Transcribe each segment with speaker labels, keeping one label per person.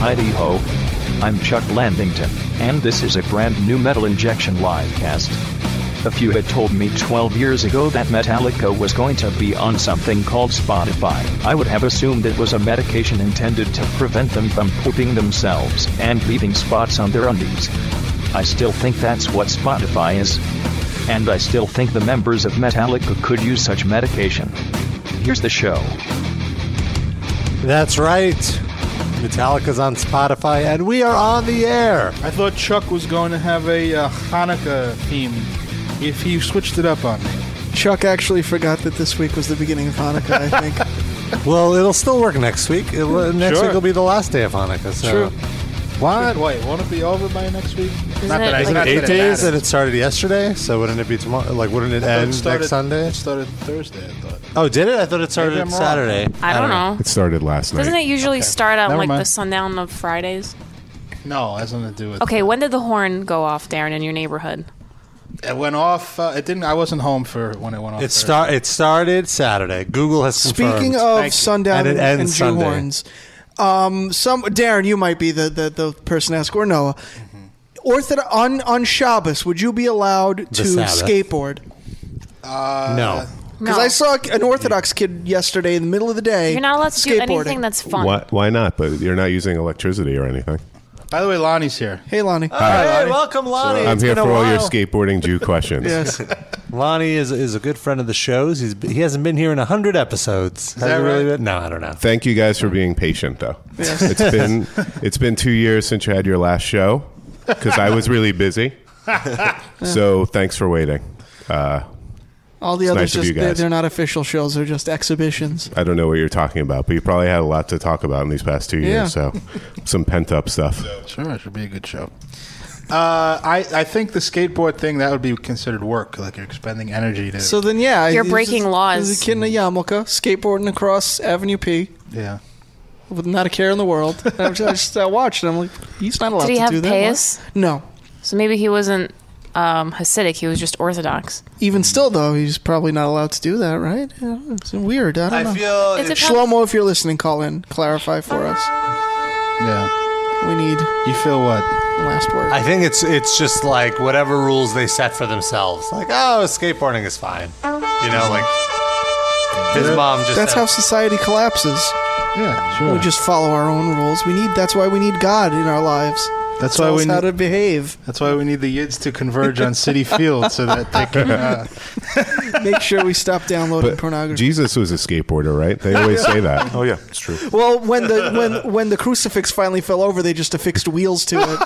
Speaker 1: Heidi Ho. I'm Chuck Landington, and this is a brand new Metal Injection livecast. If you had told me 12 years ago that Metallica was going to be on something called Spotify, I would have assumed it was a medication intended to prevent them from pooping themselves and leaving spots on their undies. I still think that's what Spotify is. And I still think the members of Metallica could use such medication. Here's the show.
Speaker 2: That's right. Metallica's on Spotify, and we are on the air.
Speaker 3: I thought Chuck was going to have a uh, Hanukkah theme if he switched it up on me.
Speaker 4: Chuck actually forgot that this week was the beginning of Hanukkah, I think.
Speaker 2: Well, it'll still work next week. It'll, next
Speaker 3: Sure.
Speaker 2: week will be the last day of Hanukkah. So.
Speaker 3: True.
Speaker 2: What?
Speaker 3: Wait, won't it be over by next week?
Speaker 5: Isn't it like-
Speaker 3: not
Speaker 2: Eight
Speaker 3: that it
Speaker 2: days,
Speaker 3: matters.
Speaker 2: and it started yesterday. So wouldn't it be tomorrow? Like, wouldn't it
Speaker 3: I thought it
Speaker 2: end
Speaker 3: started-
Speaker 2: next Sunday?
Speaker 3: It started Thursday, I thought.
Speaker 2: Oh, did it? I thought it started
Speaker 3: Maybe I'm wrong.
Speaker 2: Saturday.
Speaker 5: I don't know.
Speaker 6: It started last
Speaker 5: Doesn't
Speaker 6: night.
Speaker 5: it usually start on
Speaker 3: Never
Speaker 5: like the
Speaker 3: mind.
Speaker 5: sundown of Fridays?
Speaker 3: No, it has nothing to do with
Speaker 5: Okay, when did the horn go off, Darren, in your neighborhood?
Speaker 3: It went off. Uh, it didn't. I wasn't home for when it went off.
Speaker 2: It start. It started Saturday. Google has
Speaker 4: Speaking
Speaker 2: confirmed.
Speaker 4: of
Speaker 3: Thank you.
Speaker 4: sundown
Speaker 2: And it
Speaker 4: and,
Speaker 2: ends
Speaker 4: Jew
Speaker 2: Sunday.
Speaker 4: horns, um, some Darren, you might be the the, the person asked or Noah.
Speaker 6: Mm-hmm.
Speaker 4: Ortho- on on Shabbos, would you be allowed to
Speaker 2: Sabbath.
Speaker 4: skateboard?
Speaker 3: Uh,
Speaker 2: no,
Speaker 4: Because I saw an Orthodox kid yesterday in the middle of the day.
Speaker 5: You're not allowed to do anything
Speaker 4: skateboarding.
Speaker 5: that's fun.
Speaker 6: Why, why not? But you're not using electricity or anything.
Speaker 3: By the way, Lonnie's here.
Speaker 4: Hey, Lonnie.
Speaker 2: Hey, welcome, Lonnie.
Speaker 6: I'm
Speaker 2: It's
Speaker 6: here
Speaker 2: been
Speaker 6: for
Speaker 2: a
Speaker 6: all your
Speaker 2: while.
Speaker 6: skateboarding Jew questions.
Speaker 4: yes.
Speaker 2: Lonnie is is a good friend of the shows. He's he hasn't been here in hundred episodes. Has
Speaker 3: that
Speaker 2: he really
Speaker 3: right?
Speaker 2: been? No, I don't know.
Speaker 6: Thank you guys for being patient, though. It's been it's been two years since you had your last show because I was really busy. so thanks for waiting. Uh,
Speaker 4: All the
Speaker 6: It's
Speaker 4: others
Speaker 6: nice of
Speaker 4: just
Speaker 6: you
Speaker 4: they're,
Speaker 6: guys.
Speaker 4: they're not official shows; they're just exhibitions.
Speaker 6: I don't know what you're talking about, but you probably had a lot to talk about in these past two years. So
Speaker 4: Yeah.
Speaker 6: some pent up stuff.
Speaker 3: Sure, it should be a good show. Uh, I I think the skateboard thing that would be considered work. Like you're expending energy to.
Speaker 4: So then, yeah,
Speaker 5: You're
Speaker 4: it's
Speaker 5: breaking laws.
Speaker 4: There's a kid in a yarmulke skateboarding across Avenue P
Speaker 3: yeah.
Speaker 4: with not a care in the world. And I just, I just I watched, and I'm like, he's not allowed
Speaker 5: Did he
Speaker 4: to
Speaker 5: have
Speaker 4: do that.
Speaker 5: payas?
Speaker 4: What? No.
Speaker 5: So maybe he wasn't um, Hasidic, he was just Orthodox.
Speaker 4: Even still, though, he's probably not allowed to do that, right? Yeah, It's weird. I don't know.
Speaker 2: feel
Speaker 5: Is it
Speaker 4: Shlomo, if you're listening, call in, clarify for us.
Speaker 3: Yeah.
Speaker 4: We need
Speaker 3: You feel what?
Speaker 4: last word.
Speaker 2: I think it's it's just like whatever rules they set for themselves. Like, oh, skateboarding is fine. You know, like his mom just
Speaker 4: that's how society collapses.
Speaker 3: Yeah. Sure.
Speaker 4: We just follow our own rules. We need. That's why we need God in our lives.
Speaker 3: that's
Speaker 4: Tell
Speaker 3: why we
Speaker 4: us how
Speaker 3: need.
Speaker 4: to behave.
Speaker 3: That's why we need the yids to converge on City Field so that they can. Uh,
Speaker 4: Make sure we stop downloading
Speaker 6: But
Speaker 4: pornography.
Speaker 6: Jesus was a skateboarder, right? They always say that. oh yeah, it's true.
Speaker 4: Well, when the when when the crucifix finally fell over, they just affixed wheels to it.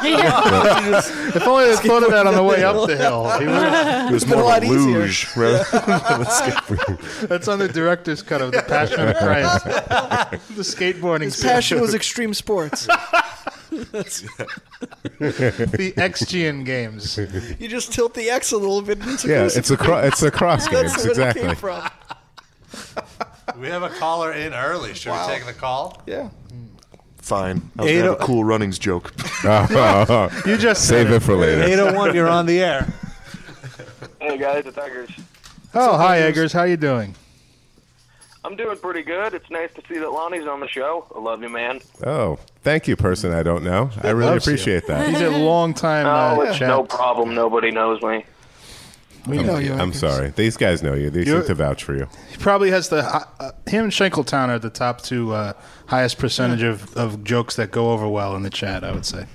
Speaker 3: if only they thought of that on the way up the hill. He would've-
Speaker 6: It was
Speaker 4: been more a of a lot easier. luge
Speaker 6: rather
Speaker 3: That's on the director's cut of The Passion of Christ. the skateboarding.
Speaker 4: His passion was extreme sports.
Speaker 3: the Xgian games.
Speaker 4: You just tilt the X a little bit. and It's a
Speaker 6: Yeah, it's a cro- it's a cross game.
Speaker 4: That's where it
Speaker 6: Exactly.
Speaker 4: came from.
Speaker 2: we have a caller in early. Should we take the call?
Speaker 4: Yeah.
Speaker 7: Fine. I was gonna have
Speaker 2: Eight o-
Speaker 7: a cool runnings joke.
Speaker 3: You just
Speaker 6: Save it for later.
Speaker 2: 801, you're on the air.
Speaker 8: Hey guys, it's Eggers.
Speaker 3: Oh, hi Eggers, how you doing?
Speaker 8: I'm doing pretty good. It's nice to see that Lonnie's on the show. I love you, man.
Speaker 6: Oh, thank you, person I don't know. I really
Speaker 3: Loves you.
Speaker 6: appreciate
Speaker 3: He's
Speaker 6: that.
Speaker 3: a long time.
Speaker 8: Oh,
Speaker 3: uh,
Speaker 8: it's
Speaker 3: chat.
Speaker 8: no problem. Nobody knows me.
Speaker 3: We
Speaker 4: know
Speaker 3: know
Speaker 4: you.
Speaker 3: you.
Speaker 6: I'm sorry. These guys know you. They seem
Speaker 3: You're-
Speaker 6: to vouch for you.
Speaker 3: He probably has the hi- uh, him and Schenkeltown are the top two uh, highest percentage of, of jokes that go over well in the chat. I would say.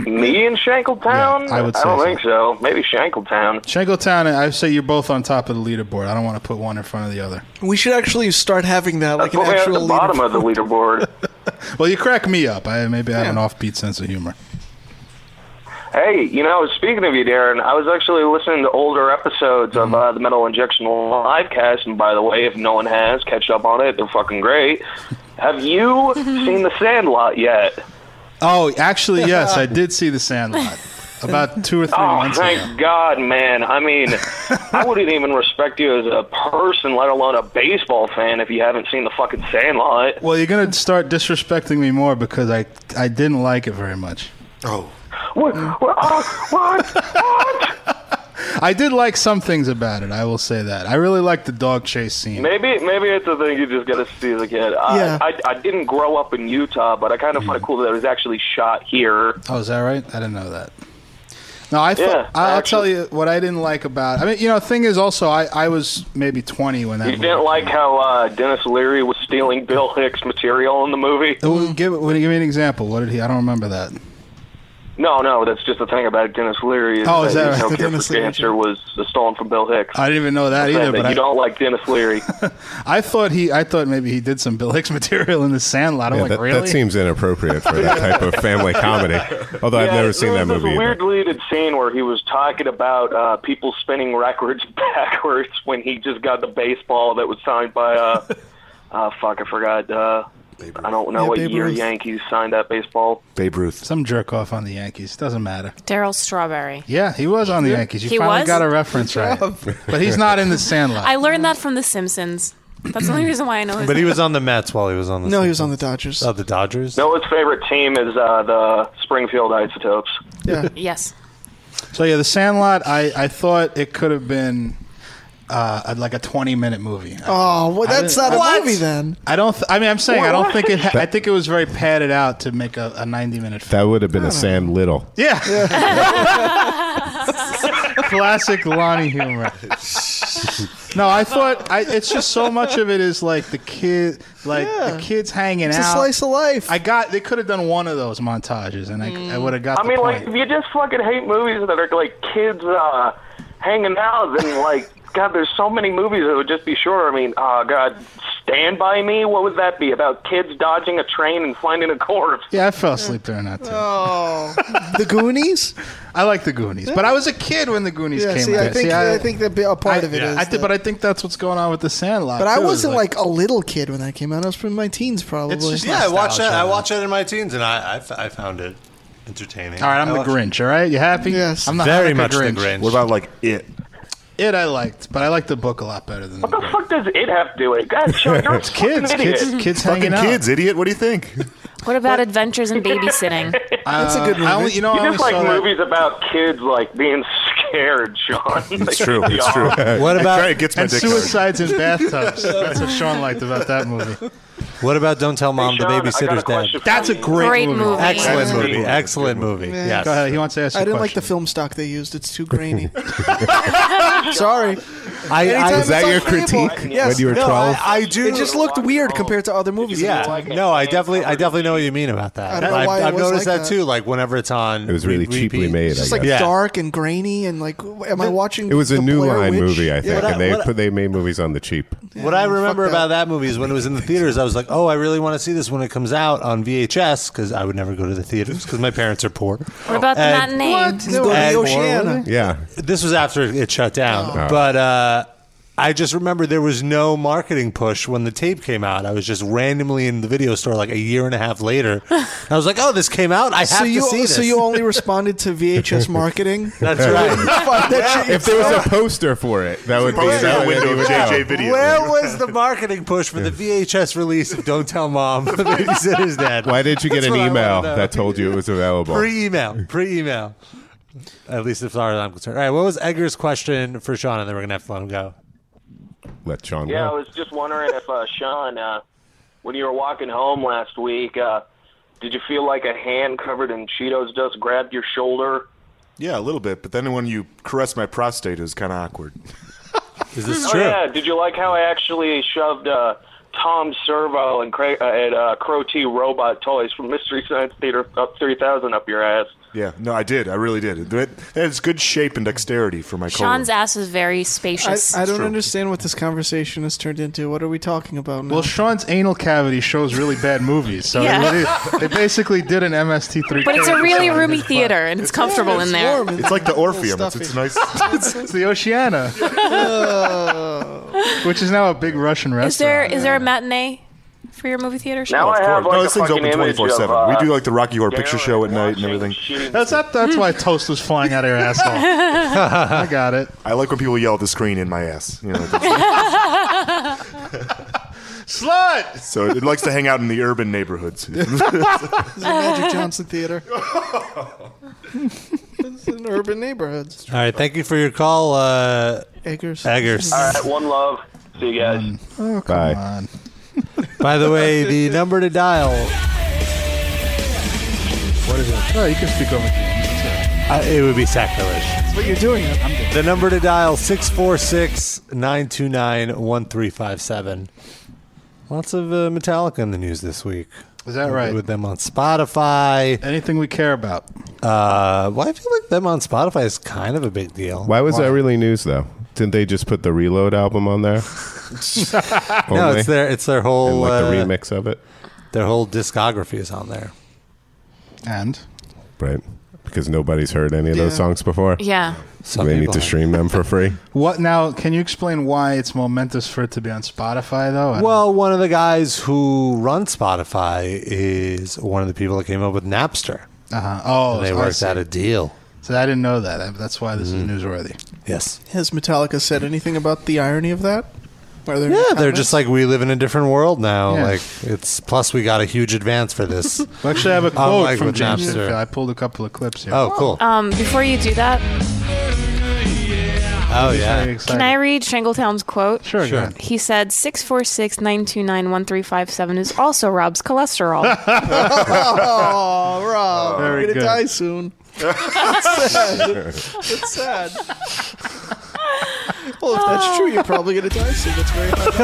Speaker 8: Me and Shankletown?
Speaker 3: Yeah, I would say
Speaker 8: don't
Speaker 3: so.
Speaker 8: think so. Maybe Shankletown.
Speaker 3: Shankletown, I would say you're both on top of the leaderboard. I don't want to put one in front of the other.
Speaker 4: We should actually start having that like an
Speaker 8: Put me at
Speaker 4: actual
Speaker 8: the
Speaker 4: leader.
Speaker 8: bottom of the leaderboard.
Speaker 3: Well, you crack me up. I maybe I have an
Speaker 4: Yeah.
Speaker 3: offbeat sense of humor.
Speaker 8: hey, you know, speaking of you, Darren, I was actually listening to older episodes of
Speaker 3: Mm-hmm.
Speaker 8: uh, the Metal Injection Livecast, and by the way, if no one has, catch up on it. They're fucking great. Have you seen The Sandlot yet?
Speaker 3: Oh, actually, yes, I did see The Sandlot about two or three
Speaker 8: Oh,
Speaker 3: months
Speaker 8: thank
Speaker 3: ago.
Speaker 8: God, man. I mean, I wouldn't even respect you as a person, let alone a baseball fan, if you haven't seen the fucking Sandlot.
Speaker 3: Well, you're gonna start disrespecting me more because I I didn't like it very much.
Speaker 7: Oh,
Speaker 8: What? What? uh, what? what?
Speaker 3: I did like some things about it. I will say that. I really liked the dog chase scene.
Speaker 8: Maybe maybe it's a thing you just got to see as a kid. I,
Speaker 3: Yeah.
Speaker 8: I, I didn't grow up in Utah, but I kind of find it cool that it was actually shot here.
Speaker 3: Oh, is that right? I didn't know that. No, I thought
Speaker 8: Yeah,
Speaker 3: I'll tell you what I didn't like about. I mean, you know, the thing is also I, I was maybe twenty when that.
Speaker 8: You didn't like how uh, Dennis Leary was stealing Bill Hicks material in the movie?
Speaker 3: Well, give well, give me an example. What did he? I don't remember that.
Speaker 8: No, no, that's just the thing about Dennis Leary. Is
Speaker 3: Oh, is that
Speaker 8: his
Speaker 3: right?
Speaker 8: no
Speaker 3: The
Speaker 8: cure
Speaker 3: Dennis
Speaker 8: for
Speaker 3: Leary
Speaker 8: cancer was stolen from Bill Hicks.
Speaker 3: I didn't even know that
Speaker 8: I'm saying
Speaker 3: either. But
Speaker 8: you
Speaker 3: I,
Speaker 8: don't like Dennis Leary.
Speaker 3: I thought he. I thought maybe he did some Bill Hicks material in the Sandlot. I'm
Speaker 6: Yeah,
Speaker 3: like,
Speaker 6: that,
Speaker 3: really?
Speaker 6: that seems inappropriate for that type of family comedy. Although I've
Speaker 8: Yeah,
Speaker 6: never seen
Speaker 8: there
Speaker 6: that
Speaker 8: was
Speaker 6: movie.
Speaker 8: This
Speaker 6: either.
Speaker 8: weird deleted scene where he was talking about uh, people spinning records backwards when he just got the baseball that was signed by. Uh, uh, fuck, I forgot. Uh, I don't know
Speaker 3: Yeah,
Speaker 8: what
Speaker 3: Babe
Speaker 8: year
Speaker 3: Ruth.
Speaker 8: Yankees signed that baseball.
Speaker 7: Babe Ruth.
Speaker 3: Some jerk off on the Yankees. Doesn't matter.
Speaker 5: Daryl Strawberry.
Speaker 3: Yeah, he was on the Yankees. You
Speaker 5: He
Speaker 3: finally
Speaker 5: was?
Speaker 3: got a reference right. But he's not in the Sandlot.
Speaker 5: I learned that from The Simpsons. That's the only reason why I know. his
Speaker 2: But he
Speaker 5: name.
Speaker 2: was on the Mets while he was on the.
Speaker 4: No, he was on the Dodgers.
Speaker 2: Oh, the Dodgers.
Speaker 8: No, his favorite team is uh, the Springfield Isotopes.
Speaker 4: yeah.
Speaker 5: yes.
Speaker 3: So yeah, the Sandlot. I I thought it could have been uh, like a twenty minute movie.
Speaker 4: Oh, well, that's
Speaker 3: didn't-
Speaker 4: not a
Speaker 3: What?
Speaker 4: movie then.
Speaker 3: I don't. Th- I mean, I'm saying I don't think it. Ha- I think it was very padded out to make a, a 90 minute. Film.
Speaker 6: That would have been a Sam Little.
Speaker 3: Yeah. Classic Lonnie humor. No, I thought I, it's just so much of it is like the kid, like the kids hanging
Speaker 4: It's a
Speaker 3: out.
Speaker 4: slice of life.
Speaker 3: I got. They could have done one of those montages, and I, I would have got.
Speaker 8: Mm. I
Speaker 3: the
Speaker 8: mean, like,
Speaker 3: point.
Speaker 8: if you just fucking hate movies that are like kids uh, hanging out, then like, God, there's so many movies that would just be sure. I mean, uh, God, Stand by Me. What would that be about? Kids dodging a train and finding a corpse.
Speaker 3: yeah, I fell asleep during that too.
Speaker 4: oh, the Goonies.
Speaker 3: I like the Goonies, but I was a kid when the Goonies
Speaker 4: Yeah,
Speaker 3: came
Speaker 4: see,
Speaker 3: out.
Speaker 4: I think
Speaker 3: See,
Speaker 4: I, think that a part
Speaker 3: I-
Speaker 4: of it
Speaker 2: yeah.
Speaker 4: is
Speaker 3: I thi-
Speaker 4: that-
Speaker 3: but I think that's what's going on with the Sandlot.
Speaker 4: But I
Speaker 3: too, is
Speaker 4: wasn't
Speaker 3: like-
Speaker 4: like a little kid when that came out. I was from my teens, probably.
Speaker 3: It's just-
Speaker 2: Yeah, I watched that. I
Speaker 3: Nostalgia.
Speaker 2: watched that in my teens, and I I f- I found it entertaining.
Speaker 3: All right, I'm
Speaker 2: I
Speaker 3: the
Speaker 2: watched-
Speaker 3: Grinch. All right, you happy?
Speaker 4: Yes.
Speaker 3: I'm the
Speaker 2: Very
Speaker 3: Hanukkah
Speaker 2: much the
Speaker 3: Grinch.
Speaker 2: Grinch.
Speaker 7: What about like it?
Speaker 3: It I liked, but I liked the book a lot better than the
Speaker 8: What the
Speaker 3: Grinch.
Speaker 8: fuck does it have to do with it? God, Sean, you're a fucking
Speaker 3: Kids,
Speaker 8: idiot.
Speaker 3: kids, kids
Speaker 7: Fucking
Speaker 3: hanging out.
Speaker 7: kids, idiot. What do you think?
Speaker 5: What about Adventures in Babysitting?
Speaker 3: That's a good movie. Uh, I only, you know,
Speaker 8: You
Speaker 3: I only
Speaker 8: just like
Speaker 3: saw
Speaker 8: movies about kids like being scared, Sean.
Speaker 7: It's true. It's true.
Speaker 2: What about
Speaker 7: Sorry, it gets
Speaker 3: that.
Speaker 7: my
Speaker 3: And
Speaker 7: dick hard.
Speaker 3: suicides in bathtubs. That's what Sean liked about that movie.
Speaker 2: what about Don't Tell Mom the
Speaker 8: Sean, I got a
Speaker 2: Babysitter's Dead?
Speaker 8: question for
Speaker 3: That's a
Speaker 8: you.
Speaker 3: great,
Speaker 5: Great movie.
Speaker 2: Excellent
Speaker 8: Yeah.
Speaker 2: movie.
Speaker 8: Yeah.
Speaker 2: Excellent movie.
Speaker 3: Go
Speaker 2: Yes.
Speaker 3: ahead. He wants to ask.
Speaker 4: I
Speaker 3: you a
Speaker 4: didn't like
Speaker 3: question.
Speaker 4: the film stock they used. It's too grainy. Sorry.
Speaker 2: I,
Speaker 4: Anytime
Speaker 6: was that
Speaker 4: it's on
Speaker 6: your
Speaker 4: cable-
Speaker 6: critique
Speaker 4: Yes.
Speaker 6: when you were
Speaker 2: no,
Speaker 6: twelve?
Speaker 2: I, I do.
Speaker 4: It just looked weird compared to other movies. at the
Speaker 2: Yeah,
Speaker 4: time.
Speaker 2: no, I definitely, I definitely know what you mean about that.
Speaker 4: I don't know
Speaker 2: have
Speaker 4: why it
Speaker 2: I've
Speaker 4: was
Speaker 2: noticed
Speaker 4: like
Speaker 2: that
Speaker 4: that.
Speaker 2: too. Like whenever it's on,
Speaker 6: It was really
Speaker 2: re-
Speaker 6: cheaply
Speaker 2: repeat.
Speaker 6: made. I
Speaker 4: It's
Speaker 6: guess.
Speaker 4: just like
Speaker 2: Yeah.
Speaker 4: dark and grainy and like, am I watching?
Speaker 6: it was a
Speaker 4: the
Speaker 6: new
Speaker 4: Blair
Speaker 6: line
Speaker 4: Witch?
Speaker 6: movie, I think,
Speaker 2: What I-
Speaker 6: and they
Speaker 2: what I-
Speaker 6: put they made movies on the cheap.
Speaker 2: What I remember
Speaker 4: fuck
Speaker 2: about that movie is when it was in the theaters, I was like, "Oh, I really want to see this when it comes out on VHS," because I would never go to the theaters because my parents are poor.
Speaker 5: What about the
Speaker 2: And-
Speaker 5: matinee?
Speaker 4: They were
Speaker 2: Bad
Speaker 4: the
Speaker 2: Boy,
Speaker 4: Oceana.
Speaker 6: Yeah,
Speaker 2: This was after it shut down,
Speaker 6: Oh.
Speaker 2: but uh, I just remember there was no marketing push when the tape came out. I was just randomly in the video store like a year and a half later. And I was like, "Oh, this came out. I have
Speaker 4: So
Speaker 2: to
Speaker 4: you
Speaker 2: see this."
Speaker 4: so you only responded to VHS marketing.
Speaker 2: That's right.
Speaker 4: Fuck, that shit-
Speaker 6: if there was a poster for it, that would be that
Speaker 7: Post that
Speaker 6: would
Speaker 7: window
Speaker 6: be
Speaker 7: of
Speaker 6: wow.
Speaker 7: JJ video.
Speaker 2: Where was the marketing push for the VHS release of Don't Tell Mom for Babysitter's Dead?
Speaker 6: Why didn't you get
Speaker 2: That's
Speaker 6: an
Speaker 2: what I wanna
Speaker 6: email
Speaker 2: know.
Speaker 6: that told you it was available?
Speaker 2: Pre email. Pre email. At least as far as I'm concerned. All right, what was Edgar's question for Sean? And then we're going to have to let him go.
Speaker 6: Let Sean
Speaker 8: Yeah, I
Speaker 6: go.
Speaker 8: was just wondering if uh, Sean, uh, when you were walking home last week, uh, did you feel like a hand covered in Cheetos dust grabbed your shoulder?
Speaker 7: Yeah, a little bit. But then when you caress my prostate, it was kind of awkward.
Speaker 2: Is this
Speaker 8: Oh
Speaker 2: true?
Speaker 8: yeah, did you like how I actually shoved uh, Tom Servo and Cra- uh, and uh, Crow T Robot toys from Mystery Science Theater up three thousand up your ass?
Speaker 7: Yeah, no, I did. I really did. That- That's good shape and dexterity for my
Speaker 5: Sean's
Speaker 7: colon.
Speaker 5: ass was very
Speaker 4: I,
Speaker 5: spacious.
Speaker 4: I don't
Speaker 7: true.
Speaker 4: understand what this conversation has turned into. What are we talking about now?
Speaker 3: Well, Sean's anal cavity shows really bad movies, so
Speaker 5: Yeah.
Speaker 3: they, they basically did an MST3.
Speaker 5: but it's a
Speaker 3: character
Speaker 5: really
Speaker 3: on
Speaker 5: roomy
Speaker 3: his butt.
Speaker 5: theater, and it's comfortable in there.
Speaker 4: warm.
Speaker 7: It's like the Orpheum. It's,
Speaker 4: stuffy.
Speaker 7: it's nice.
Speaker 3: It's the Oceana, which is now a big Russian restaurant.
Speaker 5: Is there is there a matinee for your movie theater? Sean?
Speaker 8: Now I have like
Speaker 7: no,
Speaker 8: a
Speaker 7: this thing's
Speaker 8: fucking
Speaker 7: open
Speaker 8: image
Speaker 7: twenty four seven.
Speaker 8: of, uh,
Speaker 7: We do like the Rocky Horror
Speaker 8: Darren
Speaker 7: Picture Show at night and
Speaker 8: watching
Speaker 7: everything.
Speaker 8: shooting
Speaker 3: That's that, that's why toast was flying out of your asshole. I got it.
Speaker 7: I like when people yell at the screen in my ass. You know, that's-
Speaker 3: Slut.
Speaker 7: so it likes to hang out in the urban neighborhoods.
Speaker 4: It's a Magic Johnson Theater. It's in urban neighborhoods.
Speaker 2: All right. Thank you for your call, uh,
Speaker 4: Eggers.
Speaker 2: Eggers.
Speaker 8: All right, one love. See you guys.
Speaker 4: Oh, come
Speaker 6: Bye.
Speaker 4: on.
Speaker 2: By the way, the number to dial.
Speaker 3: What is it? Oh, you can speak over James. It's all right.
Speaker 2: Uh, it would be sacrilege.
Speaker 4: That's what you're doing.
Speaker 3: I'm good.
Speaker 2: The number to dial 646-929-1357. Lots of uh, Metallica in the news this week.
Speaker 3: Is that right?
Speaker 2: With them on Spotify.
Speaker 3: Anything we care about.
Speaker 2: Uh, well, I feel like them on Spotify is kind of a big deal.
Speaker 6: Why was that really news though? Didn't they just put the Reload album on there?
Speaker 2: No,
Speaker 6: Only?
Speaker 2: it's their it's their
Speaker 6: and
Speaker 2: whole
Speaker 6: like
Speaker 2: uh,
Speaker 6: a remix of it,
Speaker 2: their whole discography is on there.
Speaker 3: And
Speaker 6: right? Because nobody's heard any of those
Speaker 4: Yeah.
Speaker 6: songs before.
Speaker 5: Yeah.
Speaker 2: Some
Speaker 6: they need
Speaker 2: people
Speaker 6: to
Speaker 2: have-
Speaker 6: stream them for free.
Speaker 3: what now? Can you explain why it's momentous for it to be on Spotify though? I don't-
Speaker 2: Well, one of the guys who runs Spotify is one of the people that came up with Napster.
Speaker 3: uh-huh. oh,
Speaker 2: they
Speaker 3: I
Speaker 2: worked Mm-hmm.
Speaker 3: see.
Speaker 2: out a deal.
Speaker 3: So I didn't know that. I- That's why this is newsworthy.
Speaker 2: Yes.
Speaker 4: Has Metallica said anything about the irony of that? Are there any
Speaker 2: Yeah, they're
Speaker 4: comments?
Speaker 2: just like we live in a different world now.
Speaker 3: Yeah.
Speaker 2: Like it's plus we got a huge advance for this.
Speaker 3: Well, actually, I have
Speaker 2: Oh,
Speaker 3: a quote
Speaker 2: like
Speaker 3: from
Speaker 2: with
Speaker 3: James
Speaker 2: Napster.
Speaker 3: Sinfield. I pulled a couple of clips here.
Speaker 2: oh, cool.
Speaker 5: Um, before you do that,
Speaker 2: Oh yeah.
Speaker 5: can I read Shangletown's quote?
Speaker 3: Sure,
Speaker 2: Sure.
Speaker 3: sure.
Speaker 5: He said 646 929 1357 is also Rob's cholesterol.
Speaker 4: Oh, Rob,
Speaker 3: Very
Speaker 4: we're gonna
Speaker 3: good.
Speaker 4: die soon. That's sad. That's sad. Well, if that's true, you're probably gonna die soon. That's very hard.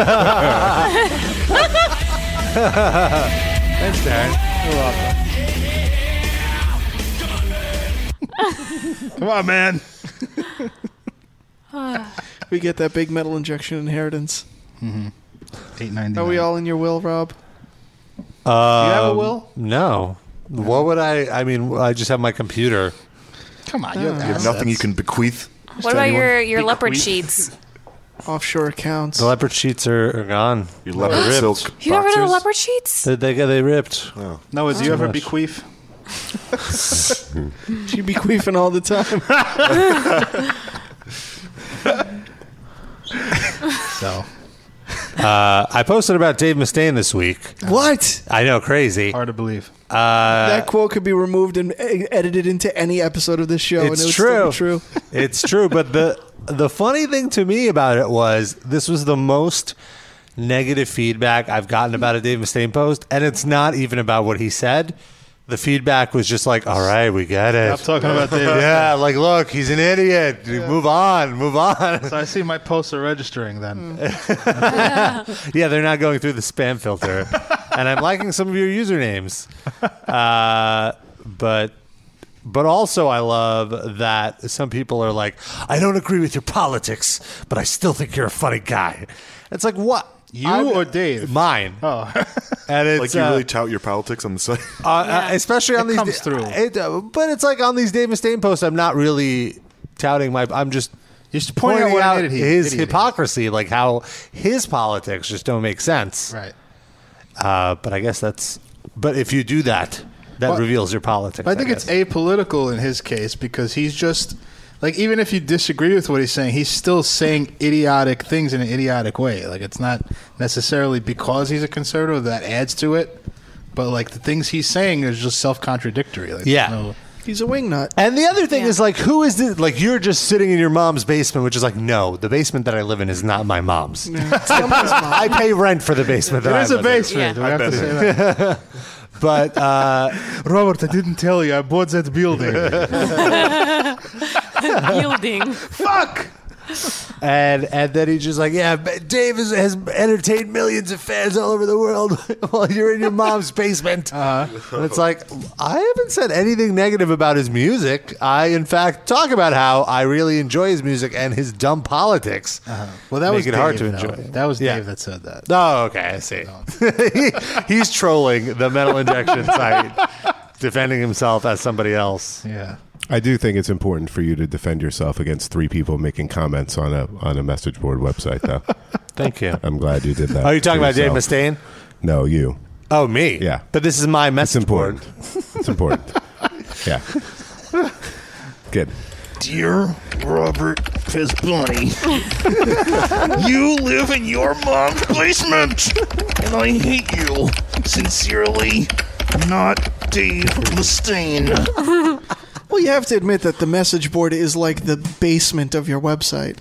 Speaker 3: Thanks, Darren. Come on, man.
Speaker 4: We get that big metal injection inheritance.
Speaker 3: Mm-hmm. Eight ninety.
Speaker 4: Are we all in your will, Rob?
Speaker 2: Uh,
Speaker 4: you have a will?
Speaker 2: No. What would I? I mean, I just have my computer.
Speaker 3: Come on, you have,
Speaker 7: You have nothing you can bequeath.
Speaker 5: what about your, your leopard sheets?
Speaker 4: Offshore accounts.
Speaker 2: The leopard sheets are, are gone.
Speaker 7: Your leopard
Speaker 2: ripped.
Speaker 7: silk
Speaker 5: You got rid of the
Speaker 7: boxers.
Speaker 5: leopard sheets?
Speaker 2: They, they they ripped.
Speaker 3: Noah, do you ever
Speaker 2: much.
Speaker 3: bequeath?
Speaker 4: She be queefing all the time.
Speaker 3: So
Speaker 2: Uh, I posted about Dave Mustaine this week.
Speaker 4: what?
Speaker 2: I know, crazy. Uh,
Speaker 3: hard to believe.
Speaker 4: that quote could be removed and e- edited into any episode of this show, and
Speaker 2: It's
Speaker 4: it would
Speaker 2: true.
Speaker 4: still be true.
Speaker 2: it's true. But the the funny thing to me about it was this was the most negative feedback I've gotten about a Dave Mustaine post, and it's not even about what he said. The feedback was just like, "All right, we get it."
Speaker 3: I'm talking about David.
Speaker 2: yeah, like look, he's an idiot. Move on, move on.
Speaker 3: So I see my posts are registering then.
Speaker 2: yeah, they're not going through the spam filter, and I'm liking some of your usernames. Uh, but but also, I love that some people are like, I don't agree with your politics, but I still think you're a funny guy. It's like what you
Speaker 3: or Dave?
Speaker 2: Mine.
Speaker 3: Oh,
Speaker 2: And
Speaker 7: Like
Speaker 2: it's
Speaker 7: you
Speaker 2: uh,
Speaker 7: really tout your politics on the site.
Speaker 2: uh, uh, especially on
Speaker 3: It
Speaker 2: these
Speaker 3: comes through.
Speaker 2: It, uh, but it's like on these Dave Mustaine posts, I'm not really touting my. I'm just
Speaker 3: You're just pointing
Speaker 2: pointing
Speaker 3: out
Speaker 2: out
Speaker 3: what an idiot he-
Speaker 2: his
Speaker 3: idiot he is.
Speaker 2: hypocrisy, like how his politics just don't make sense.
Speaker 3: right.
Speaker 2: Uh, but I guess that's. But if you do that, that
Speaker 3: Well,
Speaker 2: reveals your politics.
Speaker 3: But I think it's
Speaker 2: guess.
Speaker 3: apolitical in his case because he's just like even if you disagree with what he's saying, he's still saying idiotic things in an idiotic way. Like it's not necessarily because he's a conservative that adds to it, but like the things he's saying is just self-contradictory. Like,
Speaker 2: Yeah.
Speaker 3: there's no-
Speaker 4: He's a wingnut.
Speaker 2: And the other thing
Speaker 5: Yeah.
Speaker 2: is like, who is this? Like, you're just sitting in your mom's basement, which is like, no, the basement that I live in is not my mom's.
Speaker 4: Somebody's mom.
Speaker 2: I pay rent for the basement that
Speaker 3: It
Speaker 2: I
Speaker 3: is a
Speaker 2: live in.
Speaker 3: basement.
Speaker 5: Yeah.
Speaker 3: Do I have to say that?
Speaker 2: But uh,
Speaker 3: Robert, I didn't tell you. I bought that building.
Speaker 5: Yielding.
Speaker 3: Fuck.
Speaker 2: and and then he's just like, yeah, but Dave has, has entertained millions of fans all over the world while you're in your mom's basement. Uh-huh. And it's like, I haven't said anything negative about his music. I, in fact, talk about how I really enjoy his music and his dumb politics.
Speaker 3: Uh-huh. Well, that
Speaker 2: Make
Speaker 3: was
Speaker 2: it
Speaker 3: Dave,
Speaker 2: hard to
Speaker 3: though.
Speaker 2: enjoy.
Speaker 3: That was
Speaker 2: Yeah.
Speaker 3: Dave that said that.
Speaker 2: Oh, okay, I see. He- he's trolling the metal injection site, defending himself as somebody else.
Speaker 3: Yeah.
Speaker 6: I do think it's important for you to defend yourself against three people making comments on a on a message board website. Though
Speaker 2: Thank you.
Speaker 6: I'm glad you did that.
Speaker 2: Are you talking
Speaker 6: for
Speaker 2: about Dave Mustaine?
Speaker 6: yourself. No, you.
Speaker 2: Oh, me.
Speaker 6: Yeah.
Speaker 2: But this is my
Speaker 6: It's
Speaker 2: message board.
Speaker 6: important. it's important. Yeah. Good.
Speaker 9: Dear Robert Pisboni, you live in your mom's basement, and I hate you. Sincerely, not Dave Mustaine.
Speaker 4: Well, you have to admit that the message board is like the basement of your website.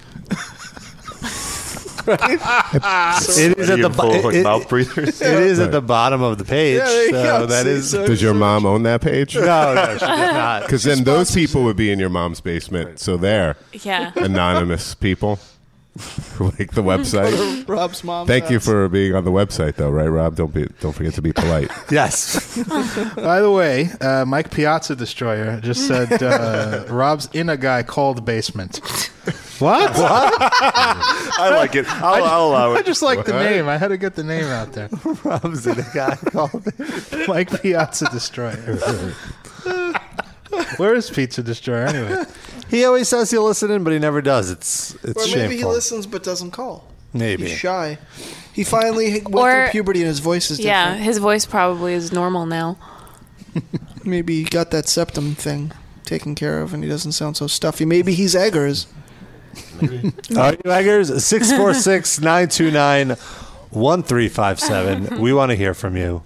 Speaker 2: it is at the bo- it- it- It is at the bottom of the page.
Speaker 4: Yeah, there you
Speaker 2: so
Speaker 4: go.
Speaker 2: uh, that
Speaker 4: See,
Speaker 2: is.
Speaker 4: so-
Speaker 6: Does your mom own that page?
Speaker 2: No, no, she does not.
Speaker 6: Because then those people would be in your mom's basement. So they're
Speaker 5: Yeah.
Speaker 6: anonymous people who like the website.
Speaker 4: Rob's mom.
Speaker 6: Thank you for being on the website, though, right, Rob? Don't be, don't forget to be polite.
Speaker 2: Yes.
Speaker 3: By the way, uh, Mike Piazza Destroyer just said uh, Rob's in a guy called Basement.
Speaker 2: What?
Speaker 7: I like it. I'll, I'll allow
Speaker 3: I
Speaker 7: it.
Speaker 3: just like the
Speaker 6: What?
Speaker 3: name. I had to get the name out there.
Speaker 2: Rob's in a guy called.
Speaker 3: Mike Piazza Destroyer. Where is Pizza Destroyer anyway?
Speaker 2: He always says he'll listen in, but he never does. It's it's
Speaker 4: Or maybe
Speaker 2: shameful.
Speaker 4: he listens but doesn't call.
Speaker 2: Maybe.
Speaker 4: He's shy. He finally went
Speaker 5: Or-
Speaker 4: through puberty and his voice is
Speaker 5: Yeah,
Speaker 4: different.
Speaker 5: his voice probably is normal now.
Speaker 4: Maybe he got that septum thing taken care of and he doesn't sound so stuffy. Maybe he's Eggers.
Speaker 2: Are you eggers? 646 929 1357. We want to hear from you.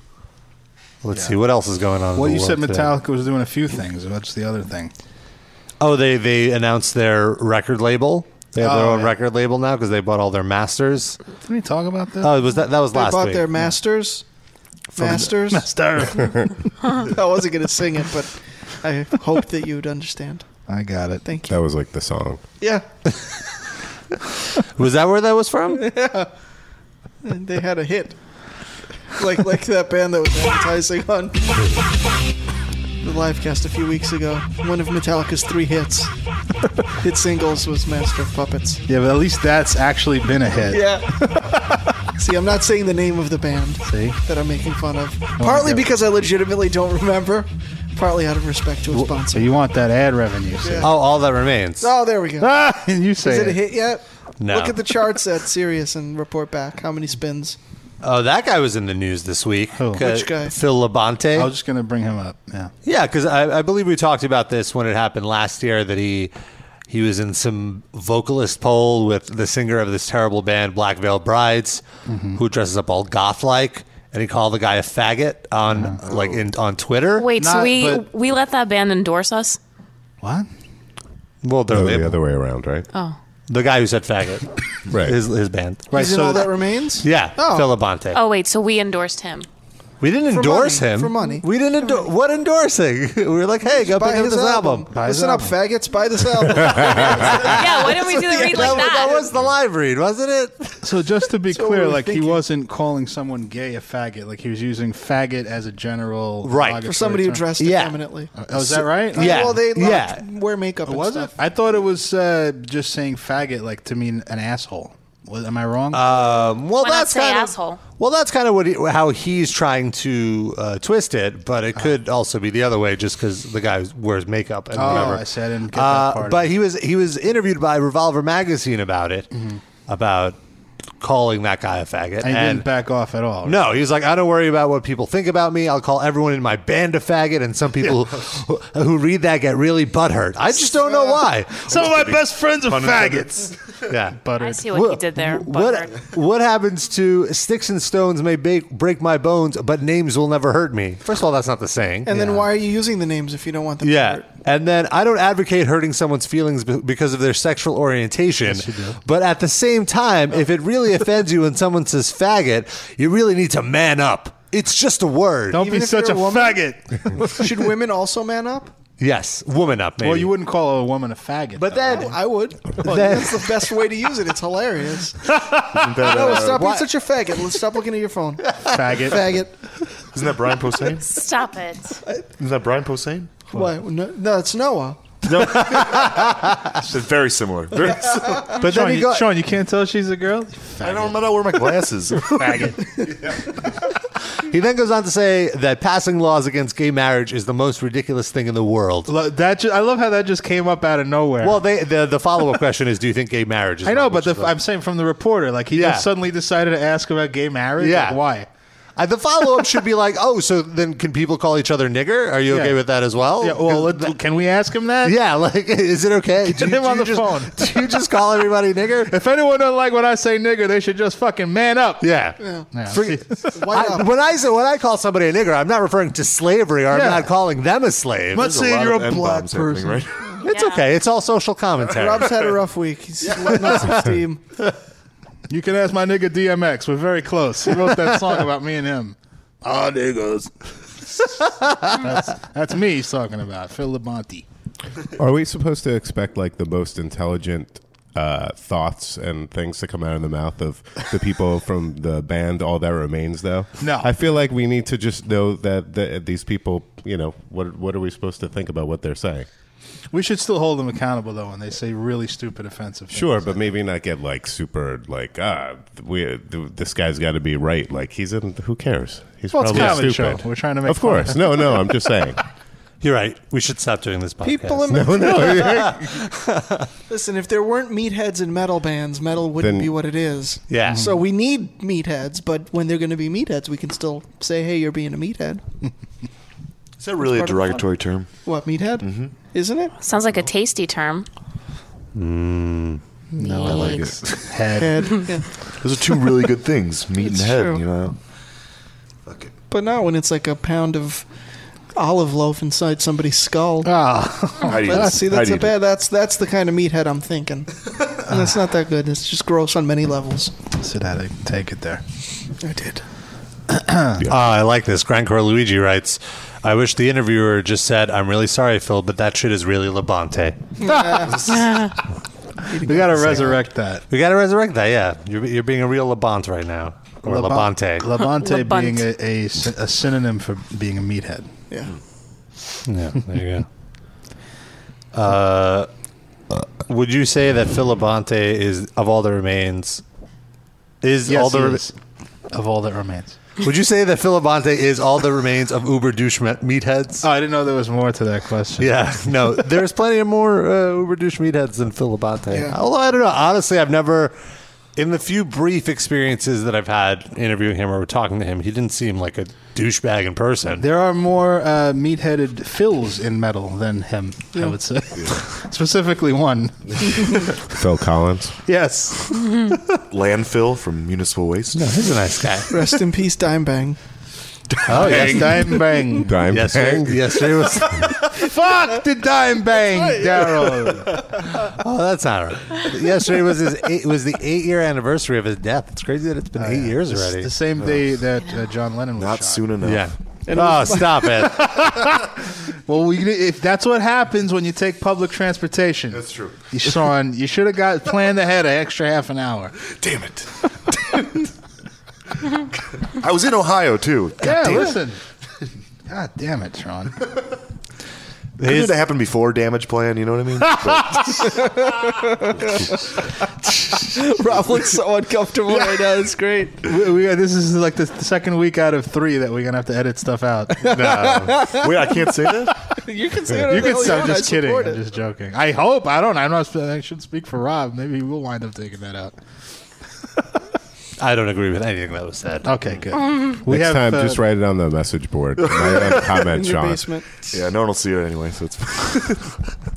Speaker 2: Let's see what else is going on. in
Speaker 3: Well,
Speaker 2: the
Speaker 3: you said
Speaker 2: world today.
Speaker 3: Metallica was doing a few things. What's the other thing?
Speaker 2: Oh, they they announced their record label. They have their
Speaker 3: Oh,
Speaker 2: own
Speaker 3: yeah.
Speaker 2: record label now because they bought all their masters.
Speaker 3: Didn't we talk about this?
Speaker 2: Oh, it was that that was
Speaker 4: They
Speaker 2: last
Speaker 4: bought
Speaker 2: week.
Speaker 4: their masters. Masters.
Speaker 3: Star.
Speaker 4: I wasn't going to sing it, but I hoped that you'd understand.
Speaker 3: I got it.
Speaker 4: Thank you.
Speaker 6: That was like the song.
Speaker 4: Yeah,
Speaker 2: was that where that was from?
Speaker 4: and they had a hit, like like that band that was advertising on the live cast a few weeks ago. One of Metallica's three hits, hit singles, was "Master of Puppets."
Speaker 3: Yeah, but at least that's actually been a hit.
Speaker 4: Yeah. See, I'm not saying the name of the band
Speaker 3: See?
Speaker 4: that I'm making fun of, partly because I legitimately don't remember, partly out of respect to a
Speaker 3: So
Speaker 4: sponsor.
Speaker 3: you want that ad revenue? so-
Speaker 2: Oh, all that remains.
Speaker 4: Oh, there we go.
Speaker 3: Ah, and you say
Speaker 4: Is it a
Speaker 3: it.
Speaker 4: hit yet?
Speaker 2: No.
Speaker 4: Look at the charts at Sirius and report back how many spins.
Speaker 2: Oh, that guy was in the news this week.
Speaker 3: Who?
Speaker 2: Uh,
Speaker 4: Which guy?
Speaker 2: Phil Labonte.
Speaker 3: I was just gonna bring him up. Yeah.
Speaker 2: Yeah, because I, I believe we talked about this when it happened last year that he he was in some vocalist poll with the singer of this terrible band Black Veil Brides, who dresses up all goth like, and he called the guy a faggot on like in, on Twitter.
Speaker 5: Wait, so
Speaker 3: Not-
Speaker 5: we
Speaker 3: but-
Speaker 5: we let that band endorse us?
Speaker 3: What?
Speaker 2: well, their
Speaker 6: No,
Speaker 2: label-
Speaker 6: the other way around, right?
Speaker 5: Oh.
Speaker 2: the guy who said faggot,
Speaker 6: Right.
Speaker 2: His, his band,
Speaker 3: Right.
Speaker 4: Is it all that remains?
Speaker 2: Yeah,
Speaker 4: Oh.
Speaker 2: Phil Labonte.
Speaker 5: Oh wait, so we endorsed him.
Speaker 2: We didn't
Speaker 4: money,
Speaker 2: endorse him
Speaker 4: for money.
Speaker 2: We didn't endorse what endorsing. we were like, hey, go
Speaker 4: Buy
Speaker 2: pick up
Speaker 4: his
Speaker 2: this
Speaker 4: album.
Speaker 2: album.
Speaker 3: his
Speaker 4: Listen up, faggots. Buy this album.
Speaker 5: yeah, why didn't we do the read like
Speaker 2: was-
Speaker 5: that?
Speaker 2: was the live read, wasn't it?
Speaker 3: So just to be
Speaker 4: what
Speaker 3: clear,
Speaker 4: we were
Speaker 3: like
Speaker 4: thinking.
Speaker 3: he wasn't calling someone gay a faggot. Like he was using faggot as a general
Speaker 2: Right.
Speaker 4: For somebody who
Speaker 3: derogatory
Speaker 4: dressed
Speaker 2: Yeah.
Speaker 4: effeminately.
Speaker 3: term. Oh, is that right?
Speaker 2: Yeah.
Speaker 4: Well, they love
Speaker 2: yeah.
Speaker 4: to wear makeup and
Speaker 3: Was it?
Speaker 4: stuff.
Speaker 3: I thought it was uh, just saying faggot, like to mean an asshole. Was, am I wrong?
Speaker 2: Um, well,
Speaker 5: Why not
Speaker 2: that's
Speaker 5: say
Speaker 2: kind
Speaker 5: asshole?
Speaker 2: of well, that's kind of what he, how he's trying to uh, twist it, but
Speaker 3: Uh-huh.
Speaker 2: it could also be the other way, just because the guy wears makeup and
Speaker 3: oh,
Speaker 2: whatever.
Speaker 3: I said I didn't get that
Speaker 2: Uh,
Speaker 3: part.
Speaker 2: but he was he was interviewed by Revolver magazine about it, about calling that guy a faggot.
Speaker 3: Mm-hmm. and he
Speaker 2: and
Speaker 3: didn't back off at all.
Speaker 2: no, he was like, I don't worry about what people think about me. I'll call everyone in my band a faggot, and some people who, who read that get really butthurt. I just don't know why.
Speaker 9: Some of my best friends are faggots.
Speaker 2: Yeah.
Speaker 5: I
Speaker 3: buttered.
Speaker 5: see what, he did there.
Speaker 2: What,
Speaker 5: Butthurt.
Speaker 2: what happens to sticks and stones may ba- break my bones, but names will never hurt me? First of all, that's not the saying.
Speaker 4: And then why are you using the names if you don't want them? to
Speaker 2: yeah.
Speaker 4: hurt?
Speaker 2: And then I don't advocate hurting someone's feelings be- because of their sexual orientation. But at the same time, if it really offends you when someone says faggot, you really need to man up. It's just a word.
Speaker 3: Don't
Speaker 4: Even
Speaker 3: be
Speaker 4: if you're
Speaker 3: such
Speaker 4: a
Speaker 3: a,
Speaker 4: woman?
Speaker 3: faggot.
Speaker 4: Should women also man up?
Speaker 2: Yes, woman up, maybe.
Speaker 3: Well, you wouldn't call a woman a faggot.
Speaker 2: But
Speaker 3: though,
Speaker 2: then-
Speaker 3: right?
Speaker 4: I would. Well,
Speaker 2: That-
Speaker 4: that's the best way to use it. It's hilarious.
Speaker 7: That,
Speaker 4: No,
Speaker 7: uh,
Speaker 4: stop
Speaker 2: why-
Speaker 4: being such a faggot. Let's stop looking at your phone.
Speaker 3: faggot.
Speaker 4: Faggot.
Speaker 7: isn't that Brian Posehn? Isn't
Speaker 5: Stop it.
Speaker 4: Uh,
Speaker 7: that Brian Posehn?
Speaker 4: Why? No, no, it's Noah.
Speaker 7: It's very similar. Very similar.
Speaker 2: but
Speaker 3: Sean,
Speaker 2: then he
Speaker 3: you,
Speaker 2: got.
Speaker 3: Sean, you can't tell she's a girl.
Speaker 7: I don't know. I wear my glasses. Faggot.
Speaker 2: He then goes on to say that passing laws against gay marriage is the most ridiculous thing in the world.
Speaker 3: Lo- That ju- I love how that just came up out of nowhere.
Speaker 2: Well, they, the the follow up question is, do you think gay marriage is?
Speaker 3: I know,
Speaker 2: wrong?
Speaker 3: but the, I'm saying from the reporter, like he
Speaker 2: Yeah.
Speaker 3: just suddenly decided to ask about gay marriage.
Speaker 2: Yeah.
Speaker 3: Like, why?
Speaker 2: Uh, the follow up should be like, oh, so then can people call each other nigger? Are you
Speaker 3: Yeah.
Speaker 2: okay with that as well?
Speaker 3: Yeah, well, let- can we ask him that?
Speaker 2: Yeah, like, is it okay? Do
Speaker 3: Get
Speaker 2: you-
Speaker 3: him
Speaker 2: do
Speaker 3: on
Speaker 2: you
Speaker 3: the
Speaker 2: just-
Speaker 3: phone.
Speaker 2: Do you just call everybody nigger?
Speaker 3: If anyone doesn't like when I say nigger, they should just fucking man up.
Speaker 2: Yeah.
Speaker 3: Yeah.
Speaker 2: Free-
Speaker 4: Why
Speaker 2: I-
Speaker 4: not?
Speaker 2: when I say when I call somebody a nigger, I'm not referring to slavery or I'm
Speaker 3: Yeah.
Speaker 2: not calling them a slave.
Speaker 3: Let's say you're a black person.
Speaker 7: Right?
Speaker 2: it's
Speaker 5: Yeah.
Speaker 2: okay. It's all social commentary.
Speaker 4: Rob's had a rough week. He's letting out some steam.
Speaker 3: You can ask my nigga DMX. We're very close. He wrote that song about me and him.
Speaker 9: Ah, niggas.
Speaker 3: That's me he's talking about, Phil Labonte.
Speaker 6: Are we supposed to expect like the most intelligent uh, thoughts and things to come out of the mouth of the people from the band All That Remains? Though,
Speaker 3: No.
Speaker 6: I feel like we need to just know that, that these people, you know, what what are we supposed to think about what they're saying?
Speaker 3: We should still hold them accountable, though, when they say really stupid, offensive things.
Speaker 6: Sure, but maybe not get like super like ah, we th- this guy's got to be right. Like he's in. Who cares? He's
Speaker 3: Well, it's
Speaker 6: probably
Speaker 3: comedy
Speaker 6: stupid.
Speaker 3: show. We're trying to make
Speaker 6: Of
Speaker 3: fun of
Speaker 6: course, no, no. I'm just saying.
Speaker 2: You're right. We should stop doing this podcast.
Speaker 4: People in
Speaker 6: No, no.
Speaker 4: Listen, if there weren't meatheads in metal bands, metal wouldn't
Speaker 6: Then-
Speaker 4: be what it is.
Speaker 2: Yeah.
Speaker 7: Mm-hmm.
Speaker 4: So we need meatheads, but when they're going to be meatheads, we can still say, "Hey, you're being a meathead."
Speaker 7: Is that really a
Speaker 4: It's part of the
Speaker 7: derogatory term? Mm-hmm.
Speaker 4: What meathead? Isn't it?
Speaker 5: Sounds like a tasty term.
Speaker 7: Mm, No, I like it.
Speaker 3: Head.
Speaker 4: Head. yeah.
Speaker 7: Those are two really good things, meat and
Speaker 4: It's
Speaker 7: head.
Speaker 4: true.
Speaker 7: You know. Fuck it.
Speaker 4: But not when it's like a pound of olive loaf inside somebody's skull.
Speaker 3: Ah,
Speaker 7: I'd eat
Speaker 4: But,
Speaker 7: it.
Speaker 4: see, that's
Speaker 7: I'd
Speaker 4: a
Speaker 7: eat
Speaker 4: bad.
Speaker 7: it.
Speaker 4: That's that's the kind of meathead I'm thinking. and that's not that good. It's just gross on many levels.
Speaker 3: so that I take it there.
Speaker 4: I did.
Speaker 2: Ah, I like this. Grandcore Luigi writes, I wish the interviewer just said, I'm really sorry, Phil, but that shit is really Labonte.
Speaker 3: We got to resurrect that.
Speaker 2: We got to resurrect that, yeah. You're, you're being a real Labonte right now. Or
Speaker 3: Labon-
Speaker 2: Labonte.
Speaker 3: Labonte
Speaker 5: Labunt.
Speaker 3: being a, a, sy- a synonym for being a meathead.
Speaker 4: Yeah.
Speaker 2: yeah, there you go. Uh, would you say that Phil Labonte is, of all the remains, is
Speaker 3: Yes,
Speaker 2: all the
Speaker 3: he
Speaker 2: Rem-
Speaker 3: is. Of all that remains.
Speaker 2: Would you say that Phil Labonte is all the remains of Uber douche me- meatheads?
Speaker 3: Oh, I didn't know there was more to that question.
Speaker 2: Yeah, no, there's plenty of more uh, uber douche meatheads than Phil Labate.
Speaker 4: Yeah.
Speaker 2: Although I don't know, honestly, I've never, in the few brief experiences that I've had interviewing him or talking to him, he didn't seem like a douchebag in person.
Speaker 3: There are more uh, meat-headed fills in metal than him, I would say. Specifically one.
Speaker 6: Phil Collins.
Speaker 3: Yes.
Speaker 7: Mm-hmm. Landfill from municipal waste.
Speaker 2: He's a nice guy.
Speaker 4: Rest in peace, Dimebag.
Speaker 3: Oh, yes, dime bang.
Speaker 6: Dime
Speaker 2: Yesterday,
Speaker 6: bag.
Speaker 2: yesterday was.
Speaker 3: Fuck the dime bang, Daryl.
Speaker 2: Oh, that's not right. Yesterday was his. Eight, was the eight year anniversary of his death. It's crazy that it's been eight years
Speaker 3: Oh, It's
Speaker 2: already.
Speaker 3: The same day that uh, John Lennon was
Speaker 7: Not
Speaker 3: shot.
Speaker 7: soon enough.
Speaker 2: yeah. Oh, stop it.
Speaker 3: Well, we, if that's what happens when you take public transportation, that's
Speaker 7: true.
Speaker 3: You, Sean, you should have got planned ahead an extra half an hour.
Speaker 7: Damn it. I was in Ohio too. God
Speaker 3: yeah,
Speaker 7: damn It.
Speaker 3: listen. God damn it, Sean.
Speaker 7: Couldn't it happen before damage plan? You know what I mean? But
Speaker 4: Rob looks so uncomfortable right now. It's great.
Speaker 3: We, we, this is like the, the second week out of three that we're gonna have to edit stuff out.
Speaker 7: wait, I can't say that.
Speaker 4: You can say
Speaker 3: you can.
Speaker 4: say
Speaker 3: I'm just kidding. I'm just joking. I hope. I don't. I'm not. sp- I should speak for Rob. Maybe we'll wind up taking that out.
Speaker 2: I don't agree with anything that was said.
Speaker 3: Okay, good. We
Speaker 6: Next time,
Speaker 3: uh,
Speaker 6: just write it on the message board. My own comment,
Speaker 4: in your
Speaker 6: Sean.
Speaker 4: basement.
Speaker 7: Yeah, no one will see it anyway, so it's fine.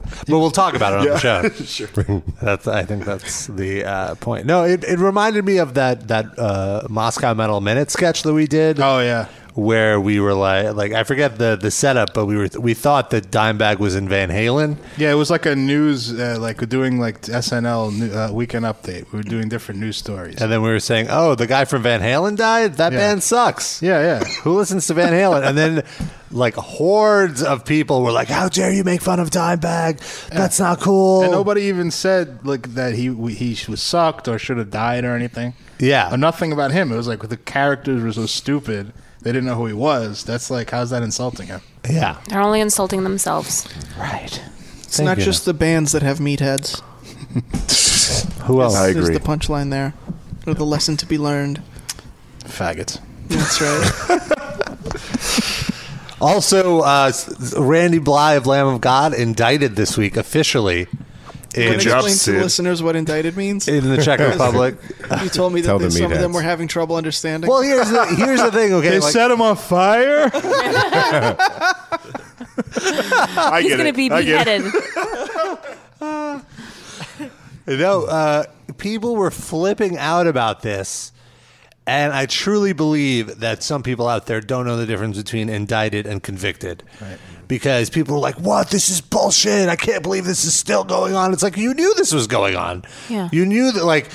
Speaker 2: but we'll talk about it on the show. That's, I think that's the uh, point. No, it, it reminded me of that that uh, Moscow Metal Minute sketch that we did,
Speaker 3: Oh yeah.
Speaker 2: where we were like, like I forget the the setup, but we were we thought that Dimebag was in Van Halen.
Speaker 3: Yeah, it was like a news, uh, like doing like SNL new- uh, weekend update. We were doing different news stories.
Speaker 2: And then we were saying, "Oh, the guy from Van Halen died. That
Speaker 3: Yeah.
Speaker 2: band sucks.
Speaker 3: Yeah, yeah.
Speaker 2: Who listens to Van Halen?" And then, like hordes of people were like, "How dare you make fun of Dimebag? That's not cool."
Speaker 3: And nobody even said like that he he was sucked or should have died or anything.
Speaker 2: Yeah.
Speaker 3: or nothing about him. It was like the characters were so stupid they didn't know who he was. That's like how's that insulting him?
Speaker 2: yeah,
Speaker 5: They're only insulting themselves.
Speaker 3: Right.
Speaker 4: It's not
Speaker 2: you.
Speaker 4: just the bands that have meatheads.
Speaker 2: who else?
Speaker 7: I
Speaker 4: There's
Speaker 7: agree.
Speaker 4: the punchline there, or the lesson to be learned.
Speaker 3: Faggots.
Speaker 4: That's right.
Speaker 2: Also, uh, s- Randy Bly of Lamb of God indicted this week officially
Speaker 4: Can you explain to the listeners what indicted means?
Speaker 2: In the Czech Republic.
Speaker 4: you told me
Speaker 2: Tell
Speaker 4: that they,
Speaker 2: the
Speaker 4: some of them
Speaker 2: meatheads.
Speaker 4: were having trouble understanding.
Speaker 2: Well, here's the, here's the thing. Okay, him on fire.
Speaker 5: I He's gonna be beheaded.
Speaker 2: No, uh, people were flipping out about this. And I truly believe that some people out there don't know the difference between indicted and convicted. Because people were like, what? This is bullshit. I can't believe this is still going on. It's like, you knew this was going on.
Speaker 9: Yeah.
Speaker 2: You knew that, like,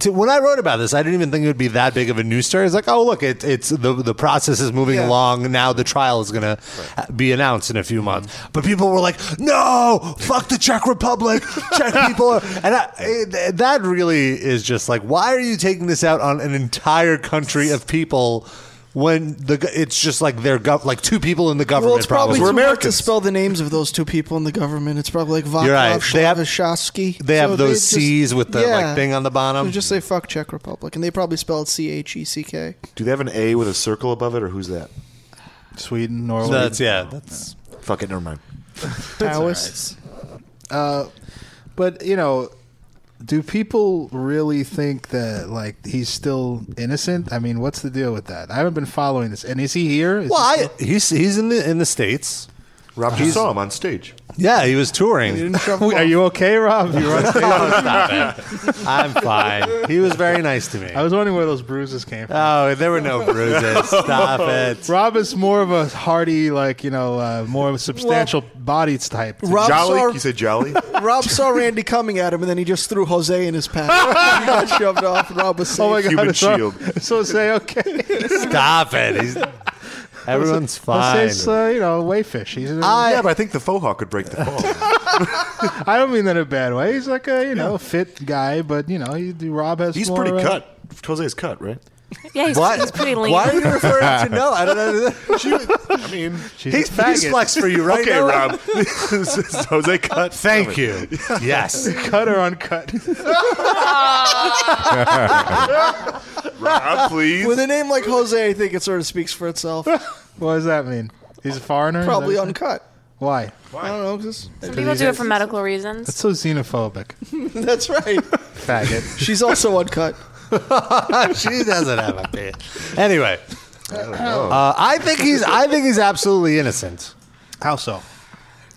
Speaker 2: to, when I wrote about this, I didn't even think it would be that big of a news story. It's like, oh, look, it, it's the, the process is moving
Speaker 9: Yeah.
Speaker 2: along. Now the trial is going to be announced in a few months. But people were like, no, fuck the Czech Republic. Czech people. Are, and I, eh, that really is just like, why are you taking this out on an entire country of people? When the go- it's just like their gov like two people in the government
Speaker 4: Well, it's probably
Speaker 2: probably
Speaker 4: too hard to spell the names of those two people in the government. It's probably like Vaclav
Speaker 2: You're right. They have
Speaker 4: Slavashevsky.
Speaker 2: they have
Speaker 4: So
Speaker 2: those
Speaker 4: just-
Speaker 2: C's with the
Speaker 4: yeah.
Speaker 2: like thing on the bottom.
Speaker 4: So just say fuck Czech Republic, and they probably spelled C H E C K.
Speaker 7: Do they have an A with a circle above it, or who's that?
Speaker 3: Sweden, Norway.
Speaker 2: That's- yeah, that's.
Speaker 7: Fuck it, never mind.
Speaker 4: Taoists.
Speaker 3: Uh, but you know, do people really think that like he's still innocent? I mean, what's the deal with that? I haven't been following this. And is he here? Is
Speaker 2: Well,
Speaker 3: he
Speaker 2: I,
Speaker 3: still-
Speaker 2: he's he's in the in the states.
Speaker 7: Rob just saw him on stage.
Speaker 2: Yeah, he was touring.
Speaker 3: Are you okay, Rob? You were on stage
Speaker 2: Oh,
Speaker 3: last
Speaker 2: stop
Speaker 3: night.
Speaker 2: it. I'm fine. He was very nice to me.
Speaker 3: I was wondering where those bruises came from.
Speaker 2: Oh, there were no bruises. Stop it.
Speaker 3: Rob is more of a hardy, like you know, uh, more of a substantial body type.
Speaker 4: Rob Jolly? saw- You
Speaker 7: said jolly.
Speaker 4: Rob saw Randy coming at him, and then he just threw Jose in his path. he got shoved off. and Rob was safe.
Speaker 3: Oh my God! it's Rob- So say okay.
Speaker 2: Stop it. He's, everyone's fine.
Speaker 3: Jose's, uh, you know, wayfish. He's an-
Speaker 7: yeah, but I think the faux hawk could break the fall.
Speaker 3: I don't mean that in a bad way. He's like a you know fit guy, but you know, he, Rob has.
Speaker 7: He's
Speaker 3: more uh,
Speaker 7: pretty
Speaker 3: of a-
Speaker 7: cut. Jose's cut, right?
Speaker 5: Yeah, he's,
Speaker 2: What?
Speaker 5: he's pretty lean.
Speaker 2: Why are you referring to no? I don't know.
Speaker 7: I mean,
Speaker 2: He's he's flexed for you right
Speaker 7: okay,
Speaker 2: now.
Speaker 7: Rob. This is Jose cut.
Speaker 2: Thank you. Yes.
Speaker 3: Cut or uncut?
Speaker 7: Rob, please.
Speaker 4: With a name like Jose, I think it sort of speaks for itself.
Speaker 3: What does that mean? He's a foreigner. Is
Speaker 4: Probably
Speaker 3: that-
Speaker 4: uncut.
Speaker 3: Why?
Speaker 4: I don't know. 'cause-
Speaker 5: Some people do it for medical reasons.
Speaker 3: That's so xenophobic.
Speaker 4: that's right.
Speaker 3: Faggot.
Speaker 4: She's also uncut.
Speaker 2: she doesn't have a bit. Anyway,
Speaker 7: Oh.
Speaker 2: Uh, I think he's I think he's absolutely innocent.
Speaker 3: How so?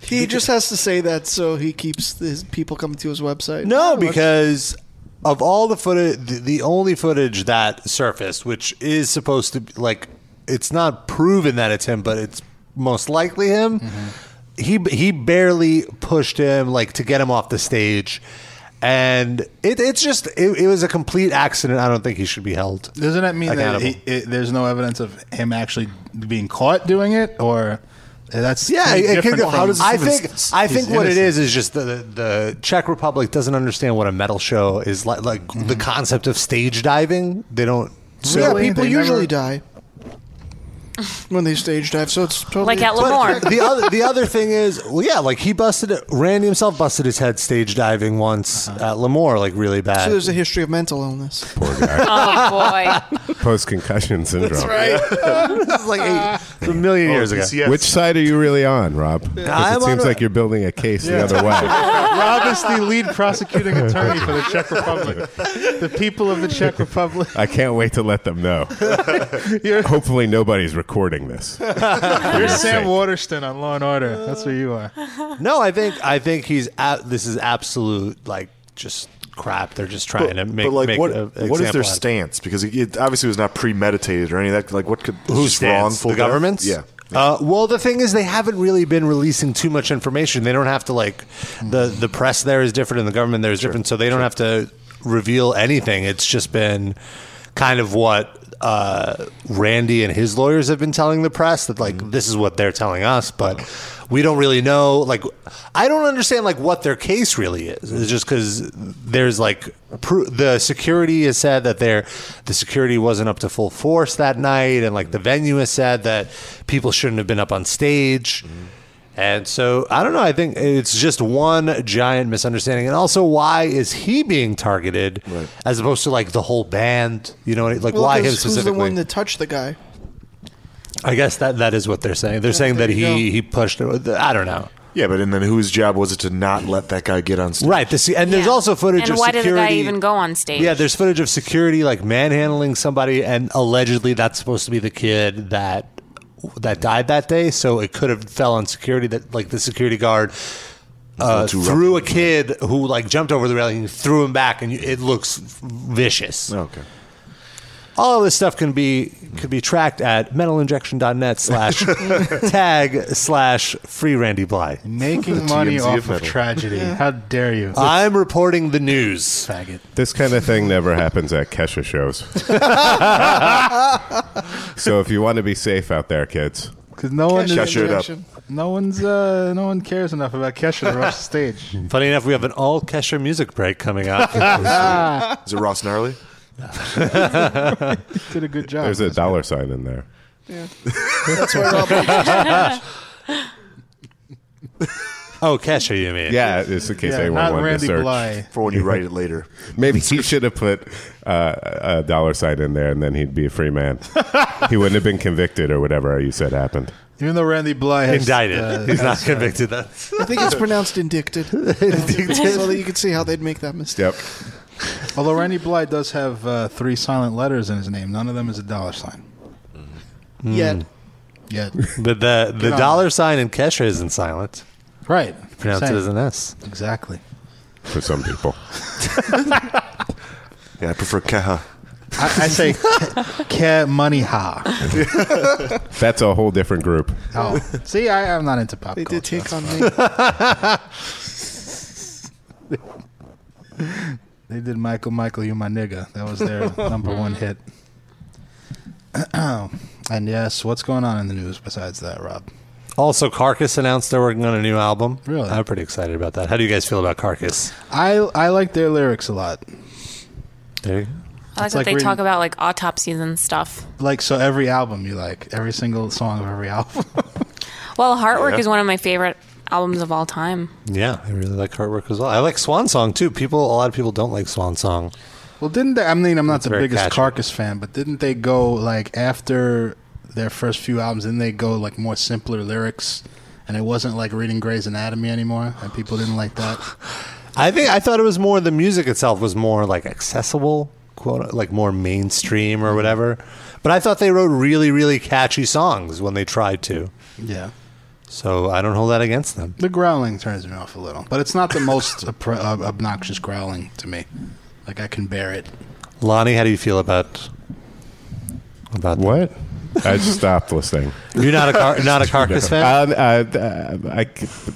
Speaker 4: He just has to say that so he keeps his people coming to his website.
Speaker 2: No, because of all the footage, the, the only footage that surfaced, which is supposed to be like, it's not proven that it's him, but it's most likely him. He he barely pushed him like to get him off the stage, and it, it's just it, it was a complete accident. I don't think he should be held.
Speaker 3: Doesn't that mean that
Speaker 2: Accountable.
Speaker 3: he, it, there's no evidence of him actually being caught doing it, or that's
Speaker 2: Yeah,
Speaker 3: pretty
Speaker 2: it can
Speaker 3: different
Speaker 2: go.
Speaker 3: from-
Speaker 2: How does I think I
Speaker 3: he's
Speaker 2: think what it is
Speaker 3: innocent.
Speaker 2: is just the the Czech Republic doesn't understand what a metal show is like, like the concept of stage diving. They don't. So
Speaker 4: yeah, people
Speaker 3: They
Speaker 4: usually die
Speaker 3: never-
Speaker 4: when they stage dive, so it's totally
Speaker 5: Like at
Speaker 4: But-
Speaker 5: Lamar.
Speaker 2: the other the other thing is, well, yeah, like he busted it. Randy himself busted his head stage diving once
Speaker 7: Uh-huh.
Speaker 2: at Lemoore, like really bad.
Speaker 4: So there's a history of mental illness.
Speaker 5: Oh boy.
Speaker 6: Post concussion syndrome. Oh,
Speaker 2: this is like eight, it's a million years ago.
Speaker 7: PCS.
Speaker 6: Which side are you really on, Rob? 'Cause
Speaker 2: I'm
Speaker 6: it
Speaker 2: on
Speaker 6: seems
Speaker 2: a-
Speaker 6: like you're building a case the other way.
Speaker 3: Rob is the lead prosecuting attorney for the Czech Republic. The people of the Czech Republic.
Speaker 6: I can't wait to let them know.
Speaker 3: You're,
Speaker 6: Hopefully, nobody's recording this. For your
Speaker 3: you're Sam
Speaker 6: sake.
Speaker 3: Waterston on Law and Order. That's who you are.
Speaker 2: No, I think I think he's a this is absolute like just crap. They're just trying to make
Speaker 7: like,
Speaker 2: make
Speaker 7: what,
Speaker 2: a-
Speaker 7: what is
Speaker 2: example
Speaker 7: their
Speaker 2: out of it.
Speaker 7: stance? Because it, it obviously was not premeditated or any of that. Like, what could
Speaker 2: Who's
Speaker 7: just wrongful?
Speaker 2: The governments?
Speaker 7: Yeah.
Speaker 2: Uh, well, the thing is, they haven't really been releasing too much information. They don't have to like the the press there is different and the government there is different, so they don't have to reveal anything. It's just been kind of what uh, Randy and his lawyers have been telling the press that like this is what they're telling us, but we don't really know. Like, I don't understand like what their case really is. It's just because there's like pr- the security has said that they're the security wasn't up to full force that night, and like the venue has said that people shouldn't have been up on stage.
Speaker 4: Mm-hmm.
Speaker 2: And so I don't know. I think it's just one giant misunderstanding. And also, why is he being targeted as opposed to like the whole band? You know, like
Speaker 4: Well,
Speaker 2: why him
Speaker 4: 'cause Who's the
Speaker 2: specifically?
Speaker 4: one that touched the guy?
Speaker 2: I guess that that is what they're saying. They're saying that
Speaker 4: there you
Speaker 2: he he pushed. it. I don't know.
Speaker 7: Yeah, but and then whose job was it to not let that guy get on stage?
Speaker 2: Right. This, and there's
Speaker 5: Yeah.
Speaker 2: also footage
Speaker 5: And
Speaker 2: of
Speaker 5: why
Speaker 2: security.
Speaker 5: did the guy even go on stage?
Speaker 2: Yeah, there's footage of security like manhandling somebody, and allegedly that's supposed to be the kid that that died that day. So it could have fell on security that like the security guard uh,
Speaker 7: too rough.
Speaker 2: threw a kid who like jumped over the railing and threw him back, and you- it looks vicious.
Speaker 7: Okay.
Speaker 2: All of this stuff can be could be tracked at metalinjection.net slash tag slash free Randy Bly.
Speaker 3: Making money off of tragedy. How dare you?
Speaker 2: I'm reporting the news. Faggot.
Speaker 6: This kind of thing never happens at Kesha shows. so if you want to be safe out there, kids,
Speaker 3: Because no one
Speaker 6: Kesha showed up.
Speaker 3: No one's. Uh, no one cares enough about Kesha to rush the stage.
Speaker 2: Funny enough, we have an all Kesher music break coming up.
Speaker 7: Is it Ross Gnarly?
Speaker 3: Did a good job.
Speaker 6: there's a dollar sign in there.
Speaker 4: That's where Rob.
Speaker 2: Oh, Kesha, you mean?
Speaker 6: Yeah, it's in case
Speaker 2: Yeah,
Speaker 6: anyone
Speaker 2: not
Speaker 6: wanted
Speaker 2: Randy
Speaker 6: to search
Speaker 2: Bly.
Speaker 7: for when you write it later.
Speaker 6: Maybe he should have put uh, a dollar sign in there, and then he'd be a free man. he wouldn't have been convicted or whatever you said happened.
Speaker 3: Even though Randy Bly has
Speaker 2: Indicted.
Speaker 3: uh,
Speaker 2: He's not
Speaker 3: has, uh,
Speaker 2: convicted. That
Speaker 4: I think it's pronounced indicted. so that you could see how they'd make that mistake.
Speaker 6: Yep.
Speaker 3: Although Randy Bly does have uh, three silent letters in his name, none of them is a dollar sign.
Speaker 4: Yet.
Speaker 3: Yet.
Speaker 2: Hmm. But the the
Speaker 3: Get on.
Speaker 2: dollar sign in Kesha isn't silent.
Speaker 3: Right.
Speaker 2: Pronounce
Speaker 3: Same.
Speaker 2: it as an S.
Speaker 3: Exactly.
Speaker 6: For some people.
Speaker 7: Yeah, I prefer Keha.
Speaker 3: I, I say ke money ha.
Speaker 6: That's a whole different group.
Speaker 3: Oh, see, I, I'm not into pop.
Speaker 4: They did take on me.
Speaker 3: They did Michael, Michael, you my nigga. That was their number one hit. and yes, what's going on in the news besides that, Rob?
Speaker 2: Also, Carcass announced they're working on a new album.
Speaker 3: Really?
Speaker 2: I'm pretty excited about that. How do you guys feel about Carcass?
Speaker 3: I I like their lyrics a lot.
Speaker 2: There you go.
Speaker 5: I like
Speaker 3: It's
Speaker 5: that
Speaker 3: like
Speaker 5: they
Speaker 3: reading-
Speaker 5: talk about like autopsies and stuff.
Speaker 3: Like so, every album you like, every single song of every album.
Speaker 5: Well, Heartwork
Speaker 7: Yeah.
Speaker 5: is one of my favorite albums of all time.
Speaker 2: Yeah, I really like Heartwork as well. I like Swan Song too. People, a lot of people don't like Swan Song.
Speaker 3: well, didn't they? I mean, I'm not the
Speaker 2: very
Speaker 3: biggest
Speaker 2: catchy.
Speaker 3: Carcass fan, but didn't they go like after their first few albums? Didn't they go like more simpler lyrics? And it wasn't like reading Grey's Anatomy anymore, and people didn't like that.
Speaker 2: I think I thought it was more the music itself was more like accessible, quote like more mainstream or whatever. But I thought they wrote really, really catchy songs when they tried to.
Speaker 3: Yeah.
Speaker 2: So I don't hold that against them.
Speaker 3: The growling turns me off a little, but it's not the most oppre- uh, obnoxious growling to me. Like I can bear it.
Speaker 2: Lonnie, how do you feel about about them?
Speaker 6: What? I stopped listening.
Speaker 2: You're not a car- not a Carcass fan.
Speaker 6: Um, uh, I,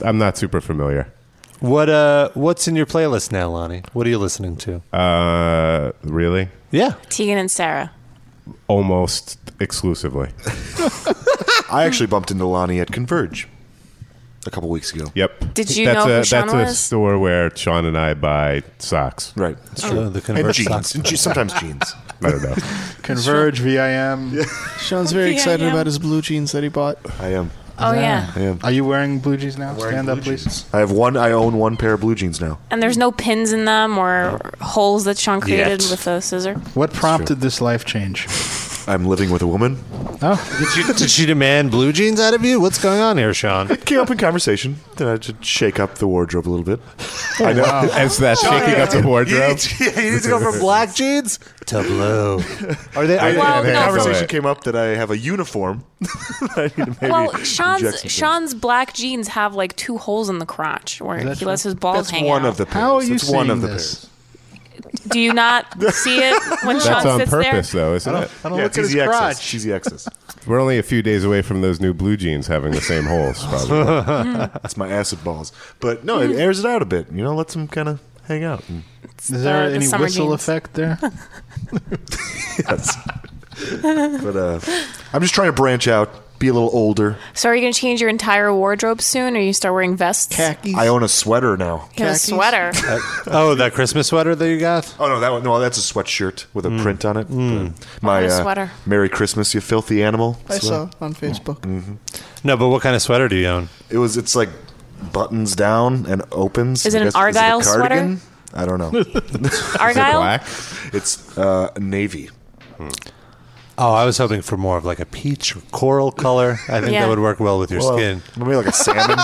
Speaker 6: am not super familiar.
Speaker 2: What uh, what's in your playlist now, Lonnie? What are you listening to?
Speaker 6: Uh, really?
Speaker 2: Yeah,
Speaker 5: Tegan and Sarah.
Speaker 6: Almost exclusively.
Speaker 7: I actually bumped into Lonnie at Converge a couple weeks ago.
Speaker 6: Yep.
Speaker 5: Did you
Speaker 6: that's
Speaker 5: know
Speaker 6: a,
Speaker 5: who Sean
Speaker 6: That's a
Speaker 5: was?
Speaker 6: store where Sean and I buy socks.
Speaker 7: Right. That's
Speaker 2: Oh, the
Speaker 7: and
Speaker 2: Converge
Speaker 7: jeans.
Speaker 2: socks.
Speaker 7: And je- sometimes jeans.
Speaker 6: I don't know.
Speaker 3: Converge, VIM.
Speaker 4: Sean's very
Speaker 5: Yeah,
Speaker 4: excited
Speaker 5: yeah.
Speaker 4: about his blue jeans that he bought.
Speaker 7: I am.
Speaker 5: Oh yeah.
Speaker 7: I am.
Speaker 3: Are you wearing blue jeans now? Stand up, please.
Speaker 7: I have one. I own one pair of blue jeans now.
Speaker 5: And there's no pins in them or holes that Sean created
Speaker 2: Yet.
Speaker 5: with a scissor.
Speaker 3: What prompted this life change?
Speaker 7: I'm living with a woman.
Speaker 3: Oh,
Speaker 2: Did, you- did she demand blue jeans out of you? What's going on here, Sean?
Speaker 7: It came up in conversation. Then I should shake up the wardrobe a little bit.
Speaker 3: Oh,
Speaker 2: Oh,
Speaker 6: I know. As that shaking up the wardrobe.
Speaker 7: you need to go from
Speaker 2: Black jeans to blue. Are they? Are
Speaker 6: I-
Speaker 5: Well,
Speaker 6: I- I
Speaker 5: no.
Speaker 6: saw
Speaker 7: Conversation
Speaker 6: it.
Speaker 7: came up that I have a uniform. I need to maybe
Speaker 5: Well,
Speaker 7: inject
Speaker 5: Sean's
Speaker 7: some
Speaker 5: Sean's black jeans have like two holes in the crotch where he lets his
Speaker 7: things.
Speaker 5: balls
Speaker 7: That's
Speaker 5: hang
Speaker 7: one
Speaker 5: out.
Speaker 7: of the pairs.
Speaker 3: how are you
Speaker 7: That's one
Speaker 3: seeing
Speaker 7: of the
Speaker 3: this?
Speaker 7: pairs.
Speaker 5: Do you not see it when
Speaker 6: That's
Speaker 5: Sean
Speaker 6: on
Speaker 5: sits
Speaker 6: purpose,
Speaker 5: there?
Speaker 6: though, isn't it?
Speaker 3: I don't
Speaker 7: yeah,
Speaker 3: look
Speaker 7: it's
Speaker 3: at his
Speaker 7: easy access.
Speaker 3: crotch.
Speaker 7: It's easy access.
Speaker 6: We're only a few days away from those new blue jeans having the same holes. Probably.
Speaker 7: That's my acid balls. But no, it airs it out a bit. You know, lets them kind of hang out. And
Speaker 3: Is there
Speaker 5: Uh, the
Speaker 3: any
Speaker 5: summer
Speaker 3: whistle
Speaker 5: jeans.
Speaker 3: effect there?
Speaker 7: yes. but uh, I'm just trying to branch out, be a little older.
Speaker 5: So are you going to change your entire wardrobe soon, or you start wearing vests?
Speaker 4: Khakis.
Speaker 7: I own a sweater now.
Speaker 5: You have a
Speaker 4: khakis.
Speaker 5: sweater.
Speaker 2: oh, that Christmas sweater that you got. Mm.
Speaker 7: Oh no, that one. No, that's a sweatshirt with a print on it. My
Speaker 5: What a
Speaker 7: uh,
Speaker 5: sweater.
Speaker 7: Merry Christmas, you filthy animal. Mm. Mm-hmm.
Speaker 4: I saw on Facebook.
Speaker 2: No, but what kind of sweater do you own?
Speaker 7: It was. It's like buttons down and opens.
Speaker 5: Is it
Speaker 7: I
Speaker 5: an
Speaker 7: guess-
Speaker 5: Argyle
Speaker 7: a cardigan? I don't know.
Speaker 5: Argyle.
Speaker 6: Black.
Speaker 7: it's uh, navy.
Speaker 2: Oh, I was hoping for more of like a peach or coral color. I think
Speaker 5: Yeah.
Speaker 2: that would work well with your
Speaker 6: Well,
Speaker 2: skin.
Speaker 7: Maybe like a salmon.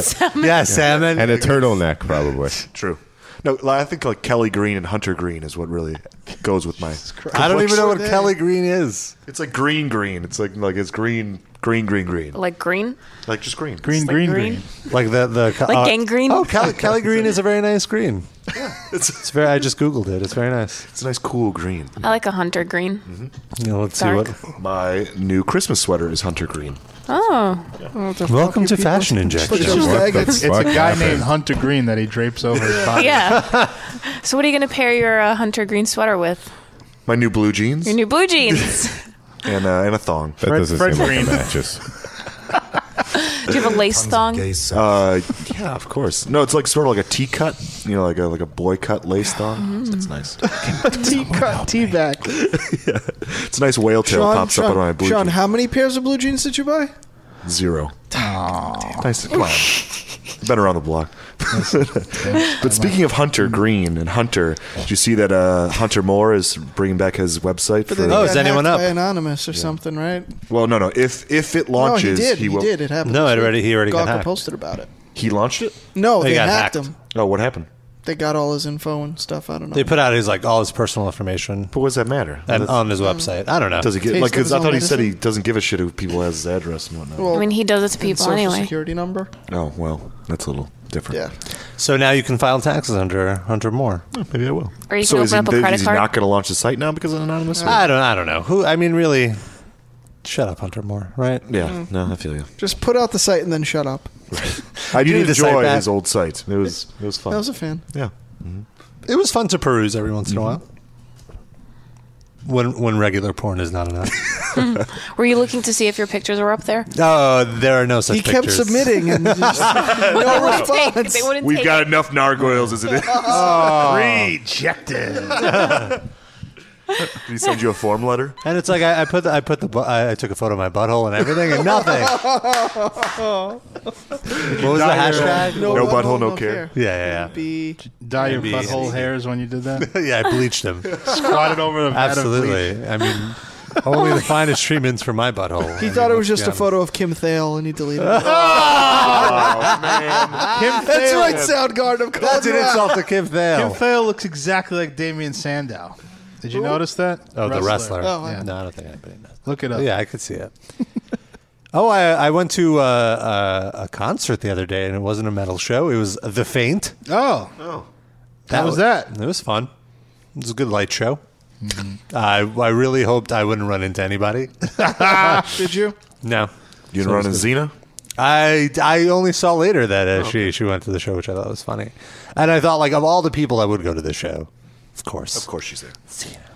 Speaker 5: Salmon.
Speaker 2: Yeah, salmon.
Speaker 6: and a turtleneck probably.
Speaker 7: True. No, like, I think like Kelly Green and Hunter Green is what really goes with my.
Speaker 2: I don't even know what
Speaker 7: complexion.
Speaker 2: Kelly Green is.
Speaker 7: It's like green, green. It's like like it's green, green, green, green.
Speaker 5: Like green?
Speaker 7: Like just green.
Speaker 3: Green,
Speaker 5: like
Speaker 3: green,
Speaker 5: green.
Speaker 3: green,
Speaker 2: Like the the
Speaker 5: Like gangrene?
Speaker 2: Oh, Kelly, Kelly Green is a very nice green.
Speaker 7: It's
Speaker 2: It's very. I just googled it. It's very nice.
Speaker 7: it's a nice cool green.
Speaker 5: I like a hunter green.
Speaker 2: You know, let's
Speaker 5: Dark.
Speaker 2: see what.
Speaker 7: My new Christmas sweater is Hunter Green.
Speaker 5: Oh.
Speaker 2: Welcome to Fashion Injection.
Speaker 4: It's just
Speaker 6: What
Speaker 4: like
Speaker 6: the
Speaker 4: it's-
Speaker 3: It's
Speaker 6: fuck
Speaker 3: a guy
Speaker 6: happened?
Speaker 3: named Hunter Green that he drapes over his body.
Speaker 5: Yeah. so what are you going to pair your uh, hunter green sweater with?
Speaker 7: My new blue jeans
Speaker 5: Your new blue jeans.
Speaker 7: and uh, and a thong.
Speaker 6: That doesn't
Speaker 3: Fred
Speaker 6: seem like
Speaker 3: Green.
Speaker 6: a matches.
Speaker 5: Do you have a lace thong?
Speaker 7: Uh, yeah, of course. No, it's like sort of like a T cut. You know, like a like a boy cut lace thong.
Speaker 4: Mm-hmm.
Speaker 7: It's nice.
Speaker 4: Tea cut, tea back.
Speaker 7: It's a nice whale tail
Speaker 4: Sean,
Speaker 7: pops up on my
Speaker 4: Sean,
Speaker 7: blue
Speaker 4: Sean,
Speaker 7: jean.
Speaker 4: how many pairs of blue jeans did you buy?
Speaker 7: Zero. Nice. Come on. Been around the block. but speaking of Hunter Green and Hunter, did you see that uh, Hunter Moore is bringing back his website for?
Speaker 4: But then he
Speaker 2: Oh,
Speaker 4: got
Speaker 2: is anyone
Speaker 4: hacked
Speaker 2: up?
Speaker 4: By anonymous or something, right?
Speaker 7: well, no, no. If if it
Speaker 4: No, he
Speaker 7: launches,
Speaker 4: did. He,
Speaker 7: will.
Speaker 4: did. It happened.
Speaker 2: No,
Speaker 4: this
Speaker 2: it already-
Speaker 4: week.
Speaker 2: he already got
Speaker 4: Gawker
Speaker 2: hacked.
Speaker 4: posted about it.
Speaker 7: He launched it.
Speaker 4: No,
Speaker 2: They
Speaker 4: they,
Speaker 2: got
Speaker 4: hacked,
Speaker 2: hacked.
Speaker 4: him.
Speaker 7: Oh, what happened?
Speaker 4: They got all his info and stuff. I don't know.
Speaker 2: They put out his like all his personal information
Speaker 7: But what does that matter?
Speaker 2: and
Speaker 7: That-
Speaker 2: on his website. I don't know.
Speaker 7: does he get
Speaker 4: Taste
Speaker 7: Mm. like?
Speaker 4: of his
Speaker 7: Because I
Speaker 4: own
Speaker 7: thought he said
Speaker 4: medicine?
Speaker 7: he doesn't give a shit who people has his address and whatnot.
Speaker 4: well,
Speaker 5: I mean, he does it to people
Speaker 4: social
Speaker 5: anyway.
Speaker 4: security number.
Speaker 7: oh well, that's a little different.
Speaker 4: Yeah.
Speaker 2: So now you can file taxes under Hunter Moore.
Speaker 7: Oh, maybe I will.
Speaker 5: Or you
Speaker 7: so
Speaker 5: can
Speaker 7: is
Speaker 5: open
Speaker 7: he,
Speaker 5: up a
Speaker 7: is
Speaker 5: credit
Speaker 7: he
Speaker 5: card.
Speaker 7: not going to launch the site now because of anonymous?
Speaker 2: I don't. I don't know who. I mean, really. Shut up, Hunter Moore. Right?
Speaker 7: yeah, no, I feel you.
Speaker 4: Just put out the site and then shut up.
Speaker 7: I did
Speaker 2: need the site
Speaker 7: enjoy
Speaker 2: back.
Speaker 7: his old site. It was it was fun.
Speaker 4: I was a fan.
Speaker 7: yeah.
Speaker 2: It was fun to peruse every once in a while.
Speaker 4: Mm-hmm.
Speaker 2: When when regular porn is not enough.
Speaker 5: Were you looking to see if your pictures were up there?
Speaker 2: oh, there are no such.
Speaker 4: He kept
Speaker 2: pictures.
Speaker 4: submitting and just, no
Speaker 5: Take-
Speaker 4: response.
Speaker 5: they wouldn't
Speaker 7: We've
Speaker 5: take
Speaker 7: got enough nargoyles as it is. Oh.
Speaker 3: Rejected.
Speaker 7: Did he send you a form letter?
Speaker 2: And it's like I, I put the, I put the bu- I, I took a photo of my butthole and everything and nothing. what was the hashtag?
Speaker 7: No butthole, no care.
Speaker 2: Yeah, yeah,
Speaker 4: Be
Speaker 3: Dye your
Speaker 2: Maybe.
Speaker 3: butthole hairs when you did that.
Speaker 2: yeah. yeah, I bleached him.
Speaker 3: Squatted over the vat of bleach.
Speaker 2: Absolutely. I mean, only the finest treatments for my butthole.
Speaker 4: He thought it was just a photo of Kim Thale, and he deleted it. That's right, Soundgarden. I'm
Speaker 2: That's
Speaker 4: calling
Speaker 2: an
Speaker 4: you out.
Speaker 2: insult to Kim Thale.
Speaker 3: Kim Thale looks exactly like Damien Sandow. Did you notice that?
Speaker 2: oh, the wrestler.
Speaker 4: Oh, yeah.
Speaker 2: No, I don't think anybody knows.
Speaker 3: Look it up.
Speaker 2: Yeah, I could see it. oh, I, I went to uh, uh, a concert the other day, and it wasn't a metal show. It was The Faint.
Speaker 3: Oh, How was
Speaker 2: wa-
Speaker 3: that?
Speaker 2: It was fun. It was a good light show.
Speaker 7: Mm-hmm.
Speaker 2: I I really hoped I wouldn't run into anybody.
Speaker 4: Did you?
Speaker 2: No,
Speaker 7: You didn't run in Xena? Oh,
Speaker 2: I I only saw later that uh, she she went to the show, which I thought was funny, and I thought like of all the people I would go to the show, of course,
Speaker 7: Of course she's there.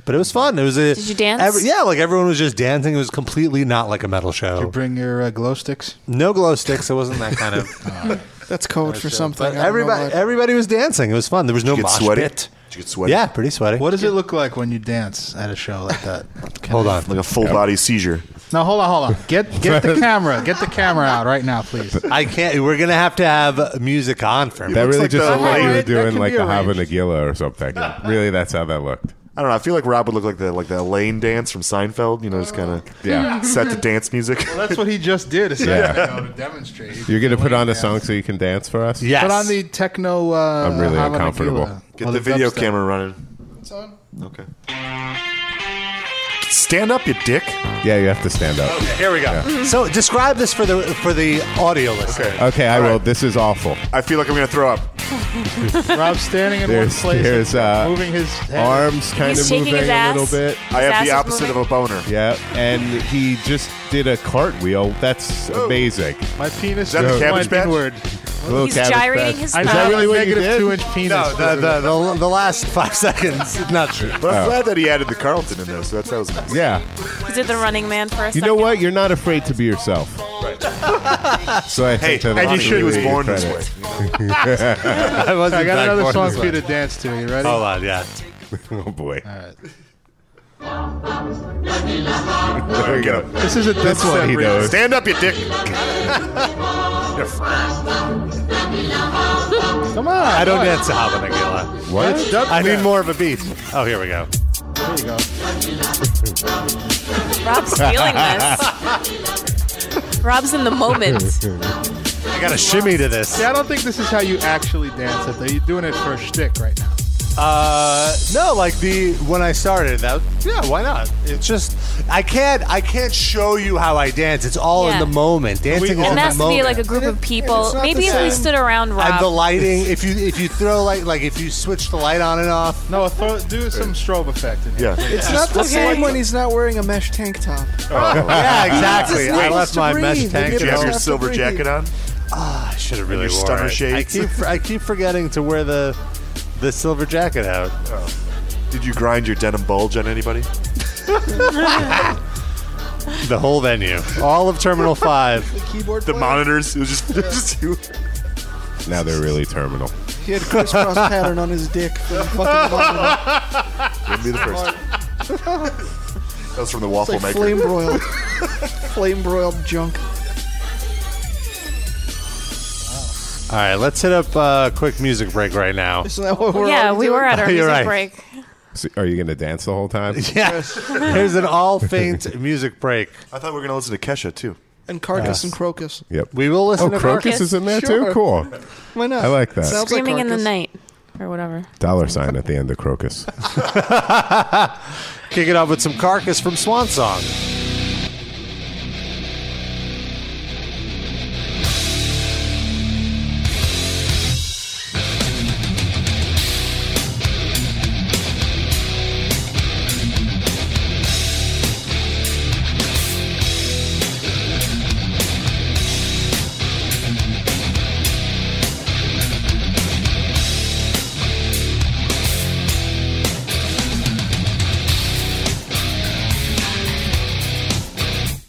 Speaker 2: But it was fun. It was a.
Speaker 5: Did you dance?
Speaker 2: every- yeah, like everyone was just dancing. It was completely not like a metal
Speaker 3: you
Speaker 2: show.
Speaker 3: bring your uh, glow sticks.
Speaker 2: Oh. No glow sticks. It wasn't that kind of.
Speaker 4: That's code for something.
Speaker 2: but
Speaker 4: I don't know
Speaker 2: everybody
Speaker 4: what.
Speaker 2: everybody was dancing. It was fun. There was no
Speaker 7: Get
Speaker 2: mosh
Speaker 7: sweaty.
Speaker 2: pit.
Speaker 7: Did you get sweaty?
Speaker 2: Yeah, pretty sweaty.
Speaker 3: What does it look like when you dance at a show like that?
Speaker 2: Hold on.
Speaker 7: Like a full body seizure.
Speaker 3: Now hold on, hold on. Get get the camera. Get the camera out right now, please.
Speaker 2: I can't. We're gonna have to have music on for
Speaker 6: That
Speaker 2: me.
Speaker 6: really
Speaker 7: like
Speaker 6: just
Speaker 7: the-
Speaker 6: looked like you were
Speaker 3: Alright, that
Speaker 6: doing
Speaker 3: can
Speaker 6: like
Speaker 3: be
Speaker 6: a Hava
Speaker 3: arranged.
Speaker 6: Nagila or something. really, that's how that looked.
Speaker 7: I don't know. I feel like Rob would look like the like the Elaine dance from Seinfeld. You know, just kind of
Speaker 6: Yeah.
Speaker 7: set to dance music.
Speaker 3: That's what he just did. A second
Speaker 6: Yeah.
Speaker 3: ago to demonstrate.
Speaker 6: You're gonna put on a song so you can dance for us.
Speaker 2: Yes.
Speaker 3: Put on the techno. Uh,
Speaker 6: I'm really
Speaker 3: Havana
Speaker 6: uncomfortable.
Speaker 3: Tequila.
Speaker 7: Get
Speaker 3: Or
Speaker 7: the video
Speaker 3: dubstep.
Speaker 7: camera running. Okay. Stand up, you dick.
Speaker 6: Yeah, you have to stand up.
Speaker 7: Here we go.
Speaker 2: so describe this for the for the audio listener.
Speaker 7: Okay.
Speaker 6: Okay, I will. This is awful.
Speaker 7: I feel like I'm gonna throw up.
Speaker 3: Rob's standing in
Speaker 6: There's
Speaker 3: one place,
Speaker 6: there's uh,
Speaker 3: moving his head.
Speaker 6: arms kind
Speaker 5: He's
Speaker 6: of
Speaker 5: shaking
Speaker 6: moving
Speaker 5: his
Speaker 6: a
Speaker 5: ass.
Speaker 6: little bit.
Speaker 7: I
Speaker 5: His ass
Speaker 7: have
Speaker 5: is
Speaker 7: the opposite of
Speaker 5: moving.
Speaker 7: a boner.
Speaker 6: Yeah, and he just did a cartwheel. That's amazing.
Speaker 3: My penis
Speaker 7: that the
Speaker 3: is
Speaker 7: Cabbage
Speaker 3: pointed
Speaker 7: Patch?
Speaker 3: inward.
Speaker 6: Little
Speaker 5: He's
Speaker 6: Cabbage
Speaker 5: gyrating
Speaker 6: Patch.
Speaker 5: his
Speaker 3: I
Speaker 6: Is
Speaker 5: Is thigh.
Speaker 6: that really what you
Speaker 3: negative
Speaker 6: did?
Speaker 3: two inch penis.
Speaker 2: No, the, the, the, the last five seconds. Not true.
Speaker 7: But
Speaker 6: Oh.
Speaker 7: I'm glad that he added the Carlton in there, so that's that was nice.
Speaker 6: Yeah.
Speaker 5: Is it the running man for a
Speaker 6: You
Speaker 5: second?
Speaker 6: know what? You're not afraid to be yourself. so I
Speaker 7: Hey,
Speaker 6: think that
Speaker 7: and you
Speaker 6: that's
Speaker 7: should he was
Speaker 6: really
Speaker 7: born this
Speaker 6: credit.
Speaker 7: way.
Speaker 2: I wasn't
Speaker 3: I got
Speaker 2: that
Speaker 3: another
Speaker 2: born
Speaker 3: song
Speaker 2: this
Speaker 3: for you
Speaker 2: way.
Speaker 3: to dance to. You ready?
Speaker 2: Hold on. Yeah.
Speaker 6: Oh boy.
Speaker 7: There we go.
Speaker 3: This is a
Speaker 6: That's
Speaker 3: dubstep
Speaker 6: what he
Speaker 3: remix.
Speaker 6: knows.
Speaker 7: Stand up, you dick.
Speaker 3: Come on.
Speaker 2: I don't dance to Hava Nagila.
Speaker 6: What?
Speaker 3: It's dubstep.
Speaker 2: I need more of a beat. Oh, here we go.
Speaker 3: you go.
Speaker 5: Rob's feeling this. Rob's in the moment.
Speaker 2: I got a shimmy to this.
Speaker 3: Yeah, I don't think this is how you actually dance it. Though you're doing it for a shtick right now.
Speaker 2: Uh, no, like the when I started that. Yeah, why not? It's just I can't I can't show you how I dance. It's all in
Speaker 5: Yeah.
Speaker 2: the moment. Dancing is in
Speaker 5: it
Speaker 2: the
Speaker 5: has to
Speaker 2: moment.
Speaker 5: be like a group of people. Maybe if we stood around Rob.
Speaker 2: And the lighting, if you if you throw light, like if you switch the light on and off.
Speaker 3: No, throw, do some strobe effect in
Speaker 2: here.
Speaker 4: It's not the same when he's not wearing a mesh tank
Speaker 2: Oh,
Speaker 4: top.
Speaker 2: yeah,
Speaker 4: He
Speaker 2: exactly.
Speaker 4: just
Speaker 2: I
Speaker 4: needs
Speaker 2: left
Speaker 4: to
Speaker 2: my mesh
Speaker 4: breathe.
Speaker 2: tank.
Speaker 4: He
Speaker 7: you have
Speaker 4: just
Speaker 7: your
Speaker 4: has to
Speaker 7: silver
Speaker 4: breathe.
Speaker 7: jacket on?
Speaker 2: Ah, I should have really
Speaker 7: your
Speaker 2: worn
Speaker 7: stunner
Speaker 2: it. I
Speaker 7: shades?
Speaker 2: keep I keep forgetting to wear the the silver jacket out.
Speaker 7: Did you grind your denim bulge on anybody?
Speaker 2: The whole venue, all of Terminal Five.
Speaker 4: The keyboard.
Speaker 7: The monitors. It was just, just you.
Speaker 6: Now they're really terminal.
Speaker 4: He had a crisscross pattern on his dick. From the fucking monitor.
Speaker 7: Wouldn't be the first. time. That was from the waffle
Speaker 4: It's like
Speaker 7: maker.
Speaker 4: flame broiled, flame broiled junk.
Speaker 2: All right, let's hit up a uh, quick music break right now.
Speaker 4: Isn't that what we're?
Speaker 5: yeah,
Speaker 4: already
Speaker 5: we
Speaker 4: doing?
Speaker 5: were at our
Speaker 2: Oh, You're
Speaker 5: music
Speaker 2: right.
Speaker 5: break.
Speaker 6: So are you going to dance the whole time?
Speaker 2: Yeah, here's an all faint music break.
Speaker 7: I thought we were going to listen to Kesha, too.
Speaker 4: And carcass and crocus.
Speaker 6: Yep.
Speaker 2: We will listen
Speaker 6: Oh,
Speaker 2: to
Speaker 6: Crocus
Speaker 5: Crocus?
Speaker 6: is in there
Speaker 4: Sure.
Speaker 6: too. Cool.
Speaker 4: Why not?
Speaker 6: I like that.
Speaker 4: Sounds like
Speaker 5: Screaming in the
Speaker 4: carcass.
Speaker 5: night or whatever.
Speaker 6: Dollar sign at the end of Crocus.
Speaker 2: Kick it off with some carcass from Swan Song.
Speaker 10: Thank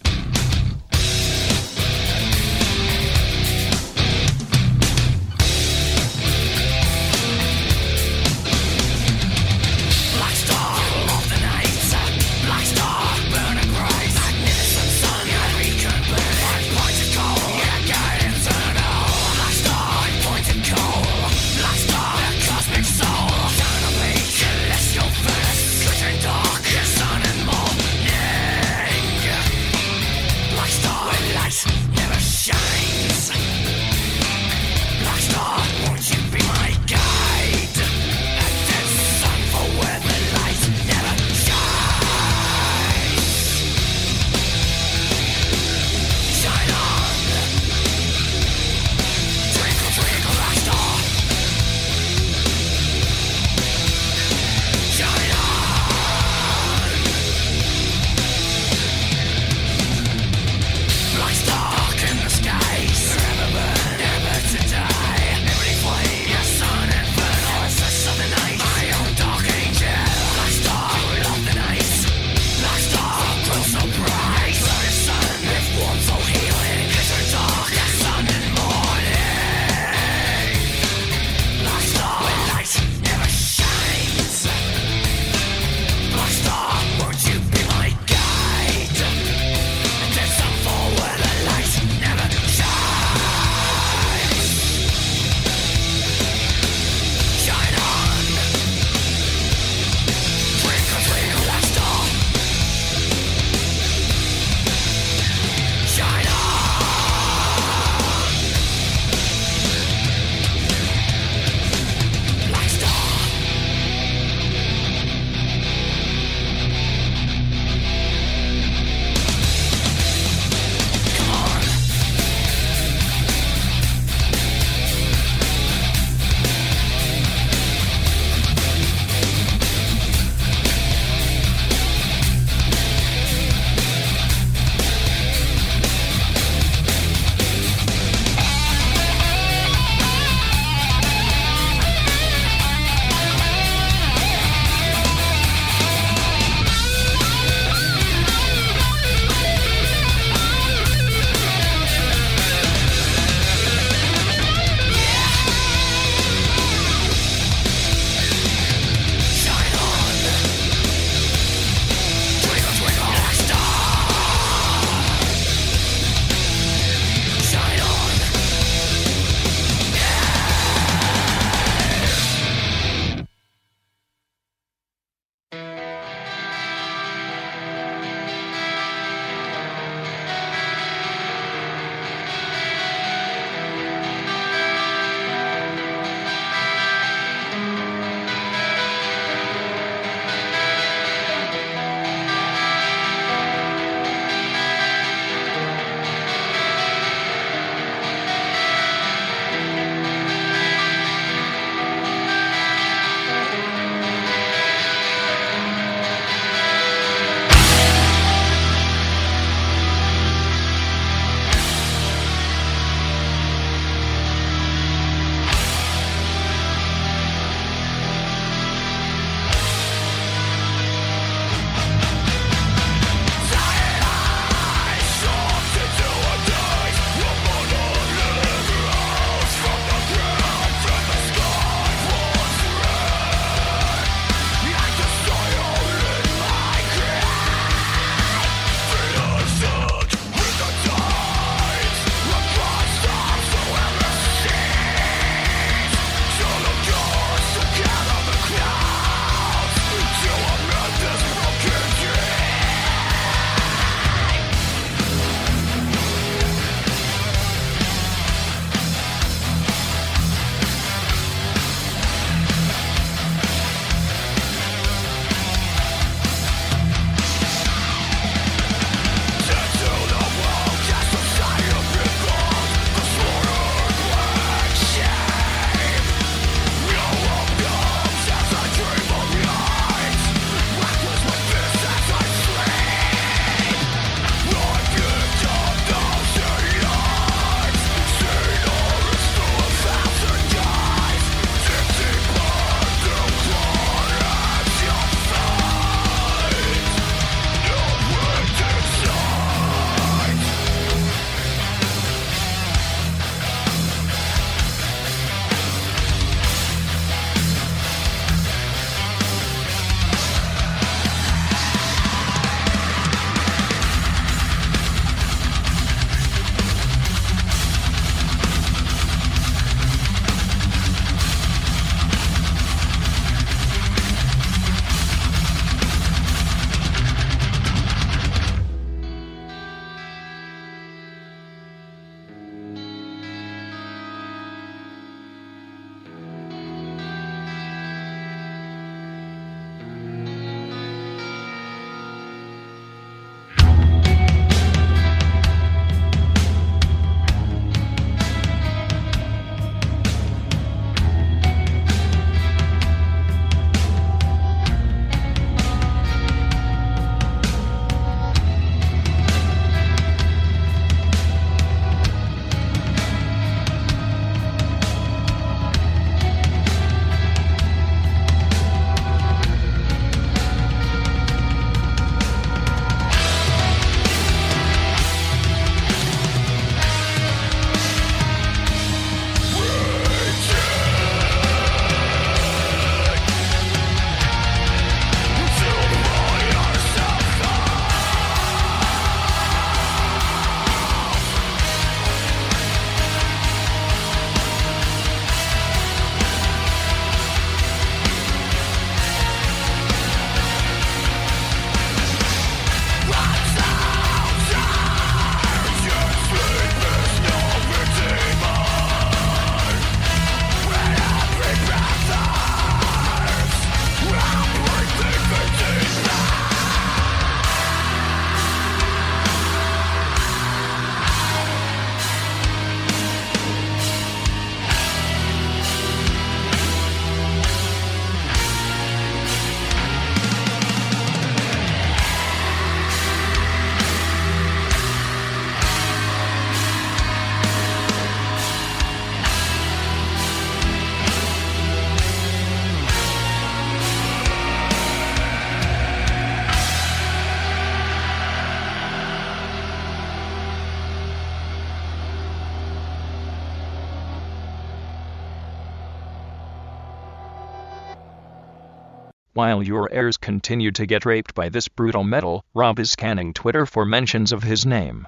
Speaker 1: While your heirs continue to get raped by this brutal metal, Rob is scanning Twitter for mentions of his name.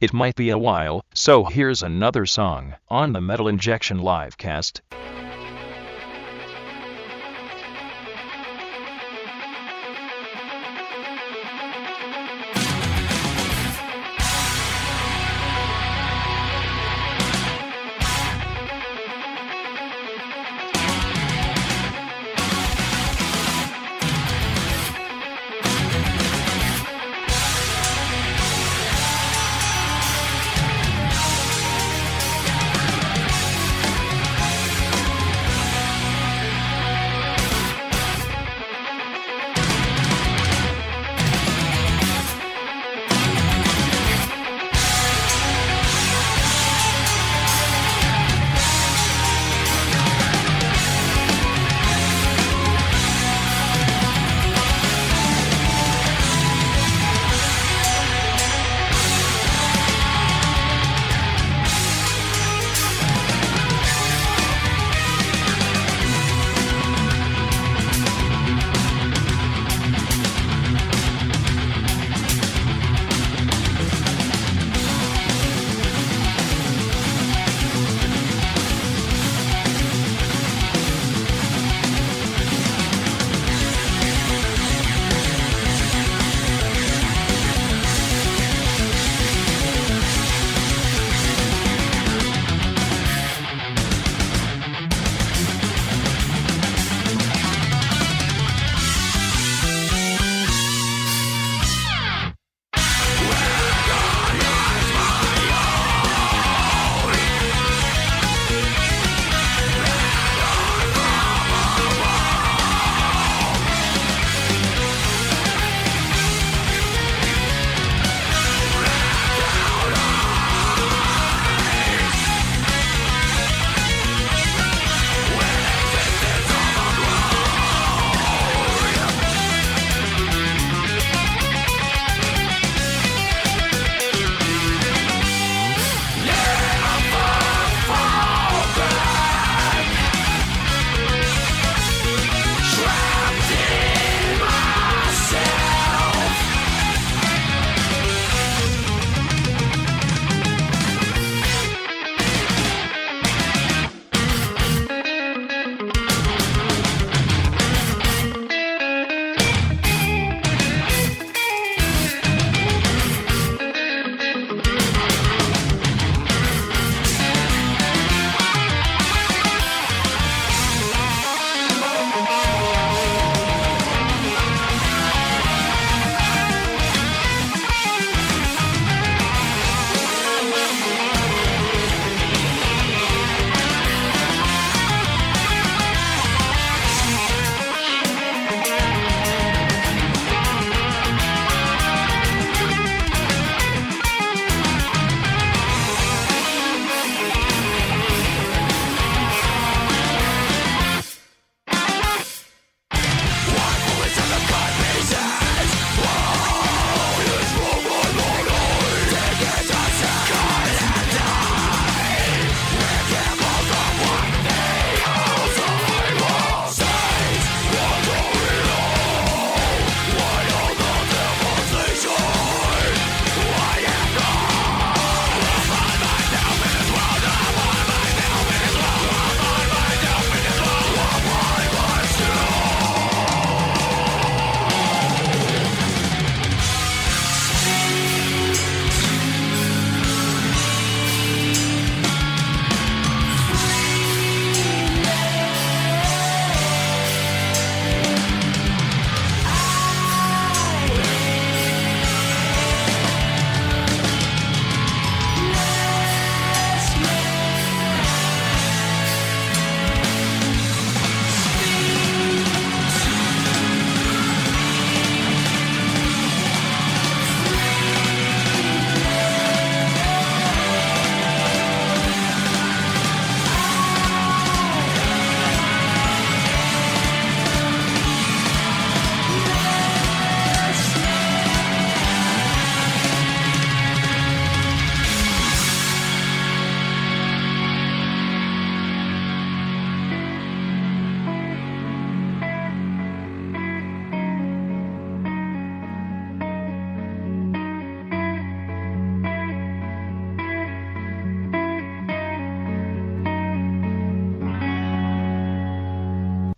Speaker 1: It might be a while, so here's another song on the Metal Injection Livecast.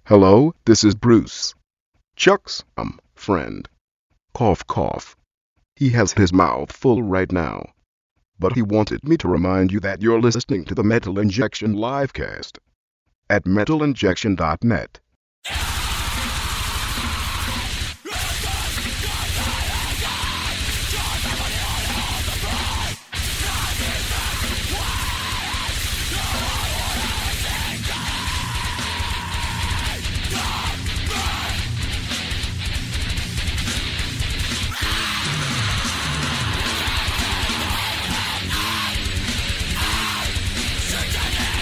Speaker 10: Hello, this is Bruce. Chuck's um friend. Cough cough. He has his mouth full right now. But he wanted me to remind you that you're listening to the Metal Injection livecast at metalinjection.net.
Speaker 9: Shut your head.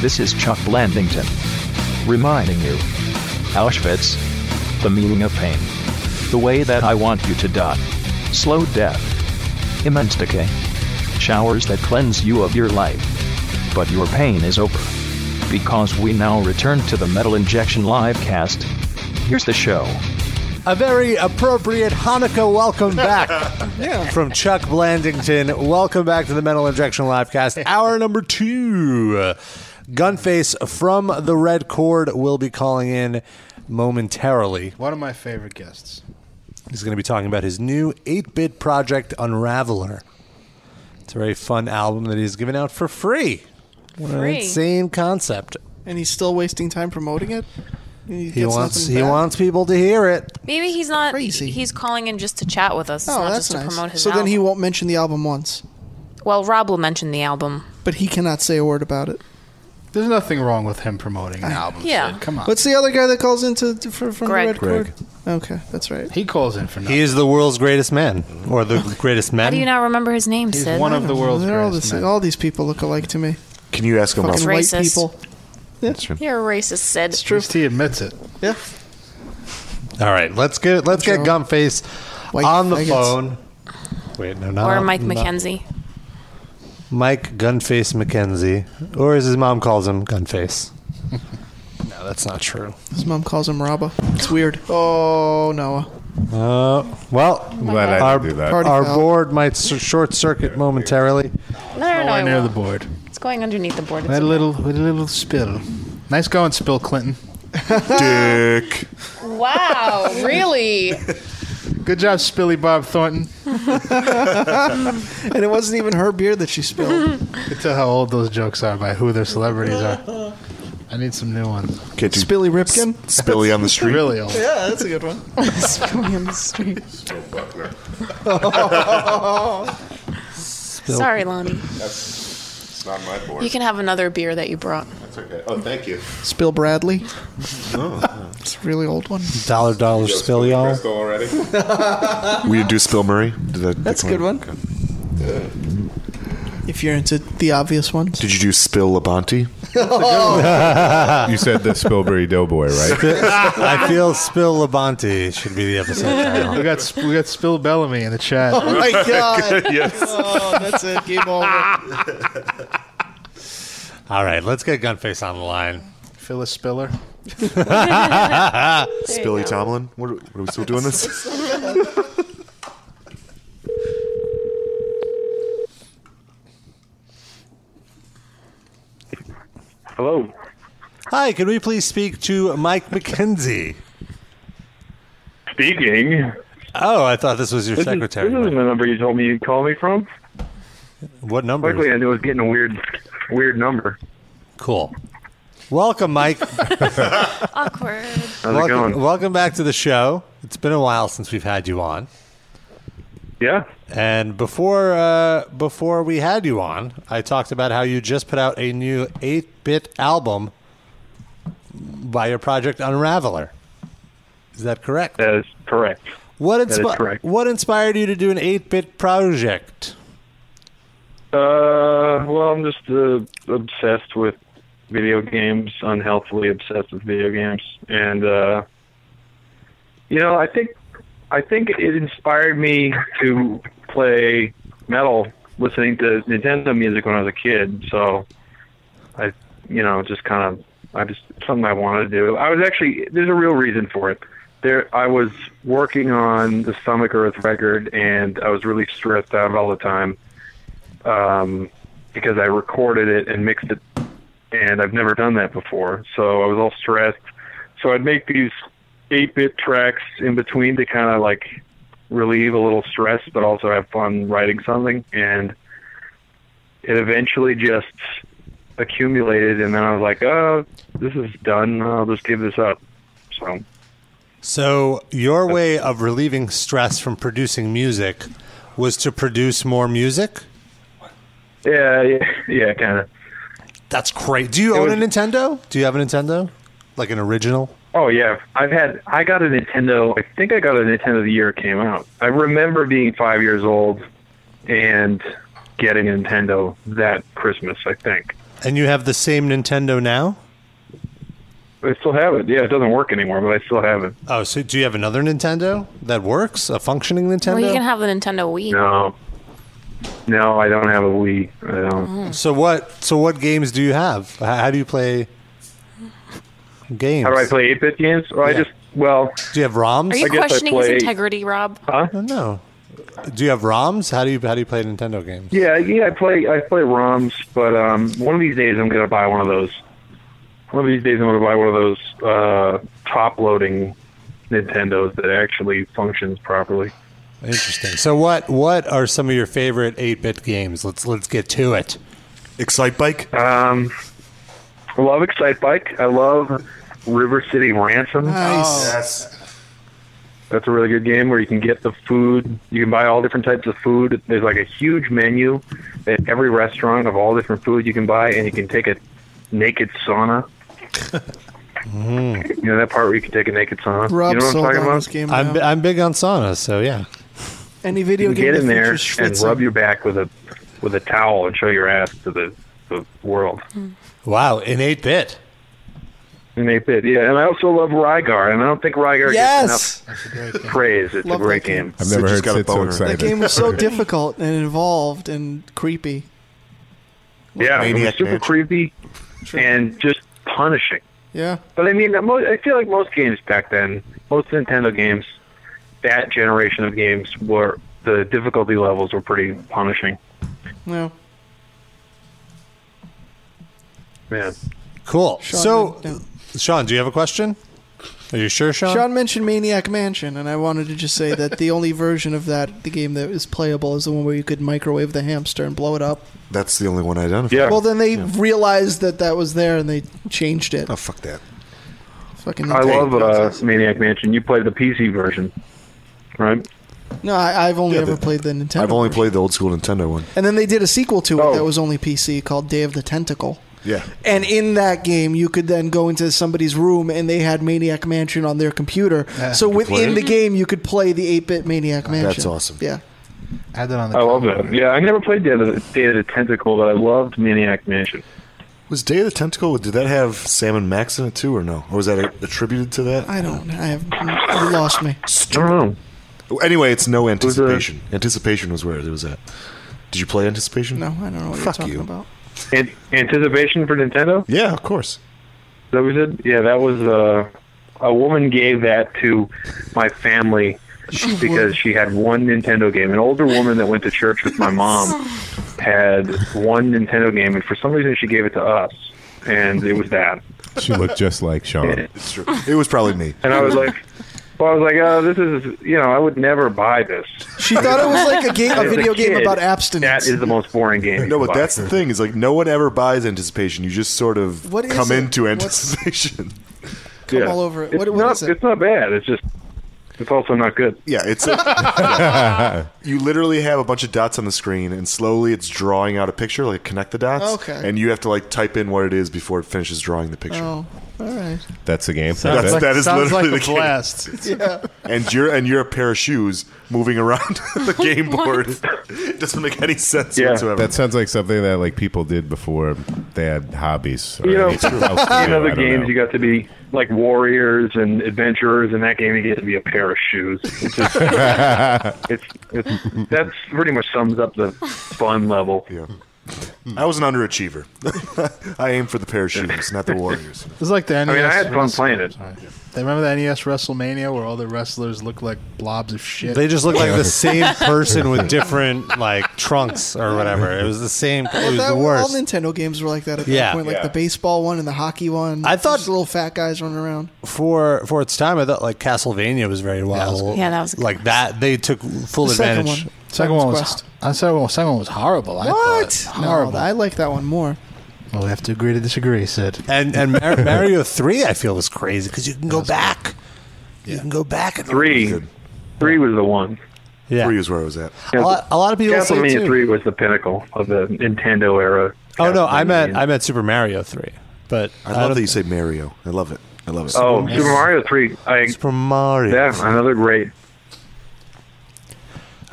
Speaker 1: This is Chuck Blandington. Reminding you Auschwitz, the meaning of pain, the way that I want you to die, slow death, immense decay, showers that cleanse you of your life. But your pain is over. Because we now return to the Metal Injection live cast. Here's the show.
Speaker 2: A very appropriate Hanukkah welcome back from Chuck Blandington. Welcome back to the Mental Injection Livecast, hour number two. Gunface from the Red Cord will be calling in momentarily.
Speaker 3: One of my favorite guests.
Speaker 2: He's going to be talking about his new 8 bit project, Unraveler. It's a very fun album that he's giving out for free. What an
Speaker 4: Free.
Speaker 2: insane concept.
Speaker 4: And he's still wasting time promoting it. He,
Speaker 2: He
Speaker 4: gets
Speaker 2: wants
Speaker 4: nothing
Speaker 2: he
Speaker 4: back?
Speaker 2: wants people to hear it.
Speaker 5: Maybe he's not. He's calling in just to chat with us.
Speaker 4: Oh,
Speaker 5: not
Speaker 4: that's
Speaker 5: just to
Speaker 4: nice.
Speaker 5: promote his
Speaker 4: so
Speaker 5: album.
Speaker 4: then he won't mention the album once,
Speaker 5: well, Rob will mention the album.
Speaker 4: but he cannot say a word about it.
Speaker 3: There's nothing wrong with him promoting an album.
Speaker 5: Yeah.
Speaker 3: Sid. Come on.
Speaker 4: What's the other guy that calls into to, for, from
Speaker 5: Greg.
Speaker 4: the Red
Speaker 2: Greg.
Speaker 4: Cord? Okay, that's right.
Speaker 3: He calls in for
Speaker 2: He is the world's greatest man, or the greatest
Speaker 5: How do you
Speaker 2: men.
Speaker 5: not remember his name, Sid?
Speaker 4: They're all, the same. all these people look alike to me.
Speaker 7: Can you ask him
Speaker 4: Fucking
Speaker 7: about
Speaker 4: white
Speaker 5: Racist.
Speaker 4: people.
Speaker 5: You're a racist, Sid. It's
Speaker 3: true. He admits it.
Speaker 4: Yeah.
Speaker 2: All right, let's get let's get Gunface on the
Speaker 5: faggots.
Speaker 2: phone. Wait, no, not
Speaker 5: or Mike
Speaker 2: not-
Speaker 5: McKenzie.
Speaker 2: Mike Gunface McKenzie, or as his mom calls him, Gunface. no, that's not true.
Speaker 4: His mom calls him Rabba. It's weird. Oh, Noah.
Speaker 2: Uh, well,
Speaker 4: glad I
Speaker 2: our,
Speaker 4: didn't do that. Party
Speaker 2: our
Speaker 4: foul.
Speaker 2: board might s- short circuit momentarily.
Speaker 5: No, no, no. it
Speaker 3: near the
Speaker 5: won't.
Speaker 3: board.
Speaker 5: It's going underneath the board. It's
Speaker 3: We had a
Speaker 5: okay.
Speaker 3: little, we had a little spill. Nice going, Spill Clinton.
Speaker 7: Dick.
Speaker 5: Wow, really?
Speaker 3: Good job, Spilly Bob Thornton.
Speaker 4: and it wasn't even her beer that she spilled.
Speaker 3: You can tell how old those jokes are by who their celebrities are. I need some new ones.
Speaker 7: Can't you-
Speaker 4: Spilly Ripkin?
Speaker 7: Spilly on the street.
Speaker 3: Really old.
Speaker 4: yeah, that's a good one.
Speaker 5: Spilling on the street. Sorry, Lonnie.
Speaker 6: It's not my board.
Speaker 5: You can have another beer that you brought.
Speaker 6: That's okay. Oh, thank you. Oh,
Speaker 4: Spill Bradley. It's a really old one.
Speaker 2: Dollar dollar spill, y'all.
Speaker 6: already.
Speaker 7: We do Spill Murray. Did that
Speaker 4: That's a good one. If you're into the obvious ones.
Speaker 7: Did you do Spill Labonte?
Speaker 6: You said the Spillberry Doughboy, right?
Speaker 2: I feel Spill Labonte should be the episode title.
Speaker 3: we got we got Spill Bellamy in the chat.
Speaker 4: Oh my god!
Speaker 7: yes.
Speaker 4: Oh, that's it. Game over.
Speaker 2: All right, let's get Gunface on the line.
Speaker 3: Phyllis Spiller.
Speaker 7: Spilly Tomlin. What are, what are we still doing this?
Speaker 11: Hello.
Speaker 2: Hi, can we please speak to Mike McKenzie?
Speaker 11: Speaking.
Speaker 2: Oh, I thought this was your
Speaker 11: This is-
Speaker 2: secretary.
Speaker 11: this is the number you told me you'd call me from.
Speaker 2: What number?
Speaker 11: Luckily, I knew it was getting a weird, weird number.
Speaker 2: Cool. Welcome, Mike.
Speaker 5: Awkward.
Speaker 11: it
Speaker 2: welcome,
Speaker 11: going?
Speaker 2: welcome back to the show. It's been a while since we've had you on.
Speaker 11: Yeah.
Speaker 2: And before uh, before we had you on, I talked about how you just put out a new 8-bit album by your project Unraveler. Is that correct?
Speaker 11: That is correct.
Speaker 2: What
Speaker 11: That is
Speaker 2: inspi-
Speaker 11: correct.
Speaker 2: what inspired you to do an 8-bit project?
Speaker 11: Uh, well, I'm just uh, obsessed with video games, unhealthily obsessed with video games, and uh, you know, I think I think it inspired me to play metal, listening to Nintendo music when I was a kid. So I, you know, just kind of I just something I wanted to do. I was actually there's a real reason for it. There, I was working on the Stomach Earth record, and I was really stressed out all the time um, because I recorded it and mixed it, and I've never done that before. So I was all stressed. So I'd make these 8 bit tracks in between to kind of like relieve a little stress, but also have fun writing something. And it eventually just accumulated, and then I was like, oh, this is done. I'll just give this up. So.
Speaker 2: So your way of relieving stress from producing music was to produce more music?
Speaker 11: Yeah, yeah, yeah, kind of.
Speaker 2: That's great. Do you
Speaker 11: It
Speaker 2: own
Speaker 11: was-
Speaker 2: a Nintendo? Do you have a Nintendo? Like an original?
Speaker 11: Oh yeah, I've had. I got a Nintendo. I think I got a Nintendo the year it came out. I remember being five years old and getting a Nintendo that Christmas. I think
Speaker 2: And you have the same Nintendo now?
Speaker 11: I still have it. Yeah, it doesn't work anymore, but I still have it.
Speaker 2: Oh, so do you have another Nintendo that works? A functioning Nintendo?
Speaker 5: Well, you can have the Nintendo Wii.
Speaker 11: No. No, I don't have a Wii. I
Speaker 5: Oh.
Speaker 11: don't.
Speaker 2: So what? So what games do you have? H- How do you play games?
Speaker 11: How do I play 8 bit games? Well, I
Speaker 2: Yeah.
Speaker 11: just, well.
Speaker 2: Do you have ROMs?
Speaker 5: Are you questioning his integrity, Rob?
Speaker 11: Huh?
Speaker 2: No. Do you have ROMs? How do you how do you play Nintendo games?
Speaker 11: Yeah, yeah, I play I play ROMs, but um, one of these days I'm gonna buy one of those. One of these days I'm gonna buy one of those uh, top-loading Nintendos that actually functions properly.
Speaker 2: Interesting. So what what are some of your favorite eight bit games? Let's let's get to it.
Speaker 7: Excite Bike.
Speaker 11: Um, I love Excite Bike. I love River City Ransom.
Speaker 4: Nice.
Speaker 11: That's a really good game where you can get the food. You can buy all different types of food. There's like a huge menu at every restaurant of all different food you can buy, and you can take a naked sauna.
Speaker 2: Mm-hmm.
Speaker 11: You know that part where you can take a naked sauna. you know what I'm talking about?
Speaker 2: I'm, I'm big on sauna, so yeah.
Speaker 4: Any video
Speaker 11: you
Speaker 4: game
Speaker 11: can get
Speaker 4: that
Speaker 11: in there
Speaker 4: features
Speaker 11: and
Speaker 4: schwitzing.
Speaker 11: rub your back with a with a towel and show your ass to the, the world.
Speaker 2: Wow, in eight bit.
Speaker 11: In eight bit, yeah. And I also love Rygar, and I don't think Rygar
Speaker 4: Yes!
Speaker 11: gets enough praise. It's
Speaker 4: Love
Speaker 11: a
Speaker 4: that
Speaker 11: great
Speaker 4: game.
Speaker 11: game.
Speaker 6: I've never Sid just heard got a Sid so boner. excited.
Speaker 4: That game was so difficult and involved and creepy.
Speaker 11: Yeah, it was
Speaker 4: Maniac
Speaker 11: super
Speaker 4: Mansion.
Speaker 11: creepy and just punishing.
Speaker 4: Yeah.
Speaker 11: But I mean, mo- I feel like most games back then, most Nintendo games, that generation of games were the difficulty levels were pretty punishing.
Speaker 4: No.
Speaker 11: Man,
Speaker 2: Cool.
Speaker 4: Sean
Speaker 2: so Sean, do you have a question? Are you sure, Sean?
Speaker 4: Sean mentioned Maniac Mansion, and I wanted to just say that the only version of that, the game that is playable, is the one where you could microwave the hamster and blow it up.
Speaker 7: That's the only one I identified.
Speaker 4: Well, then they realized that that was there and they changed it. Oh,
Speaker 7: fuck that.
Speaker 4: Fucking
Speaker 11: I love uh, Maniac Mansion. You played the PC version, right?
Speaker 7: Oh,
Speaker 4: No, I, I've only
Speaker 7: uh, Yeah,
Speaker 4: ever
Speaker 7: the-
Speaker 4: played the Nintendo.
Speaker 7: I've only played Oh. the old school Nintendo one.
Speaker 4: and then they did a sequel to it that was only PC called Day of the Tentacle.
Speaker 7: Yeah.
Speaker 4: And in that game, you could then go into somebody's room and they had Maniac Mansion on their computer.
Speaker 7: Ah,
Speaker 3: Yeah.
Speaker 4: so
Speaker 3: You could play
Speaker 4: within
Speaker 3: it?
Speaker 4: the game, you could play the 8 bit Maniac Mansion.
Speaker 7: awesome.
Speaker 4: Yeah.
Speaker 3: Add that on
Speaker 11: I love that. Yeah, I never played Day of the, Day of the Tentacle, but I loved Maniac Mansion.
Speaker 7: Was Day of the Tentacle? Did that have Salmon Max in it too, or no? Or was that attributed to that?
Speaker 4: I don't. I have. You lost me.
Speaker 11: don't
Speaker 7: know. Oh, Anyway, it's no anticipation. Anticipation was where it was at. Did you play Anticipation?
Speaker 4: No, I don't know what
Speaker 7: Fuck
Speaker 4: you're talking
Speaker 7: you.
Speaker 4: about.
Speaker 11: An- anticipation for Nintendo?
Speaker 7: Yeah, of course.
Speaker 11: That was it. Yeah, that was uh, a woman gave that to my family because she had one Nintendo game. An older woman that went to church with my mom had one Nintendo game, and for some reason she gave it to us, and it was that.
Speaker 6: She looked just like Sean.
Speaker 11: It's
Speaker 7: true. It was probably me.
Speaker 11: And I was like, well, I was like, oh, this is, you know, I would never buy this.
Speaker 4: She thought it was like a game,
Speaker 11: As
Speaker 4: a video game
Speaker 11: kid,
Speaker 4: about abstinence.
Speaker 11: That is the most boring game.
Speaker 7: No, but
Speaker 11: Fuck.
Speaker 7: that's the thing. Is like no one ever buys anticipation. You just sort of
Speaker 4: What is
Speaker 7: come
Speaker 4: it?
Speaker 7: into
Speaker 4: What's-
Speaker 7: anticipation.
Speaker 11: Come Yeah. all
Speaker 4: over it.
Speaker 11: It's
Speaker 4: What- what
Speaker 11: not,
Speaker 4: is it?
Speaker 11: It's not bad. It's just, it's also not good.
Speaker 7: Yeah, it's a, you literally have a bunch of dots on the screen, and slowly it's drawing out a picture. Like connect the dots,
Speaker 4: Okay.
Speaker 7: and you have to like type in what it is before it finishes drawing the picture.
Speaker 4: Oh, all right.
Speaker 6: That's the game.
Speaker 7: Sounds
Speaker 6: That's
Speaker 7: like-
Speaker 6: it?
Speaker 7: that is
Speaker 3: sounds
Speaker 7: literally
Speaker 3: like
Speaker 7: the
Speaker 3: a
Speaker 7: game.
Speaker 3: blast.
Speaker 4: yeah.
Speaker 7: and you're and you're a pair of shoes moving around the game board. It doesn't make any sense whatsoever.
Speaker 6: That sounds like something that like people did before they had hobbies. Or
Speaker 11: you know,
Speaker 6: anything else to
Speaker 11: in
Speaker 6: do.
Speaker 11: other
Speaker 6: I don't
Speaker 11: games
Speaker 6: know.
Speaker 11: you got to be like warriors and adventurers. In that game, you get to be a pair of shoes. It's just, it's, it's that's pretty much sums up the fun level.
Speaker 7: Yeah. Hmm. I was an underachiever. I aim for the pair of shoes, not the Warriors.
Speaker 3: It's like the NES. wrestling-
Speaker 11: it.
Speaker 3: They remember the NES WrestleMania where all the wrestlers look like blobs of shit.
Speaker 2: They just look like the same person with different like trunks or whatever. It was the same. It was
Speaker 4: That-
Speaker 2: the
Speaker 4: all
Speaker 2: worst.
Speaker 4: Nintendo games were like that at
Speaker 2: Yeah.
Speaker 4: that point, like
Speaker 2: Yeah.
Speaker 4: the baseball one and the hockey one. I thought little fat guys running around.
Speaker 2: for for its time, I thought like Castlevania was very wild.
Speaker 4: good. Yeah, that was a good
Speaker 2: like that. They took full
Speaker 4: The second
Speaker 2: advantage.
Speaker 4: one.
Speaker 3: Second one was.
Speaker 4: Quest.
Speaker 3: I said one. Second one was horrible. I
Speaker 4: What?
Speaker 3: thought.
Speaker 4: No,
Speaker 3: Horrible.
Speaker 4: I like that one more.
Speaker 3: Well, we have to agree to disagree, Sid.
Speaker 2: And and Mar- Mario three, I feel was crazy because you can go back. You can go back. And
Speaker 11: Three, three was the one.
Speaker 2: Yeah.
Speaker 7: Three was where I was at.
Speaker 2: A lot- a lot of people say,
Speaker 11: Castlevania
Speaker 2: too.
Speaker 11: three was the pinnacle of the Nintendo era.
Speaker 2: Oh no, I meant I meant Super Mario three. But
Speaker 7: I love that you say Mario. I love it. I love it.
Speaker 11: Oh, Super Mario three. I,
Speaker 2: Super Mario.
Speaker 11: Yeah, another great.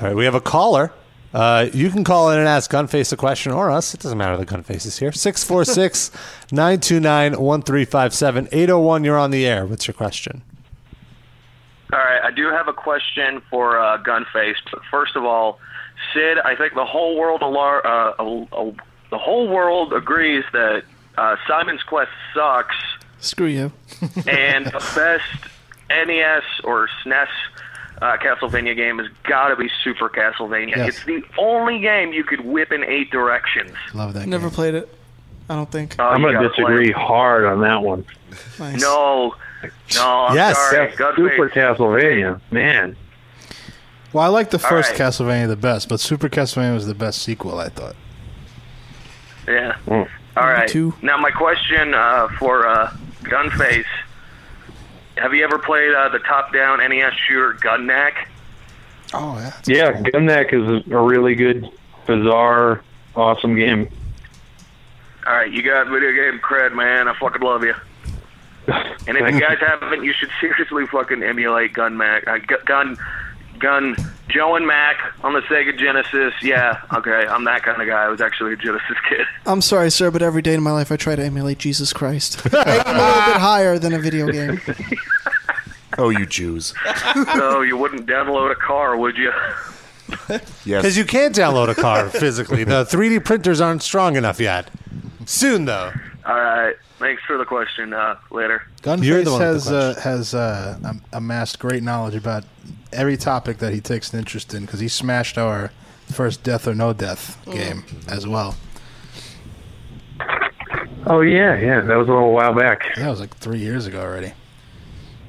Speaker 2: All right, we have a caller. Uh, you can call in and ask Gunface a question or us. It doesn't matter. The Gunface is here. 646 929 1357 801. You're on the air. What's your question?
Speaker 8: All right, I do have a question for uh, Gunface. But first of all, Sid, I think the whole world alar- uh, al- al- the whole world agrees that uh, Simon's Quest sucks,
Speaker 4: Screw you.
Speaker 8: and the best NES or SNES uh, Castlevania game has got to be Super Castlevania.
Speaker 4: Yes.
Speaker 8: It's the only game you could whip in eight directions.
Speaker 3: Love that.
Speaker 4: Never played it. I don't think.
Speaker 8: Oh,
Speaker 11: I'm
Speaker 8: you
Speaker 11: going to
Speaker 8: gotta play
Speaker 11: disagree hard on that one.
Speaker 8: No, no, I'm sorry,
Speaker 11: That's Super Castlevania, man.
Speaker 3: Well, I like the
Speaker 11: All
Speaker 3: first
Speaker 11: right.
Speaker 3: Castlevania the best, but Super Castlevania was the best sequel, I thought.
Speaker 8: Yeah.
Speaker 7: Oh,
Speaker 8: All right.
Speaker 3: two.
Speaker 8: Now my question uh, for uh, Gunface: Have you ever played uh, the top-down NES shooter Gunneck?
Speaker 3: Oh yeah.
Speaker 11: Yeah, Gunneck is a really good, bizarre, awesome game.
Speaker 8: All right, you got video game cred, man. I fucking love you. And if you guys haven't, you should seriously fucking emulate Gun Mac, uh, Gu- Gun, Gun, Joe and Mac on the Sega Genesis. Yeah, okay, I'm that kind of guy. I was actually a Genesis kid.
Speaker 4: I'm sorry, sir, but every day in my life I try to emulate Jesus Christ. I aim a little bit higher than a video game.
Speaker 7: Oh, you Jews.
Speaker 8: so you wouldn't download a car, would you?
Speaker 7: Yes.
Speaker 2: Because you can't download a car physically. The 3D printers aren't strong enough yet. Soon, though.
Speaker 8: All right, thanks for the question. Uh, later.
Speaker 2: You're the
Speaker 3: Gunface
Speaker 2: one with
Speaker 3: has uh, has uh, am- amassed great knowledge about every topic that he takes an interest in because he smashed our first Death or No Death
Speaker 4: Mm.
Speaker 3: game as well.
Speaker 11: Oh yeah, yeah, that was a little while back.
Speaker 3: That was like three years ago already.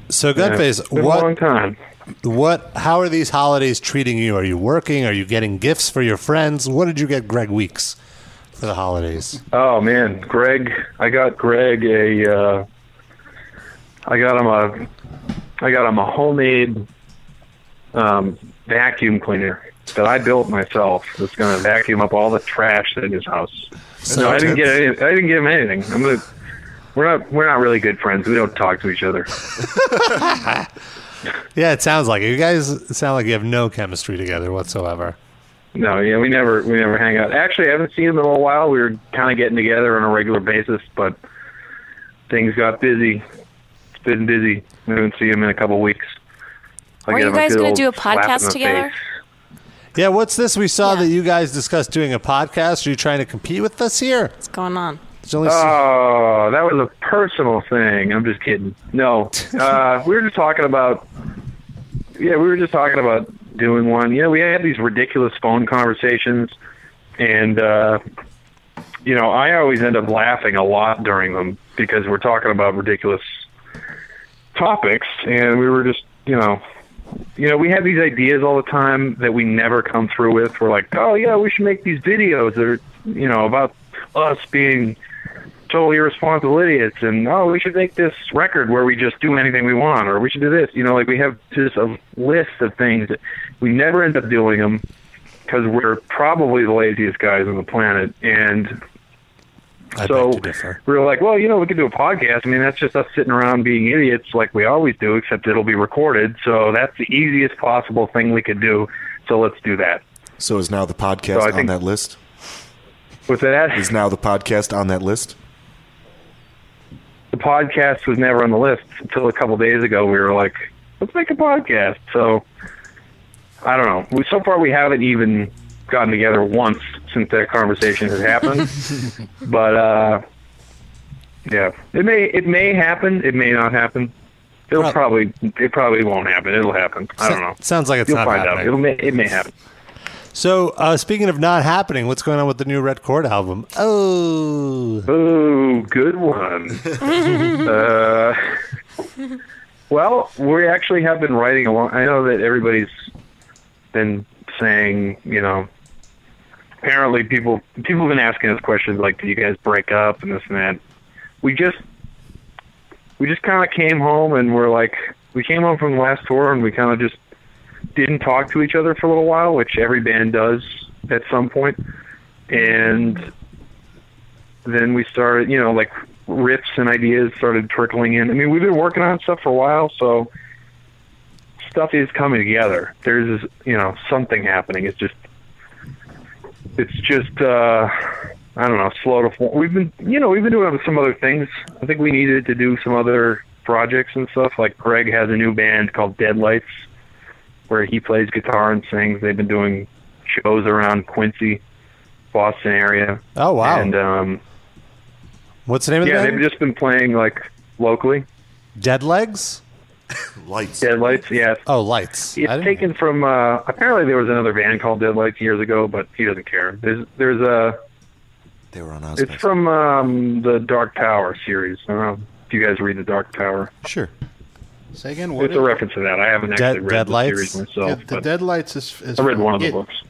Speaker 2: So, Gunface,
Speaker 11: it's been a
Speaker 2: what?
Speaker 11: long time.
Speaker 2: What? How are these holidays treating you? Are you working? Are you getting gifts for your friends? What did you get, Greg Weeks, for the holidays?
Speaker 11: Oh man, Greg, I got Greg a, uh, I got him a, I got him a homemade um, vacuum cleaner that I built myself. That's going to vacuum up all the trash in his house.
Speaker 9: So
Speaker 11: no, I didn't get
Speaker 9: intense.
Speaker 11: any, I didn't give him anything. I'm gonna, we're not we're not really good friends. We don't talk to each other.
Speaker 2: Yeah, it sounds like it. You guys sound like you have no chemistry together whatsoever.
Speaker 11: No, yeah, we never we never hang out. Actually, I haven't seen him in a little while. We were kind of getting together on a regular basis, but things got busy. It's been busy. We haven't seen him in a couple weeks. I
Speaker 5: Are
Speaker 11: get
Speaker 5: you
Speaker 11: him a
Speaker 5: guys
Speaker 11: good
Speaker 5: going
Speaker 11: old
Speaker 5: to do a
Speaker 11: slap in
Speaker 5: podcast
Speaker 11: the
Speaker 5: together?
Speaker 11: face.
Speaker 2: Yeah, what's this? We saw that you guys discussed doing a podcast. Are you trying to compete with us here?
Speaker 5: What's going on?
Speaker 2: There's only
Speaker 11: Oh, that was a personal thing. I'm just kidding. No, uh, we were just talking about. Yeah, we were just talking about doing one. You know, we had these ridiculous phone conversations, and uh, you know, I always end up laughing a lot during them because we're talking about ridiculous topics, and we were just, you know, you know, we have these ideas all the time that we never come through with. We're like, oh yeah, we should make these videos that are, you know, about us being total irresponsible idiots, and oh, we should make this record where we just do anything we want, or we should do this. You know, like we have just a list of things that we never end up doing them because we're probably the laziest guys on the planet, and so we were like, well, you know, we could do a podcast. I mean, that's just us sitting around being idiots like we always do, except it'll be recorded. So that's the easiest possible thing we could do. So let's do that.
Speaker 7: So is now the podcast
Speaker 11: So I
Speaker 7: on
Speaker 11: think-
Speaker 7: that list?
Speaker 11: What's that?
Speaker 7: Is now the podcast on that list?
Speaker 11: The podcast was never on the list until a couple days ago. We were like, let's make a podcast. So I don't know. We, so far, we haven't even gotten together once since that conversation has happened. but uh, yeah, it may it may happen. It may not happen. It'll probably it probably won't happen. It'll happen. I don't know.
Speaker 2: sounds like it's
Speaker 11: You'll
Speaker 2: not
Speaker 11: find out.
Speaker 2: happening.
Speaker 11: It'll may, it may happen.
Speaker 2: So, uh, speaking of not happening, what's going on with the new Red Chord album? Oh,
Speaker 11: oh, good one. uh, well, we actually have been writing along. I know that everybody's been saying, you know, apparently people people have been asking us questions like, "Do you guys break up?" and this and that. We just we just kind of came home and we're like, we came home from the last tour and we kind of just didn't talk to each other for a little while, which every band does at some point, and then we started, you know, like riffs and ideas started trickling in. I mean, we've been working on stuff for a while, so stuff is coming together. There's, you know, something happening. It's just it's just uh, I don't know, slow to form. We've been, you know, we've been doing some other things. I think we needed to do some other projects and stuff. Like Greg has a new band called Deadlights, where he plays guitar and sings. They've been doing shows around Quincy, Boston area.
Speaker 2: Oh wow!
Speaker 11: And um,
Speaker 2: What's the name of
Speaker 11: yeah,
Speaker 2: the
Speaker 11: they've
Speaker 2: band?
Speaker 11: just been playing like locally.
Speaker 2: Dead Legs.
Speaker 11: Lights. Deadlights, yeah.
Speaker 2: Oh, lights.
Speaker 11: It's taken from. Uh, apparently, there was another band called Deadlights years ago, but he doesn't care. There's, there's a.
Speaker 7: They were on
Speaker 11: It's from um, the Dark Tower series. I don't know if you guys read the Dark Tower.
Speaker 2: Sure.
Speaker 3: Say again. What
Speaker 11: It's
Speaker 3: is-
Speaker 11: a reference to that. I haven't
Speaker 3: Dead-
Speaker 11: actually read the
Speaker 3: Deadlights?
Speaker 11: series myself.
Speaker 3: Yeah, the
Speaker 11: but
Speaker 3: Deadlights is, is
Speaker 11: I read
Speaker 3: from
Speaker 11: one of the
Speaker 3: It.
Speaker 11: books.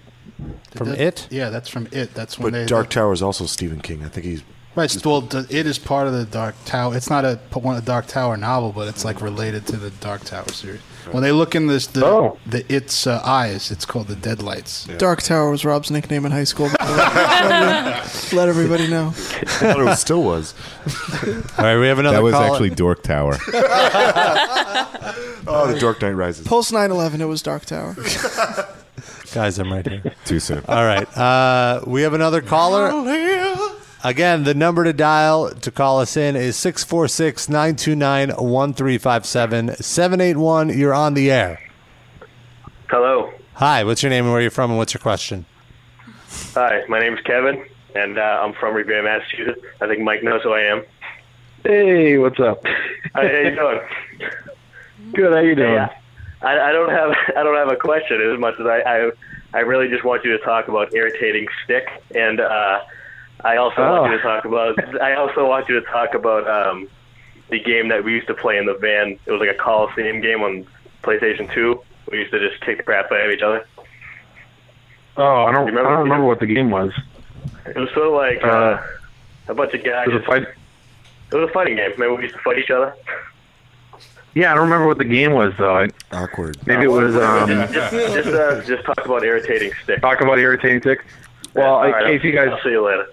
Speaker 3: The
Speaker 7: From
Speaker 3: Dead-
Speaker 7: It?
Speaker 3: Yeah, that's from it. That's when
Speaker 7: But
Speaker 3: they
Speaker 7: Dark Tower is also Stephen King. I think he's
Speaker 3: Right. so- Well, the- it is part of the Dark Tower. It's not a p- one a Dark Tower novel, but it's like related to the Dark Tower series. When they look in this, the, the its uh, eyes, it's called the Deadlights.
Speaker 4: Dark Tower was Rob's nickname in high school. Let everybody know.
Speaker 7: thought it still was.
Speaker 2: All right, we have another
Speaker 6: That was
Speaker 2: caller.
Speaker 6: actually Dork Tower.
Speaker 7: oh, the Dark Knight Rises.
Speaker 4: Post 9 11, it was Dark Tower.
Speaker 2: Guys, I'm right here.
Speaker 6: Too soon.
Speaker 2: All right. Uh, we have another caller. Again, the number to dial to call us in is 646 929 1357 781. You're on the air.
Speaker 12: Hello.
Speaker 2: Hi, what's your name and where you're from and what's your question?
Speaker 12: Hi, my name's Kevin, and uh, I'm from Revere, Massachusetts. I think Mike knows who I am.
Speaker 11: uh, Hey, what's up?
Speaker 12: How, how you doing?
Speaker 11: Good. How you doing?
Speaker 12: I, I don't have I don't have a question as much as I, I I really just want you to talk about irritating stick, and uh, I also want you to talk about I also want you to talk about um, the game that we used to play in the van. It was like a Coliseum game on PlayStation Two. We used to just kick the crap out of each other.
Speaker 11: Oh, I don't. I don't remember what the game was.
Speaker 12: It was sort of like uh,
Speaker 11: Uh,
Speaker 12: a bunch of guys.
Speaker 11: it was a fight.
Speaker 12: It was a fighting game. Remember we used to fight each other.
Speaker 11: Yeah, I don't remember what the game was though.
Speaker 7: Awkward.
Speaker 11: Maybe it was. Um,
Speaker 12: just just, uh, just talk about irritating stick.
Speaker 11: Talk about irritating tick. Well,
Speaker 12: All
Speaker 11: in
Speaker 12: right,
Speaker 11: case you
Speaker 12: I'll-
Speaker 11: guys.
Speaker 12: I'll see you later.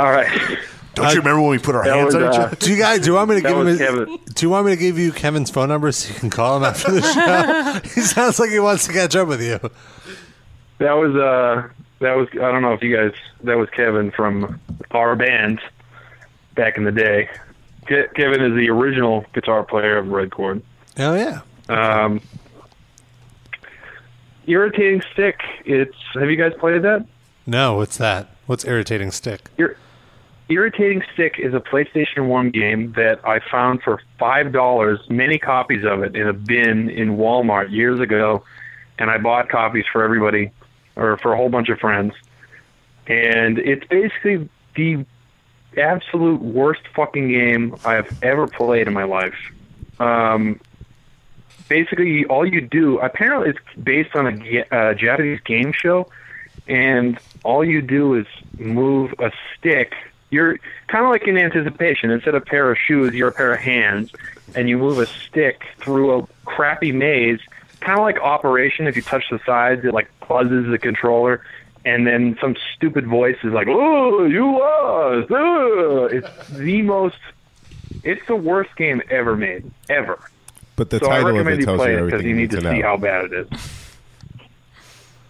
Speaker 11: All right.
Speaker 7: Don't you remember when we put our
Speaker 11: That
Speaker 7: hands
Speaker 11: was,
Speaker 7: on each
Speaker 11: uh,
Speaker 7: other?
Speaker 2: Uh, Do you guys? Do you want me to
Speaker 7: That
Speaker 2: give him?
Speaker 7: was
Speaker 2: His, do you want me to give you Kevin's phone number so you can call him after the show? he sounds like he wants to catch up with you.
Speaker 11: That was uh that was I don't know if you guys that was Kevin from our band back in the day. Ke- Kevin is the original guitar player of Red Chord.
Speaker 2: Oh yeah.
Speaker 11: Um, irritating stick. It's have you guys played that?
Speaker 2: No, what's that? What's irritating stick?
Speaker 11: Ir- Irritating Stick is a PlayStation 1 game that I found for $5, many copies of it in a bin in Walmart years ago, and I bought copies for everybody or for a whole bunch of friends. And it's basically the absolute worst fucking game I've ever played in my life. Um, basically, all you do, apparently, it's based on a ga- uh, Japanese game show and all you do is move a stick. You're kind of like in anticipation. Instead of a pair of shoes, you're a pair of hands, and you move a stick through a crappy maze, kind of like Operation. If you touch the sides, it like buzzes the controller, and then some stupid voice is like, "Oh, you lost!" Oh. It's the most. It's the worst game ever made, ever.
Speaker 6: But the
Speaker 11: so I
Speaker 6: title of
Speaker 11: recommend
Speaker 6: it
Speaker 11: you
Speaker 6: tells you
Speaker 11: play it
Speaker 6: everything
Speaker 11: because you
Speaker 6: you
Speaker 11: need
Speaker 6: need
Speaker 11: to
Speaker 6: to
Speaker 11: see
Speaker 6: know.
Speaker 11: how bad it is.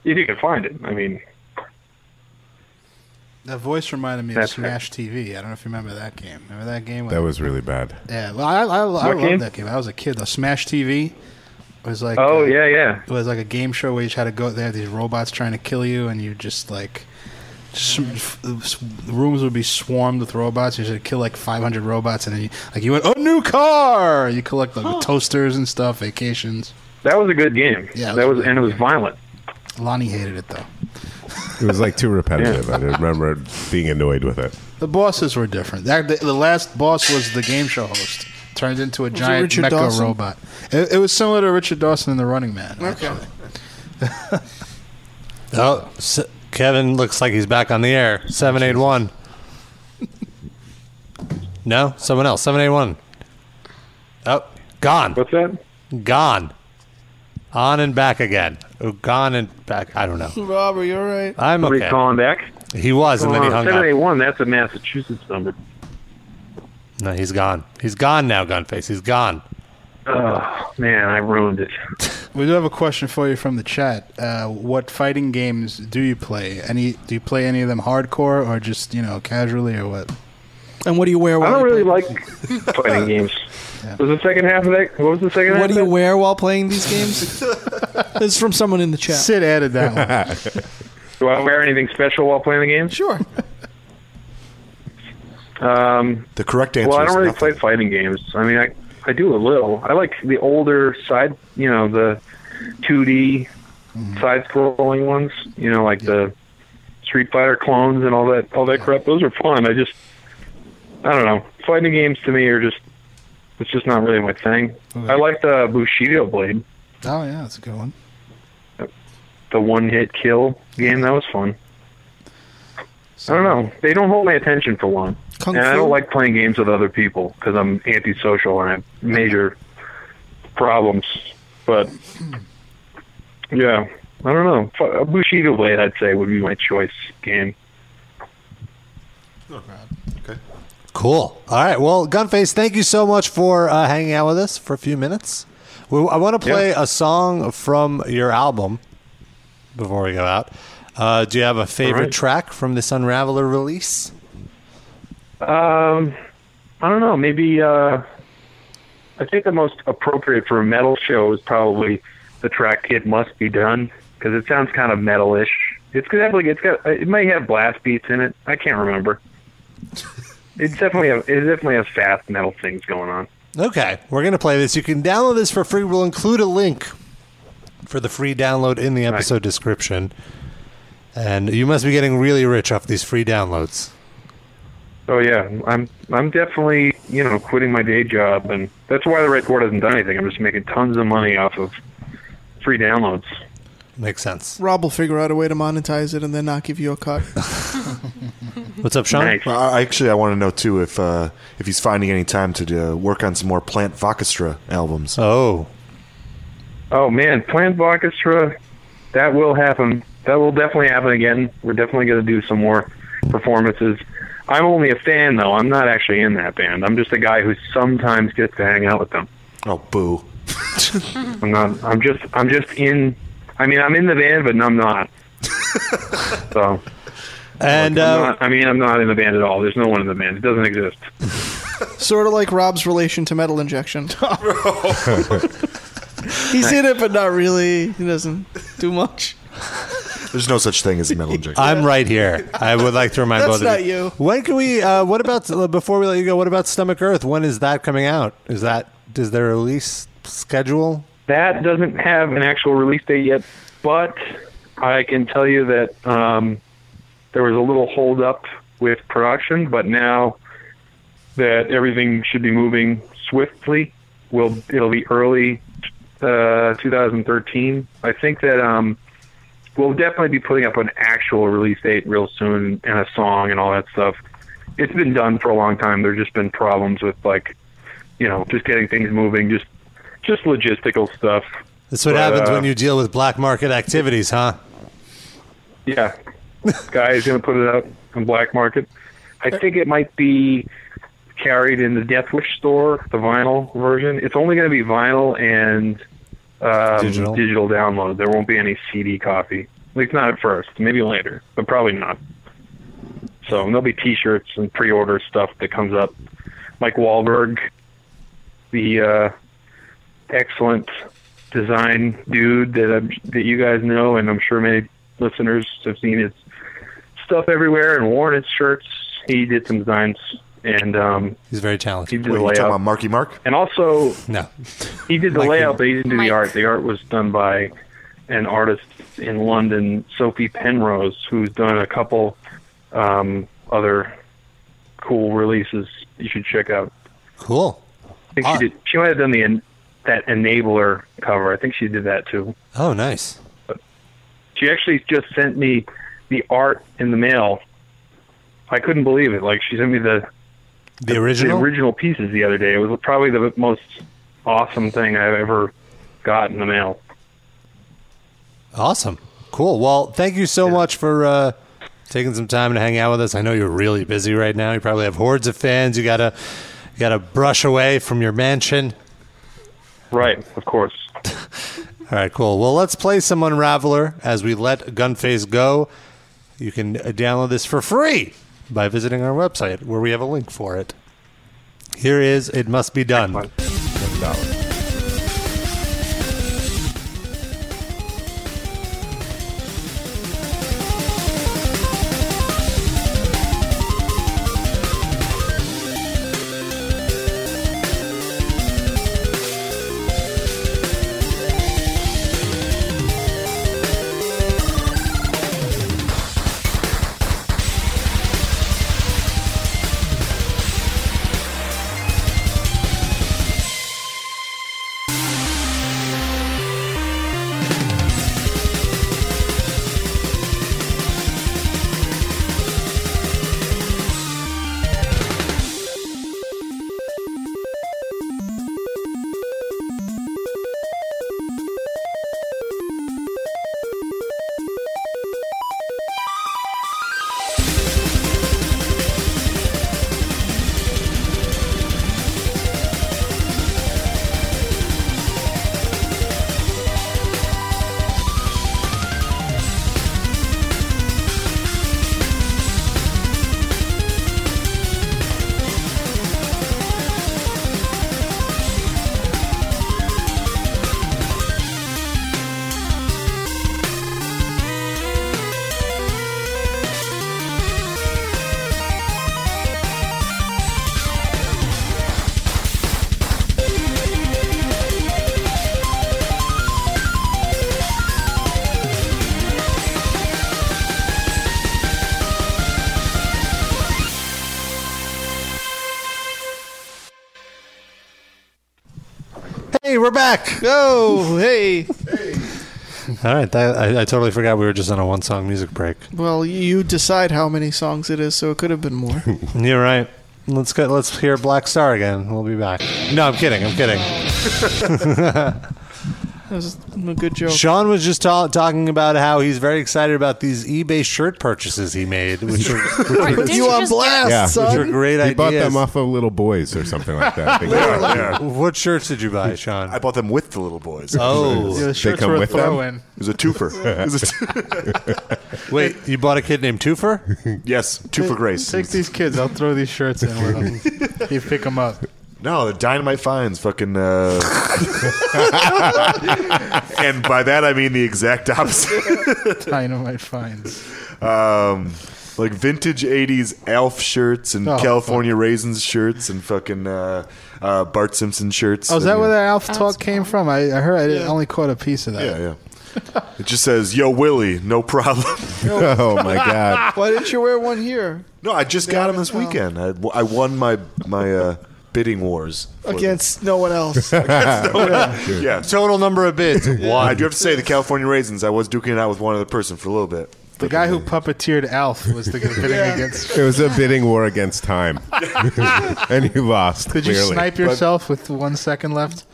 Speaker 11: If you can find it, I mean.
Speaker 3: That voice reminded me
Speaker 11: That's
Speaker 3: of Smash TV. I don't know if you remember that game. Remember that game?
Speaker 6: That was really bad.
Speaker 3: Yeah, well, I, I, I
Speaker 11: What
Speaker 3: loved
Speaker 11: game?
Speaker 3: that game. I was a kid. though. Smash TV was like.
Speaker 11: Oh,
Speaker 3: uh,
Speaker 11: yeah, yeah.
Speaker 3: It was like a game show where you had to go. They had these robots trying to kill you, and you just like. s- f- s- Rooms would be swarmed with robots. You should kill like 500 robots, and then you, like you went a new car. You collect like, toasters and stuff, vacations.
Speaker 11: That was a good game.
Speaker 3: Yeah,
Speaker 11: that was, and it was violent.
Speaker 3: Lonnie hated it though.
Speaker 6: It was like too repetitive. I remember being annoyed with it.
Speaker 3: The bosses were different. That, the, the last boss was the game show host. Turned into a
Speaker 4: it
Speaker 3: giant
Speaker 4: Richard
Speaker 3: mecha
Speaker 4: Dawson?
Speaker 3: robot. It, it was similar to Richard Dawson in The Running Man.
Speaker 4: Okay.
Speaker 2: Oh, s Kevin looks like he's back on the air. Seven eight one. No, someone else. Seven eight one. Oh, gone.
Speaker 11: What's that?
Speaker 2: Gone. On and back again. Oh, gone and back. I don't know.
Speaker 4: Rob, are you alright?
Speaker 2: I'm
Speaker 11: Somebody
Speaker 2: okay.
Speaker 11: calling back?
Speaker 2: He was, and then he hung up.
Speaker 11: 781, that's a Massachusetts number.
Speaker 2: No, he's gone. He's gone now, Gunface. He's gone.
Speaker 11: Oh man, I ruined it.
Speaker 3: We do have a question for you from the chat. Uh, what fighting games do you play? Any? Do you play any of them hardcore or just you know casually or what?
Speaker 4: And what do you wear?
Speaker 11: I don't really like fighting games. Was the second half of that? What was the second half?
Speaker 4: What do you wear while playing these games? it's from someone in the chat.
Speaker 3: Sid added
Speaker 11: one. do I wear anything special while playing the game?
Speaker 4: Sure.
Speaker 11: Um,
Speaker 7: the correct
Speaker 11: well, I don't really play fighting games. I mean, I I do a little. I like the older side, you know, the 2D Mm-hmm. side-scrolling ones. You know, like the Street Fighter clones and all that all that crap. Those are fun. I just I don't know. Fighting games to me are just it's just not really my thing. I like the Bushido Blade,
Speaker 3: Oh yeah, that's a good one.
Speaker 11: the one-hit kill game. That was fun. I don't know. They don't hold my attention for one,
Speaker 4: Kung
Speaker 11: and I
Speaker 4: Fu?
Speaker 11: don't like playing games with other people because I'm antisocial and I have major problems. But yeah, I don't know. Fu- A Bushido Blade, I'd say, would be my choice game.
Speaker 2: Cool. All right. Well, Gunface, thank you so much for uh, hanging out with us for a few minutes. We, I want to play a song from your album before we go out. Uh, do you have a favorite
Speaker 11: right.
Speaker 2: track from this Unraveler release?
Speaker 11: Um, I don't know. Maybe uh, I think the most appropriate for a metal show is probably the track "It Must Be Done" because it sounds kind of metalish. It's definitely it's got it may have blast beats in it. I can't remember. It's definitely a, it definitely has fast metal things going on.
Speaker 2: Okay, we're gonna play this. You can download this for free. We'll include a link for the free download in the episode description. And you must be getting really rich off these free downloads.
Speaker 11: Oh yeah, I'm I'm definitely you know quitting my day job, and that's why the Red Court hasn't done anything. I'm just making tons of money off of free downloads.
Speaker 2: Makes sense.
Speaker 4: Rob will figure out a way to monetize it and then not give you a cut.
Speaker 2: What's up, Sean?
Speaker 7: Well, I- actually, I want to know too if uh, if he's finding any time to uh, work on some more Plant Vocastra albums.
Speaker 2: Oh,
Speaker 11: Oh man, Planned Orchestra, that will happen. That will definitely happen again. We're definitely going to do some more performances. I'm only a fan though. I'm not actually in that band. I'm just a guy who sometimes gets to hang out with them.
Speaker 7: Oh boo!
Speaker 11: I'm not. I'm just. I'm just in. I mean, I'm in the band, but I'm not. so.
Speaker 2: And
Speaker 11: uh, I mean, I'm not in the band at all. There's no one in the band. It doesn't exist.
Speaker 4: sort of like Rob's relation to metal injection. He's in it, but not really. He doesn't do much.
Speaker 7: There's no such thing as a metal injection.
Speaker 2: I'm right here. I would like to remind
Speaker 4: That's
Speaker 2: both of
Speaker 4: not
Speaker 2: you.
Speaker 4: you.
Speaker 2: When can we? Uh, what about before we let you go? What about Stomach Earth? When is that coming out? Is that is there a release schedule?
Speaker 11: That doesn't have an actual release date yet, but I can tell you that um, there was a little holdup with production, but now that everything should be moving swiftly, will it'll be early uh, 2013. I think that um, we'll definitely be putting up an actual release date real soon and a song and all that stuff. It's been done for a long time. There's just been problems with like, you know, just getting things moving, just just logistical stuff.
Speaker 2: That's what
Speaker 11: But,
Speaker 2: happens
Speaker 11: uh,
Speaker 2: when you deal with black market activities, huh?
Speaker 11: Yeah. Guy is going to put it out on black market. I think it might be carried in the Death Wish store, the vinyl version. It's only going to be vinyl and um,
Speaker 2: Digital.
Speaker 11: digital download. There won't be any CD copy. At least not at first. Maybe later, but probably not. So there'll be T-shirts and pre-order stuff that comes up. Mike Wahlberg, the uh, excellent design dude that I'm, that you guys know, and I'm sure many listeners have seen his stuff everywhere and worn his shirts. He did some designs, and um,
Speaker 2: he's very talented.
Speaker 11: He did
Speaker 7: Wait,
Speaker 11: the
Speaker 7: you
Speaker 11: layout.
Speaker 7: talking about Marky Mark?
Speaker 11: And also,
Speaker 2: no,
Speaker 11: he did the
Speaker 7: Mike
Speaker 11: layout, but he didn't do
Speaker 7: Mike.
Speaker 11: the art. The art was done by an artist in London, Sophie Penrose, who's done a couple um, other cool releases. You should check out.
Speaker 2: Cool.
Speaker 11: I think she did. She might have done the en- that enabler cover. I think she did that too.
Speaker 2: Oh, nice.
Speaker 11: She actually just sent me the art in the mail. I couldn't believe it. Like she sent me the
Speaker 2: The original?
Speaker 11: the original pieces the other day. It was probably the most awesome thing I've ever got in the mail.
Speaker 2: Awesome. Cool. Well, thank you so much for uh, taking some time to hang out with us. I know you're really busy right now. You probably have hordes of fans. You gotta you gotta brush away from your mansion.
Speaker 11: Right, of course.
Speaker 2: All right, cool. Well, let's play some Unraveler as we let Gunface go. You can uh, download this for free by visiting our website where we have a link for it. Here is It Must Be Done. Hey, we're back.
Speaker 4: Oh, hey.
Speaker 2: All right, that, I, I totally forgot we were just on a one song music break.
Speaker 4: Well, you decide how many songs it is, so it could have been more.
Speaker 2: You're right. Let's go. Let's hear Black Star again. We'll be back. No, I'm kidding. I'm kidding.
Speaker 4: That was a good joke.
Speaker 2: Sean was just ta- talking about how he's very excited about these eBay shirt purchases he made, which are, which
Speaker 4: Or
Speaker 2: are-
Speaker 4: didn't You you on just- blast, son.
Speaker 2: which are great
Speaker 6: he
Speaker 2: ideas.
Speaker 6: bought them off of Little Boys or something like that. I think.
Speaker 2: What shirts did you buy, Sean? I
Speaker 7: bought them with the little boys.
Speaker 2: Oh,
Speaker 7: Yeah, the shirts were a throw-in. It was a twofer. It was a
Speaker 2: Wait, you bought a kid named Twofer?
Speaker 7: yes, Twofer Grace.
Speaker 3: Take these kids. I'll throw these shirts in with them. you pick them up.
Speaker 7: No, the dynamite finds fucking. Uh... and by that I mean the exact opposite.
Speaker 3: Dynamite finds.
Speaker 7: Um, like vintage '80s Elf shirts and
Speaker 3: Oh,
Speaker 7: California Raisins shirts and fucking uh, uh, Bart Simpson shirts.
Speaker 3: Oh, is that
Speaker 7: And-
Speaker 3: where that Alf talk came from? I, I heard. I didn't- only caught a piece of that.
Speaker 7: Yeah, yeah. It just says, "Yo, Willie, no problem."
Speaker 6: oh my god!
Speaker 4: Why didn't you wear one here?
Speaker 7: No, I just got him this weekend. I, I won my my uh, bidding wars.
Speaker 4: Against no one else.
Speaker 7: yeah.
Speaker 2: Total number of bids.
Speaker 7: One. I do have to say the California Raisins. I was duking it out with one other person for a little bit.
Speaker 3: The guy who puppeteered Alf was the guy bidding against.
Speaker 6: It was a bidding war against time, and you lost.
Speaker 3: Did you
Speaker 6: clearly.
Speaker 3: snipe yourself with one second left?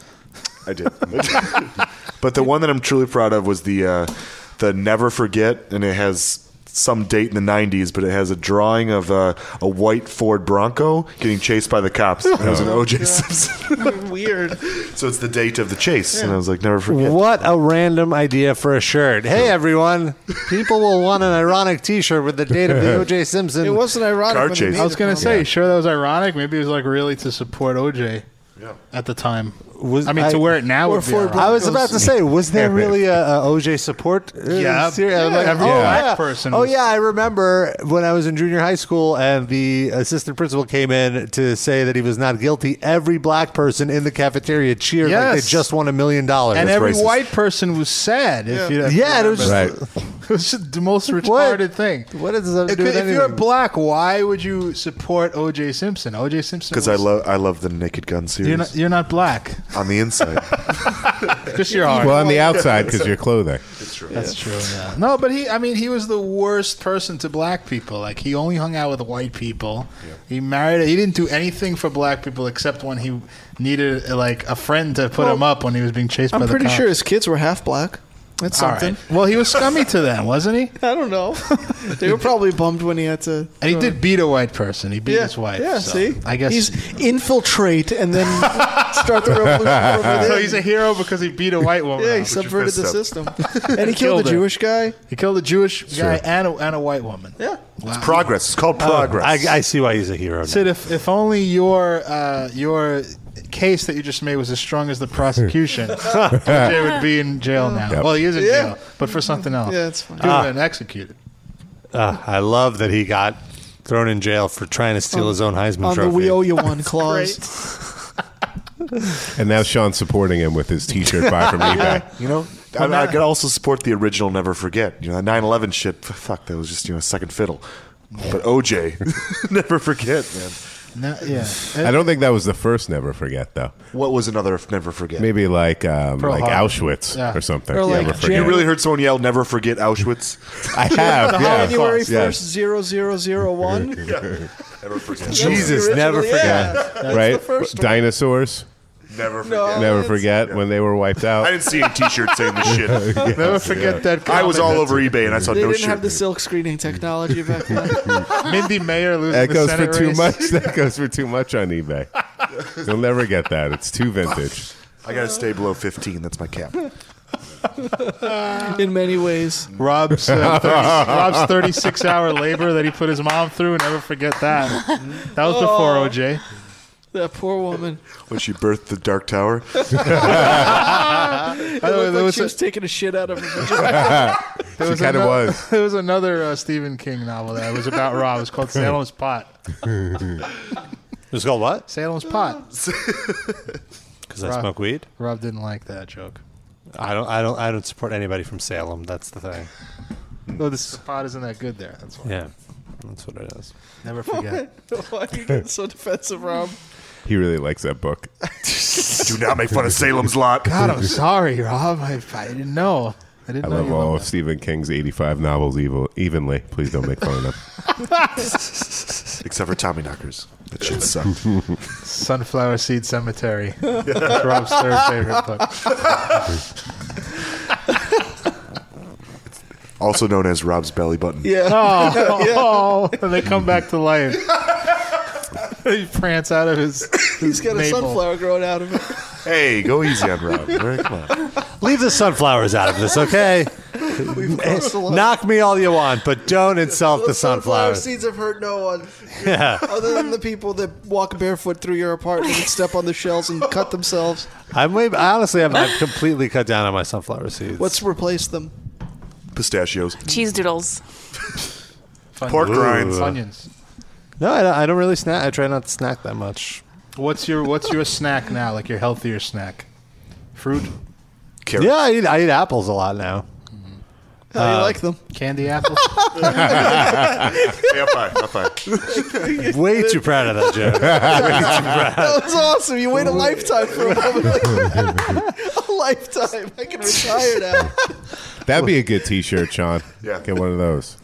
Speaker 7: I did. but the one that I'm truly proud of was the uh, the Never Forget, and it has some date in the 90s, but it has a drawing of uh, a white Ford Bronco getting chased by the cops. It was an
Speaker 4: Oh.
Speaker 7: O.J. Simpson.
Speaker 4: Weird.
Speaker 7: So it's the date of the chase, and I was like, Never Forget.
Speaker 2: What a random idea for a shirt. Hey, everyone. People will want an ironic t shirt with the date of the O.J. Simpson.
Speaker 3: It wasn't
Speaker 4: ironic
Speaker 3: I was going to say,
Speaker 2: Yeah.
Speaker 3: sure, that was ironic. Maybe it was like really to support OJ at the time. I mean, to wear it now would be ironic.
Speaker 2: I was about to say, was there really a, a OJ support? uh,
Speaker 3: Yeah.
Speaker 2: series? I'm
Speaker 3: Yeah, every
Speaker 2: oh,
Speaker 3: black
Speaker 2: yeah.
Speaker 3: person
Speaker 2: Oh
Speaker 3: was-
Speaker 2: yeah, I remember when I was in junior high school and the assistant principal came in to say that he was not guilty. Every black person in the cafeteria cheered like
Speaker 3: Yes.
Speaker 2: they just won a million dollars.
Speaker 3: And every white person was sad. If
Speaker 2: Yeah.
Speaker 3: you
Speaker 2: Yeah, it was just- Right.
Speaker 3: it was just the most retarded thing.
Speaker 2: What does that
Speaker 3: If,
Speaker 2: do with
Speaker 3: if you're
Speaker 2: anything?
Speaker 3: black, why would you support O.J. Simpson? O.J. Simpson
Speaker 7: Because I love I love the Naked Gun series.
Speaker 3: You're not, you're not black.
Speaker 7: on the inside.
Speaker 3: Just your heart.
Speaker 6: Well, on the outside because your clothing. That's
Speaker 7: true.
Speaker 3: That's true. Yeah. No, but he, I mean, he was the worst person to black people. Like, he only hung out with white people. He married, he didn't do anything for black people except when he needed, like, a friend to put
Speaker 4: Well,
Speaker 3: him up when he was being chased by
Speaker 4: I'm
Speaker 3: the
Speaker 4: pretty
Speaker 3: cops.
Speaker 4: sure his kids were half black. That's
Speaker 3: All right.
Speaker 4: something.
Speaker 3: Well, he was scummy to them, wasn't he?
Speaker 4: I don't know. they were probably bummed when he had to.
Speaker 3: And he did beat a white person. He beat
Speaker 4: Yeah,
Speaker 3: his wife.
Speaker 4: yeah,
Speaker 3: so
Speaker 4: see?
Speaker 3: I guess
Speaker 4: He's infiltrate and then start the revolution over there.
Speaker 3: So he's a hero because he beat a white woman.
Speaker 4: Yeah,
Speaker 3: up.
Speaker 4: he
Speaker 3: Which
Speaker 4: subverted
Speaker 3: is
Speaker 4: the
Speaker 3: messed
Speaker 4: system.
Speaker 3: up.
Speaker 4: And he killed a
Speaker 3: her.
Speaker 4: Jewish guy.
Speaker 3: He killed a Jewish
Speaker 4: Sure.
Speaker 3: guy and a, and a white woman.
Speaker 4: Yeah.
Speaker 3: Wow.
Speaker 7: Progress. It's called
Speaker 2: Oh,
Speaker 7: progress.
Speaker 2: I, I see why he's a hero. Now.
Speaker 3: Sid, if, if only your uh, your case that you just made was as strong as the prosecution, Jay would be in jail now.
Speaker 2: Yep.
Speaker 3: Well, he is in
Speaker 2: Yeah.
Speaker 3: jail, but for something else.
Speaker 4: Yeah, it's fine.
Speaker 3: He would
Speaker 2: Ah.
Speaker 3: have been executed.
Speaker 2: Uh, I love that he got thrown in jail for trying to steal his own Heisman
Speaker 4: On
Speaker 2: trophy.
Speaker 4: the we owe you one clause.
Speaker 6: And now Sean's supporting him with his T-shirt buy from eBay.
Speaker 7: You know, I, I could also support the original Never Forget. You know, that 9 11 shit, f- fuck, that was just, you know, second fiddle. But OJ, never forget, man.
Speaker 3: No, yeah.
Speaker 6: I don't think that was the first Never Forget though.
Speaker 7: What was another f- Never Forget?
Speaker 6: Maybe like um,
Speaker 7: Pearl
Speaker 6: like
Speaker 7: Harbor.
Speaker 6: Auschwitz
Speaker 7: Yeah.
Speaker 6: or something.
Speaker 4: Or like
Speaker 6: Never
Speaker 4: Jan-
Speaker 6: Forget.
Speaker 7: You really heard someone yell, never forget Auschwitz?
Speaker 6: I have.
Speaker 4: The
Speaker 6: yeah.
Speaker 4: January
Speaker 6: Yes.
Speaker 4: 1st, 0001.
Speaker 7: Never forget.
Speaker 6: Jesus,
Speaker 4: That's the
Speaker 6: never
Speaker 4: original, yeah.
Speaker 6: forget.
Speaker 4: That's the
Speaker 6: right?
Speaker 4: first one.
Speaker 6: Dinosaurs.
Speaker 7: Never
Speaker 4: No,
Speaker 7: forget.
Speaker 6: never forget when they were wiped out.
Speaker 7: I didn't see any T-shirts saying this shit.
Speaker 6: Yes,
Speaker 7: Never
Speaker 3: forget
Speaker 7: yeah.
Speaker 3: that
Speaker 7: I was all
Speaker 3: comment.
Speaker 7: over eBay and I saw
Speaker 4: they
Speaker 7: no
Speaker 4: didn't
Speaker 7: shirt.
Speaker 4: have the silk screening technology back then.
Speaker 3: Mindy Mayer losing
Speaker 6: That
Speaker 3: the
Speaker 6: goes for
Speaker 3: Senate
Speaker 6: too
Speaker 3: race.
Speaker 6: much. That goes for too much on eBay. You'll never get that. It's too vintage.
Speaker 7: I gotta stay below fifteen. That's my cap.
Speaker 4: In many ways.
Speaker 3: Rob's, uh, 30, Rob's 36 hour labor that he put his mom through, never forget that. That was before
Speaker 4: Oh.
Speaker 3: OJ.
Speaker 4: That poor woman.
Speaker 7: When she birthed the Dark Tower.
Speaker 4: It
Speaker 3: way,
Speaker 4: looked
Speaker 3: there
Speaker 4: like
Speaker 3: was
Speaker 4: she
Speaker 3: a-
Speaker 4: was taking a shit out of her.
Speaker 3: There
Speaker 6: She kinda
Speaker 3: ano-
Speaker 6: was.
Speaker 3: There was another uh, Stephen King novel that was about Rob. It was called Salem's Pot.
Speaker 2: It's called what?
Speaker 3: Salem's Pot.
Speaker 2: Because I
Speaker 3: Rob-
Speaker 2: smoke weed.
Speaker 3: Rob didn't like that joke.
Speaker 2: I don't. I don't. I don't support anybody from Salem. That's the thing.
Speaker 3: No, this pot isn't that good there. That's why.
Speaker 2: Yeah, that's what it is.
Speaker 3: Never forget.
Speaker 4: Why are you getting so defensive, Rob?
Speaker 6: He really likes that book.
Speaker 7: Do not make fun of Salem's Lot.
Speaker 3: God, I'm sorry, Rob. I, I didn't know. I didn't
Speaker 6: I
Speaker 3: know
Speaker 6: love
Speaker 3: you
Speaker 6: all of Stephen King's 85 novels evil, evenly. Please don't make fun of them.
Speaker 7: Except for Tommy Knockers. That shit sucked.
Speaker 3: Sunflower Seed Cemetery. That's Rob's third favorite book.
Speaker 7: Also known as Rob's belly button.
Speaker 4: Yeah.
Speaker 3: Oh,
Speaker 4: Yeah.
Speaker 3: oh, and they come back to life. he prance out of his.
Speaker 4: He's got a
Speaker 3: navel.
Speaker 4: sunflower growing out of it.
Speaker 7: Hey, go easy on Rob. all right? Come on.
Speaker 2: Leave the sunflowers out of this, okay? Eh,
Speaker 4: crossed the line.
Speaker 2: Knock me all you want, but don't insult the
Speaker 4: Sunflower
Speaker 2: sunflowers.
Speaker 4: seeds have hurt no one.
Speaker 2: Yeah.
Speaker 4: Other than the people that walk barefoot through your apartment and step on the shells and cut themselves.
Speaker 2: I'm way, I honestly, I've, I've completely cut down on my sunflower seeds.
Speaker 4: What's replaced them?
Speaker 7: Pistachios.
Speaker 5: Cheese doodles.
Speaker 7: Pork grinds.
Speaker 3: Onions.
Speaker 2: No, I don't, I don't really snack. I try not to snack that much.
Speaker 3: What's your What's your snack now? Like your healthier snack? Fruit,
Speaker 7: Carrots.
Speaker 2: Yeah, I eat, I eat apples a lot now. Uh,
Speaker 4: How do Mm-hmm. you like them?
Speaker 3: Uh, candy apple.
Speaker 7: Hey, up high, up high.
Speaker 2: Way too proud of that joke.
Speaker 4: That was awesome. You wait a lifetime for a moment. Like, a lifetime. I can retire now.
Speaker 6: That'd be a good T-shirt, Sean.
Speaker 7: Yeah.
Speaker 6: Get one of those.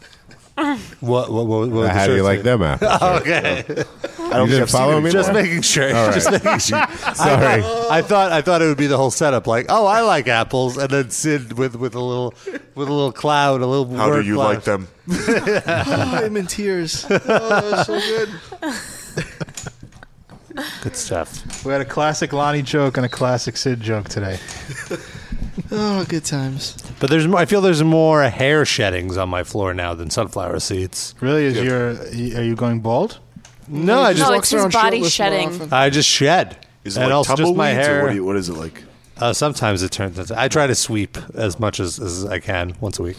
Speaker 2: What? What? What? what
Speaker 6: How do you like them apples?
Speaker 2: Okay,
Speaker 7: I don't
Speaker 6: You
Speaker 7: think
Speaker 6: didn't
Speaker 7: I've seen
Speaker 6: follow
Speaker 7: it
Speaker 6: me?
Speaker 2: just
Speaker 7: before.
Speaker 2: making sure.
Speaker 6: All right.
Speaker 2: Just making sure.
Speaker 6: Sorry.
Speaker 2: I thought I thought it would be the whole setup. Like, oh, I like apples, and then Sid with with a little with a little cloud, a little.
Speaker 7: How do
Speaker 2: word
Speaker 7: you
Speaker 2: cloud.
Speaker 7: like them?
Speaker 4: Oh, I'm in tears. Oh, that was so good.
Speaker 2: Good stuff.
Speaker 3: We had a classic Lonnie joke and a classic Sid joke today.
Speaker 4: Oh, good times.
Speaker 2: But there's more, I feel there's more hair sheddings on my floor now than sunflower seeds.
Speaker 3: Really, is your are you going bald?
Speaker 2: No, I just
Speaker 5: No, it's his body shedding.
Speaker 2: I just shed.
Speaker 7: Is it
Speaker 2: and
Speaker 7: like
Speaker 2: also just my
Speaker 7: tumbleweeds, or
Speaker 2: hair.
Speaker 7: what do you- what is it like?
Speaker 2: uh, sometimes it turns into. I try to sweep as much as, as I can once a week.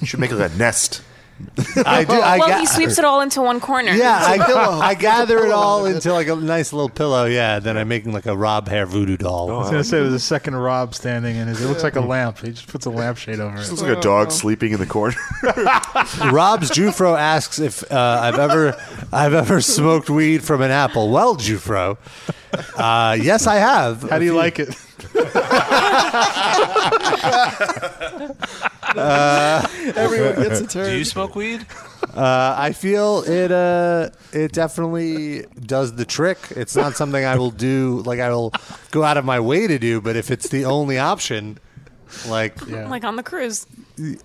Speaker 7: You should make like a nest.
Speaker 2: I do. I
Speaker 5: well,
Speaker 2: ga-
Speaker 5: he sweeps it all into one corner.
Speaker 2: Yeah, I,
Speaker 4: pillow.
Speaker 2: I gather it
Speaker 4: pillow
Speaker 2: all
Speaker 4: out of it.
Speaker 2: into like a nice little pillow. Yeah, then I'm making like a Rob hair voodoo doll.
Speaker 7: Oh,
Speaker 3: I was gonna say there's a second Rob standing in his. It looks like a lamp. He just puts a lampshade over
Speaker 7: It
Speaker 3: it.
Speaker 7: looks like a dog sleeping in the corner.
Speaker 2: Rob's Jufro asks if uh, I've ever I've ever smoked weed from an apple. Well, Jufro, uh, yes, I have.
Speaker 3: How do you like it?
Speaker 4: Everyone gets a turn.
Speaker 13: Uh, Do you smoke weed?
Speaker 2: Uh, I feel it. Uh, it definitely does the trick. It's not something I will do. Like I will go out of my way to do, but if it's the only option, Like,
Speaker 5: Like on the cruise.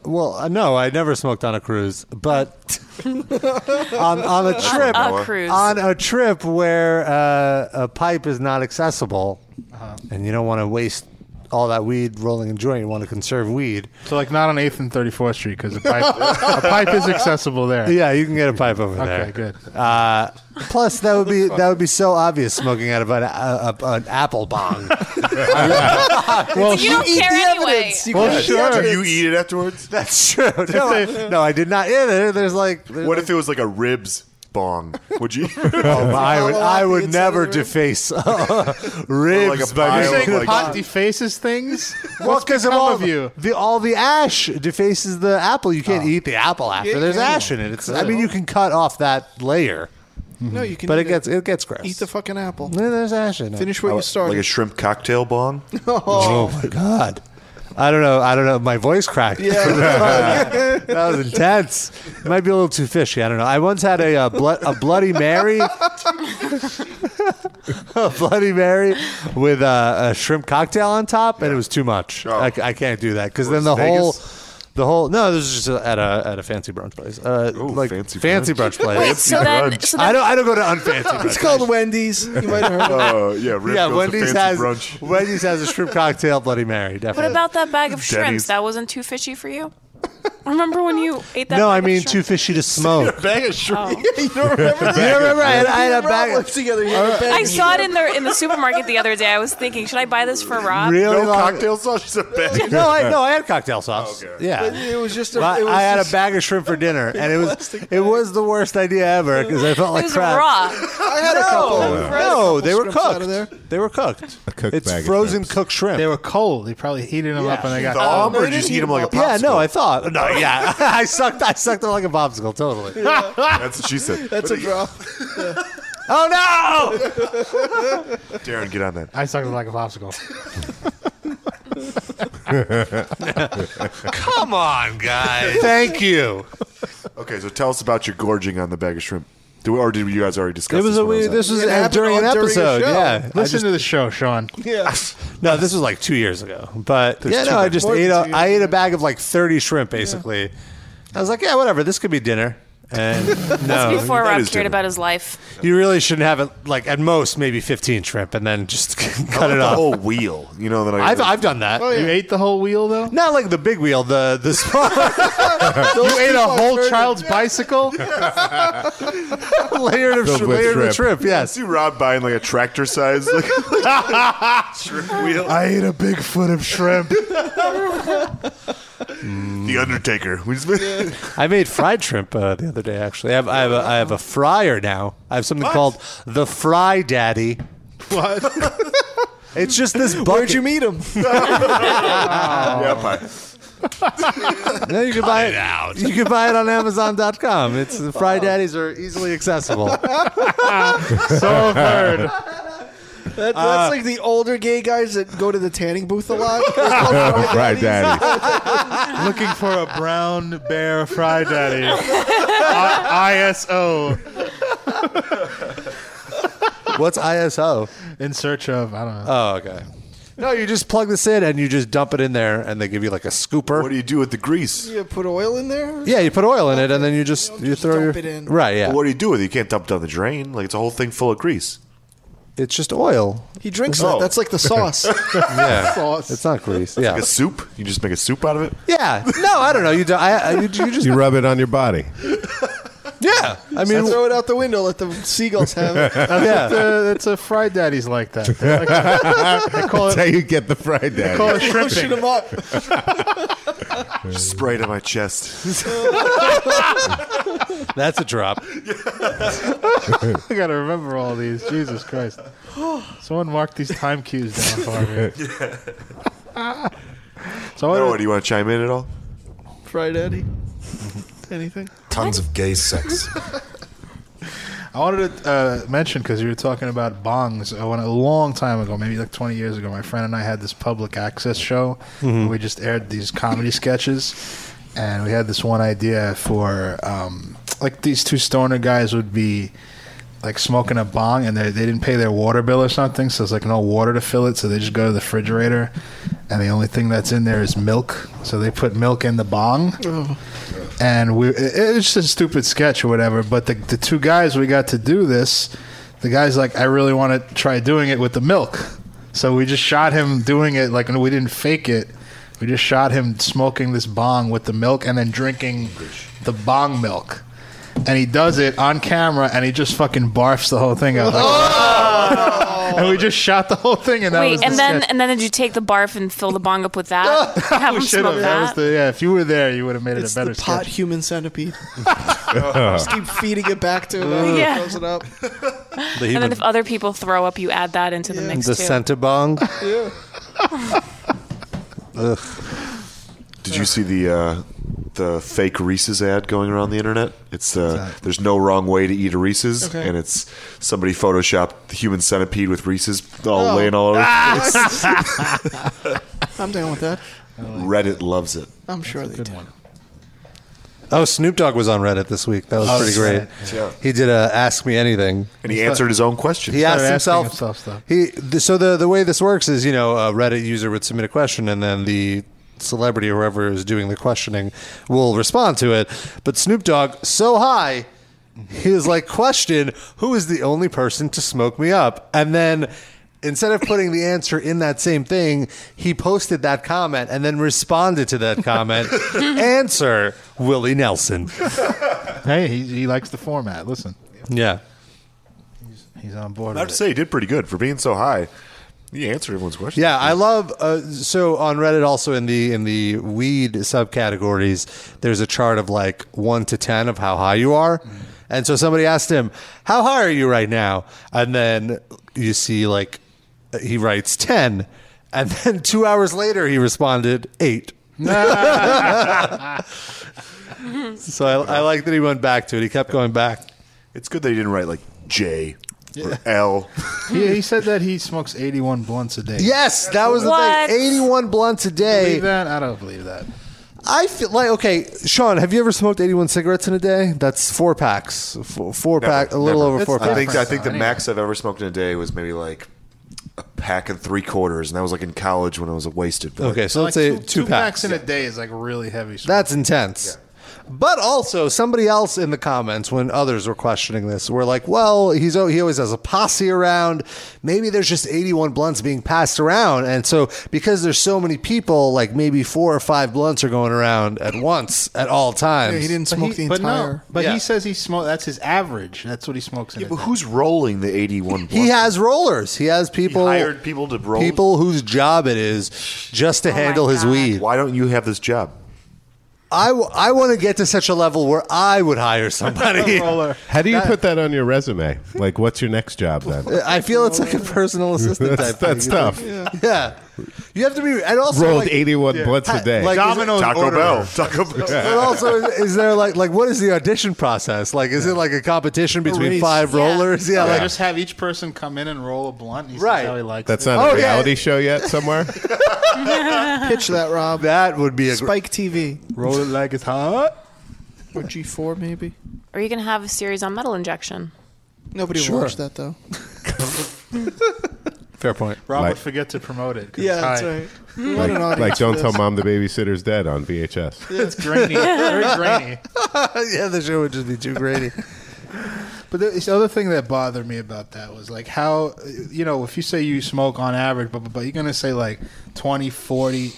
Speaker 2: well, uh, no, I never smoked on a cruise, but on, on
Speaker 5: Uh,
Speaker 2: a trip,
Speaker 5: On a cruise.
Speaker 2: on a trip where uh, a pipe is not accessible, and you don't want to waste all that weed rolling a joint. You want to conserve weed.
Speaker 3: So like not on Eighth and Thirty Fourth Street because a pipe, a pipe is accessible there.
Speaker 2: Yeah, you can get a pipe over there.
Speaker 3: Okay, good.
Speaker 2: Uh, plus, that would be that would be so obvious smoking out of an, uh, a, a, an apple bong.
Speaker 9: Well,
Speaker 2: you don't
Speaker 9: eat
Speaker 2: care
Speaker 9: the
Speaker 2: anyway.
Speaker 9: evidence. You
Speaker 2: Well,
Speaker 9: can eat the
Speaker 2: sure.
Speaker 9: evidence.
Speaker 2: You
Speaker 7: eat it afterwards?
Speaker 2: That's true. No, no, I did not. Yeah, there- there's like.
Speaker 7: what if it was like a ribs bong? Would you?
Speaker 2: Oh, I would I would never deface uh, ribs
Speaker 7: a
Speaker 2: by
Speaker 7: pile
Speaker 2: making
Speaker 7: of,
Speaker 2: a
Speaker 7: like-
Speaker 2: pot-
Speaker 3: Pot defaces things.
Speaker 2: Well,
Speaker 3: What's
Speaker 2: because of
Speaker 3: become
Speaker 2: all
Speaker 3: of you?
Speaker 2: The, all the ash defaces the apple. You can't eat the apple after.
Speaker 4: Oh. Yeah,
Speaker 2: There's
Speaker 4: yeah.
Speaker 2: ash in it. It's, I mean, you can cut off that layer.
Speaker 4: Mm-hmm. No, you can
Speaker 2: But
Speaker 4: eat
Speaker 2: it gets it gets gross.
Speaker 4: Eat the fucking apple.
Speaker 2: there's ash in it.
Speaker 4: Finish what you started.
Speaker 7: Oh, Like a shrimp cocktail bong?
Speaker 2: Oh. my god. I don't know. I don't know. My voice cracked.
Speaker 4: Yeah.
Speaker 2: that was intense. It might be a little too fishy. I don't know. I once had a uh, blood, a Bloody Mary, a Bloody Mary with uh, a shrimp cocktail on top, and it was too much. I, I can't do that because then the
Speaker 9: Was it
Speaker 2: whole,
Speaker 9: Vegas?
Speaker 2: the whole. No, this is just a, at a at a fancy brunch place. Uh, like fancy fancy brunch,
Speaker 9: Wait,
Speaker 2: place.
Speaker 9: so Fancy then- brunch. so then-
Speaker 2: I don't. I don't go to unfancy. brunch
Speaker 4: It's called Wendy's. You might have heard of it.
Speaker 2: Oh, yeah. Wendy's has Wendy's has a shrimp cocktail Bloody Mary. Definitely.
Speaker 5: What about that bag of shrimps?
Speaker 2: Denny's.
Speaker 5: That wasn't too fishy for you? Remember when you ate that
Speaker 2: no,
Speaker 5: bag
Speaker 2: I
Speaker 5: of Oh.
Speaker 2: mean
Speaker 5: shrimp?
Speaker 2: too fishy to smoke.
Speaker 3: bag of
Speaker 5: shrimp.
Speaker 4: you don't remember
Speaker 2: You
Speaker 4: that?
Speaker 2: don't remember? I had- I had a
Speaker 4: We were all
Speaker 2: bag of-
Speaker 4: lived together. You had a bag
Speaker 5: I
Speaker 4: of
Speaker 5: saw it
Speaker 4: shrimp.
Speaker 5: in the in the supermarket the other day. I was thinking, should I buy this for Rob?
Speaker 2: Really No long-
Speaker 7: cocktail sauce. She's a bad.
Speaker 2: no, I, no, I had cocktail
Speaker 6: Oh,
Speaker 2: sauce. Yeah,
Speaker 4: But it was just a-
Speaker 2: But
Speaker 4: it was
Speaker 2: I had a
Speaker 4: just-
Speaker 2: bag of shrimp for dinner, and it was it was the worst idea ever because I felt
Speaker 5: It
Speaker 2: like
Speaker 5: was
Speaker 2: crap.
Speaker 5: raw.
Speaker 4: I had a couple.
Speaker 2: No,
Speaker 4: I had a
Speaker 2: no,
Speaker 4: couple
Speaker 2: they were
Speaker 4: shrimps out of there.
Speaker 2: cooked. They were cooked. it's
Speaker 3: bag of
Speaker 2: frozen cooked shrimp.
Speaker 3: They were cold. They probably heated them up and they got.
Speaker 2: Um, Yeah, no, I thought. No, yeah, I sucked. I sucked them like a popsicle. Totally.
Speaker 7: That's what she said.
Speaker 4: That's a drop.
Speaker 2: Oh
Speaker 7: Darren, get on that.
Speaker 3: I sucked it like a popsicle.
Speaker 2: Come on, guys. Thank you.
Speaker 7: Okay, so tell us about your gorging on the bag of shrimp. Do we, or did you guys already discuss
Speaker 2: It was
Speaker 7: this
Speaker 2: a
Speaker 7: when I
Speaker 2: weird.
Speaker 7: out?
Speaker 2: This was uh, during an episode. yeah,
Speaker 3: Listen to the show, Sean.
Speaker 4: Yeah.
Speaker 2: No, Uh, this was like two years ago. But
Speaker 3: There's
Speaker 2: yeah,
Speaker 3: two
Speaker 2: no, I
Speaker 3: bags.
Speaker 2: just
Speaker 3: More
Speaker 2: ate
Speaker 3: than
Speaker 2: a,
Speaker 3: two
Speaker 2: I ate a bag of like thirty shrimp basically. I was like, yeah, whatever. This could be dinner. And no,
Speaker 5: That's before Rob cared about his life.
Speaker 2: You really shouldn't have it. Like at most, maybe fifteen shrimp, and then just cut
Speaker 7: about
Speaker 2: it
Speaker 7: the
Speaker 2: off.
Speaker 7: whole wheel, you know. That I,
Speaker 2: I've, I've done that.
Speaker 7: Oh, yeah. You
Speaker 2: ate the whole wheel though? Not like the big wheel. The the small.
Speaker 3: you ate a whole child's bicycle.
Speaker 2: layered of
Speaker 7: Filled
Speaker 2: shri-
Speaker 7: with
Speaker 2: layered with shrimp. Yes.
Speaker 7: See Rob buying like a tractor size like, shrimp wheel. I ate a big foot of shrimp. Mm. the Undertaker. We just
Speaker 2: I made fried shrimp uh, the other day. Actually, I have I have, a, I have a fryer now. I have something called the Fry Daddy.
Speaker 4: What?
Speaker 2: It's just this bucket.
Speaker 4: Where'd you meet him?
Speaker 7: yeah, pie.
Speaker 2: No, you can buy it. You can buy it on Amazon.com. It's the Fry Daddies are easily accessible.
Speaker 4: So
Speaker 2: heard.
Speaker 4: That, that's
Speaker 2: Uh,
Speaker 4: like the older gay guys that go to the tanning booth a lot.
Speaker 6: Right, Daddy.
Speaker 3: Looking for a brown bear fry daddy. I- ISO.
Speaker 2: What's ISO?
Speaker 3: In search of, I don't know.
Speaker 2: Oh, okay. No, you just plug this in and you just dump it in there, and they give you like a scooper. What
Speaker 7: do you do with the grease?
Speaker 4: you put oil in there.
Speaker 2: Yeah, you put oil in it, and then you just you throw your
Speaker 4: dump it in.
Speaker 2: right. Yeah,
Speaker 7: Well, what do you do with it? You can't dump it down the drain. Like it's a whole thing full of grease.
Speaker 2: it's just oil.
Speaker 4: He drinks
Speaker 7: Oh.
Speaker 4: that. That's like the sauce.
Speaker 2: Yeah,
Speaker 4: Sauce.
Speaker 2: it's not grease.
Speaker 7: It's
Speaker 2: Yeah,
Speaker 7: like a soup. You just make a soup out of it.
Speaker 2: yeah. No, I don't know. You do, I, I- you, you just
Speaker 6: You rub it on your body.
Speaker 2: yeah. I
Speaker 4: mean, throw it out the window. Let the seagulls have it.
Speaker 3: That's what the- that's a fry daddy's like that. They're like- they call
Speaker 6: That's how
Speaker 3: it.
Speaker 6: you get the fried daddy.
Speaker 3: call it shrimping. Pushing 'em
Speaker 4: up.
Speaker 7: Just spray it on my chest.
Speaker 2: That's a drop.
Speaker 3: I gotta remember all these. Jesus Christ! Someone mark these time cues down for me. So
Speaker 7: Noah, do you want to chime in at all?
Speaker 4: Fried Eddie. Anything?
Speaker 13: Tons of gay sex.
Speaker 3: I wanted to uh, mention because you were talking about bongs. I went a long time ago, maybe like 20 years ago. My friend and I had this public access show. where We just aired these comedy sketches, and we had this one idea for um, like these two stoner guys would be like smoking a bong, and they they didn't pay their water bill or something, so there's like no water to fill it, so they just go to the refrigerator and the only thing that's in there is milk. So they put milk in the bong, and we it, it was just a stupid sketch or whatever. But the the two guys we got to do this, the guy's like, I really want to try doing it with the milk. So we just shot him doing it like, and we didn't fake it. We just shot him smoking this bong with the milk and then drinking the bong milk. And he does it on camera, and he just fucking barfs the whole thing out. Like, and we just shot the whole thing, and that was
Speaker 5: Oh! Wait,
Speaker 3: the
Speaker 5: and then
Speaker 3: sketch.
Speaker 5: and then did you take the barf and fill the bong up with that? Have
Speaker 3: We
Speaker 5: him
Speaker 3: should've.
Speaker 5: smoke
Speaker 3: That was
Speaker 5: that?
Speaker 3: the- yeah, if you were there, you would have made it
Speaker 4: It's
Speaker 3: a better
Speaker 4: the pot
Speaker 3: sketch.
Speaker 4: human centipede. Just keep feeding it back to him. after he
Speaker 5: Yeah.
Speaker 4: throws it up.
Speaker 5: and then if other people throw up, you add that into the mix
Speaker 2: the
Speaker 5: too.
Speaker 2: centibong.
Speaker 4: Yeah.
Speaker 7: Ugh. Did you see the uh, the fake Reese's ad going around the internet? It's uh, there's no wrong way to eat a Reese's,
Speaker 4: Okay.
Speaker 7: and it's somebody photoshopped the human centipede with Reese's all
Speaker 4: Oh. Ah.
Speaker 7: laying all over.
Speaker 4: I'm down with that.
Speaker 7: Reddit loves it.
Speaker 4: I'm sure they do.
Speaker 2: Oh, Snoop Dogg was on Reddit this week. That was
Speaker 7: Oh,
Speaker 2: pretty
Speaker 7: shit.
Speaker 2: great.
Speaker 7: Yeah.
Speaker 2: He did a Ask Me Anything,
Speaker 7: And he answered his own question.
Speaker 2: He asked
Speaker 7: Started asking
Speaker 2: himself.
Speaker 7: himself stuff.
Speaker 2: He th- so the the way this works is you know a Reddit user would submit a question and then the celebrity or whoever is doing the questioning will respond to it. But Snoop Dogg so high. His like question, who is the only person to smoke me up? And then instead of putting the answer in that same thing, he posted that comment and then responded to that comment. answer Willie Nelson.
Speaker 3: hey, he, he likes the format. Listen,
Speaker 2: Yeah.
Speaker 3: he's on board.
Speaker 7: I have to say, he did pretty good for being so high. He answered everyone's question.
Speaker 2: Yeah, I love. Uh, so on Reddit, also in the in the weed subcategories, there's a chart of like one to ten of how high you are,
Speaker 3: Mm.
Speaker 2: and so somebody asked him, "How high are you right now?" And then you see like he writes ten, and then two hours later he responded eight. so I, I like that he went back to it. He kept going back.
Speaker 7: It's good that he didn't write like J or L.
Speaker 3: he, he said that he smokes 81 blunts a day.
Speaker 2: Yes, that was the
Speaker 3: What?
Speaker 2: thing. Eighty-one blunts a day.
Speaker 3: Believe that? I don't believe that.
Speaker 2: I feel like okay, Sean. Have you ever smoked eighty-one cigarettes in a day? That's four packs, four, four pack, a little over four
Speaker 7: I
Speaker 2: packs.
Speaker 7: think I think the max I've ever smoked in a day was maybe like a pack and three quarters, and that was like in college when I was a wasted. boy.
Speaker 2: Okay, so let's say two,
Speaker 3: Two packs
Speaker 2: packs.
Speaker 3: in a day is like really heavy.
Speaker 2: That's intense. But also, somebody else in the comments when others were questioning this were like, "Well, he's al- he always has a posse around. Maybe there's just 81 blunts being passed around, and so because there's so many people, like maybe four or five blunts are going around at once at all times."
Speaker 3: But he- but no, But he says he smokes. That's his average. That's what he smokes. In yeah, but
Speaker 7: who's rolling the eighty-one?
Speaker 2: He has rollers. He has people
Speaker 7: hired people to roll?
Speaker 2: People whose job it is just to handle his weed.
Speaker 7: Why don't you have this job?
Speaker 2: I, w- I want to get to such a level where I would hire somebody.
Speaker 6: How do you
Speaker 2: That-
Speaker 6: put that on your resume? Like, what's your next job then?
Speaker 2: I feel it's like a personal assistant
Speaker 6: That's-
Speaker 2: type.
Speaker 6: that's
Speaker 2: thing.
Speaker 6: tough.
Speaker 2: Yeah. you have to be and also
Speaker 6: Rolled
Speaker 2: like-
Speaker 6: 81 blunts a day.
Speaker 2: is it-
Speaker 6: Domino's Taco order. Bell. Taco Bell.
Speaker 2: But also, is, is there like like what is the audition process? Like, is it like a competition between five rollers? Yeah,
Speaker 3: They
Speaker 2: like
Speaker 3: just have each person come in and roll a blunt. And he
Speaker 2: Right.
Speaker 3: Says how he likes
Speaker 6: That's
Speaker 3: it.
Speaker 2: Oh,
Speaker 6: not a reality show yet somewhere?
Speaker 4: Pitch that, Rob.
Speaker 2: That would be a gr-
Speaker 4: Spike TV
Speaker 2: roll it like it's hot.
Speaker 4: or G4 maybe.
Speaker 5: Are you gonna have a series on metal injection?
Speaker 4: Nobody
Speaker 2: Sure.
Speaker 4: will watch that though.
Speaker 2: Fair point.
Speaker 3: Rob
Speaker 6: Like-
Speaker 3: would forget to promote it. 'cause
Speaker 4: Yeah, that's
Speaker 3: it's high.
Speaker 4: right.
Speaker 6: like, like, don't tell mom the babysitter's dead on VHS.
Speaker 3: It's grainy. Very grainy.
Speaker 2: yeah, the show would just be too grainy.
Speaker 3: But the- the other thing that bothered me about that was like how you know if you say you smoke on average, but, but, but you're gonna say like 20, 40,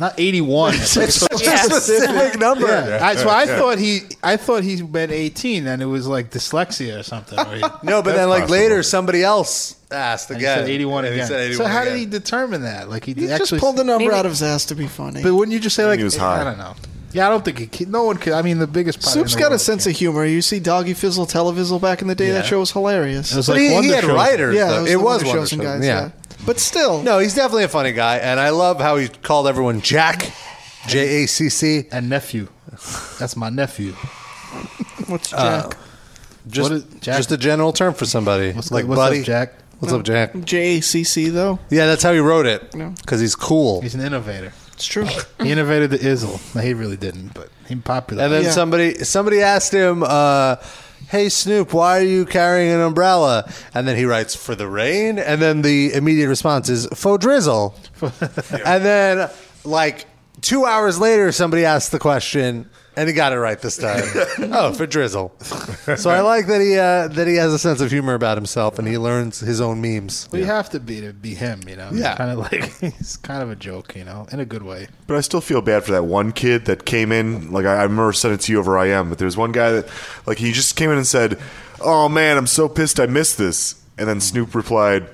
Speaker 3: not eighty one.
Speaker 2: It's such a Yes. specific number.
Speaker 3: so I thought he, I thought he meant eighteen, and it was like dyslexia or something. or he-
Speaker 2: No, but then like later somebody else asked
Speaker 3: And he
Speaker 2: again.
Speaker 3: said 81
Speaker 2: And he
Speaker 3: again.
Speaker 2: said
Speaker 3: so
Speaker 2: 81
Speaker 3: how
Speaker 2: again.
Speaker 3: did he determine that? Like he,
Speaker 4: He just
Speaker 3: actually
Speaker 4: pulled the number out of his ass to be funny.
Speaker 3: But wouldn't you just say like
Speaker 7: he was
Speaker 3: I
Speaker 7: high.
Speaker 3: don't know. Yeah, I don't think he. ca- No one could. I mean, the biggest. pot in
Speaker 4: Soup's
Speaker 3: the
Speaker 4: got a
Speaker 3: world.
Speaker 4: sense of humor. You see Doggy Fizzle Televizzle back in the day. That
Speaker 3: Yeah.
Speaker 4: show was hilarious.
Speaker 3: It was But like he- he Wonder had Shows. writers,
Speaker 4: Yeah,
Speaker 2: though.
Speaker 4: it was, the Wonder Shows and
Speaker 2: Shows,
Speaker 4: guys.
Speaker 2: yeah.
Speaker 4: Yeah. but still,
Speaker 2: no, he's definitely a funny guy, and I love how he called everyone Jack, J A C C,
Speaker 3: and nephew. That's my nephew.
Speaker 4: What's
Speaker 2: Uh,
Speaker 4: Jack?
Speaker 2: Just
Speaker 3: What is- Jack?
Speaker 2: just a general term for somebody like
Speaker 3: what's up,
Speaker 2: buddy
Speaker 3: Jack?
Speaker 2: What's up, Jack?
Speaker 4: J A C C though.
Speaker 2: Yeah, that's how he wrote it
Speaker 4: No.
Speaker 2: because he's cool.
Speaker 3: He's an innovator.
Speaker 4: It's true.
Speaker 3: He innovated the Izzle. No, he really didn't, but he popular.
Speaker 2: And then somebody somebody asked him, uh, "Hey Snoop, why are you carrying an umbrella?" And then he writes for the rain, and then the immediate response is "for drizzle," and then like two hours later, somebody asked the question. And he got it right this time. oh, for drizzle. So I like that he uh, that he has a sense of humor about himself, and he learns his own memes.
Speaker 3: We have to be to be him, you know.
Speaker 2: Yeah.
Speaker 3: kind of like he's kind of a joke, you know, in a good way.
Speaker 7: But I still feel bad for that one kid that came in. Like I, I remember sending it to you over IM, but there was one guy that, like, he just came in and said, "Oh man, I'm so pissed I missed this." And then Snoop replied,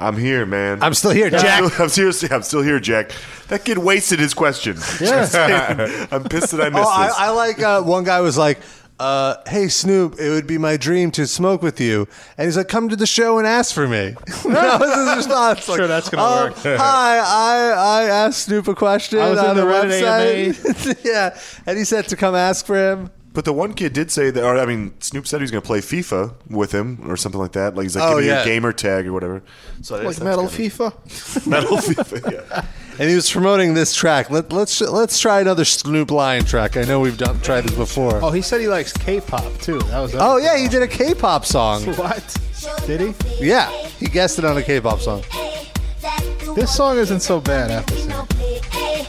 Speaker 7: "I'm here, man.
Speaker 2: I'm still here, Jack."
Speaker 7: I'm still, I'm serious- I'm still here, Jack. That kid wasted his question.
Speaker 2: Yeah.
Speaker 7: I'm pissed that I missed
Speaker 2: oh, I,
Speaker 7: this.
Speaker 2: I like uh, one guy was like, uh, "Hey Snoop, it would be my dream to smoke with you," and he's like, "Come to the show and ask for me." that was his response. Like,
Speaker 9: Sure, that's gonna
Speaker 2: "Um,
Speaker 9: work."
Speaker 2: Hi, I I asked Snoop a question
Speaker 9: I was in
Speaker 2: on
Speaker 9: the
Speaker 2: the
Speaker 9: Reddit
Speaker 2: website. yeah, and he said to come ask for him.
Speaker 7: But the one kid did say that, or I mean, Snoop said he was going to play FIFA with him or something like that. Like he's like,
Speaker 2: Oh,
Speaker 7: give me
Speaker 2: yeah.
Speaker 7: your gamer tag or whatever. So I
Speaker 4: Like
Speaker 7: just-
Speaker 4: metal
Speaker 7: that's
Speaker 4: FIFA.
Speaker 7: metal FIFA. Yeah.
Speaker 2: And he was promoting this track. Let, let's let's try another Snoop Lion track. I know we've done, tried this before.
Speaker 3: Oh, he said he likes K-pop too. That was
Speaker 2: Oh yeah, he did a K-pop song.
Speaker 3: What? Did he?
Speaker 2: Yeah, he guessed it on a K-pop song.
Speaker 3: This song isn't so bad after seeing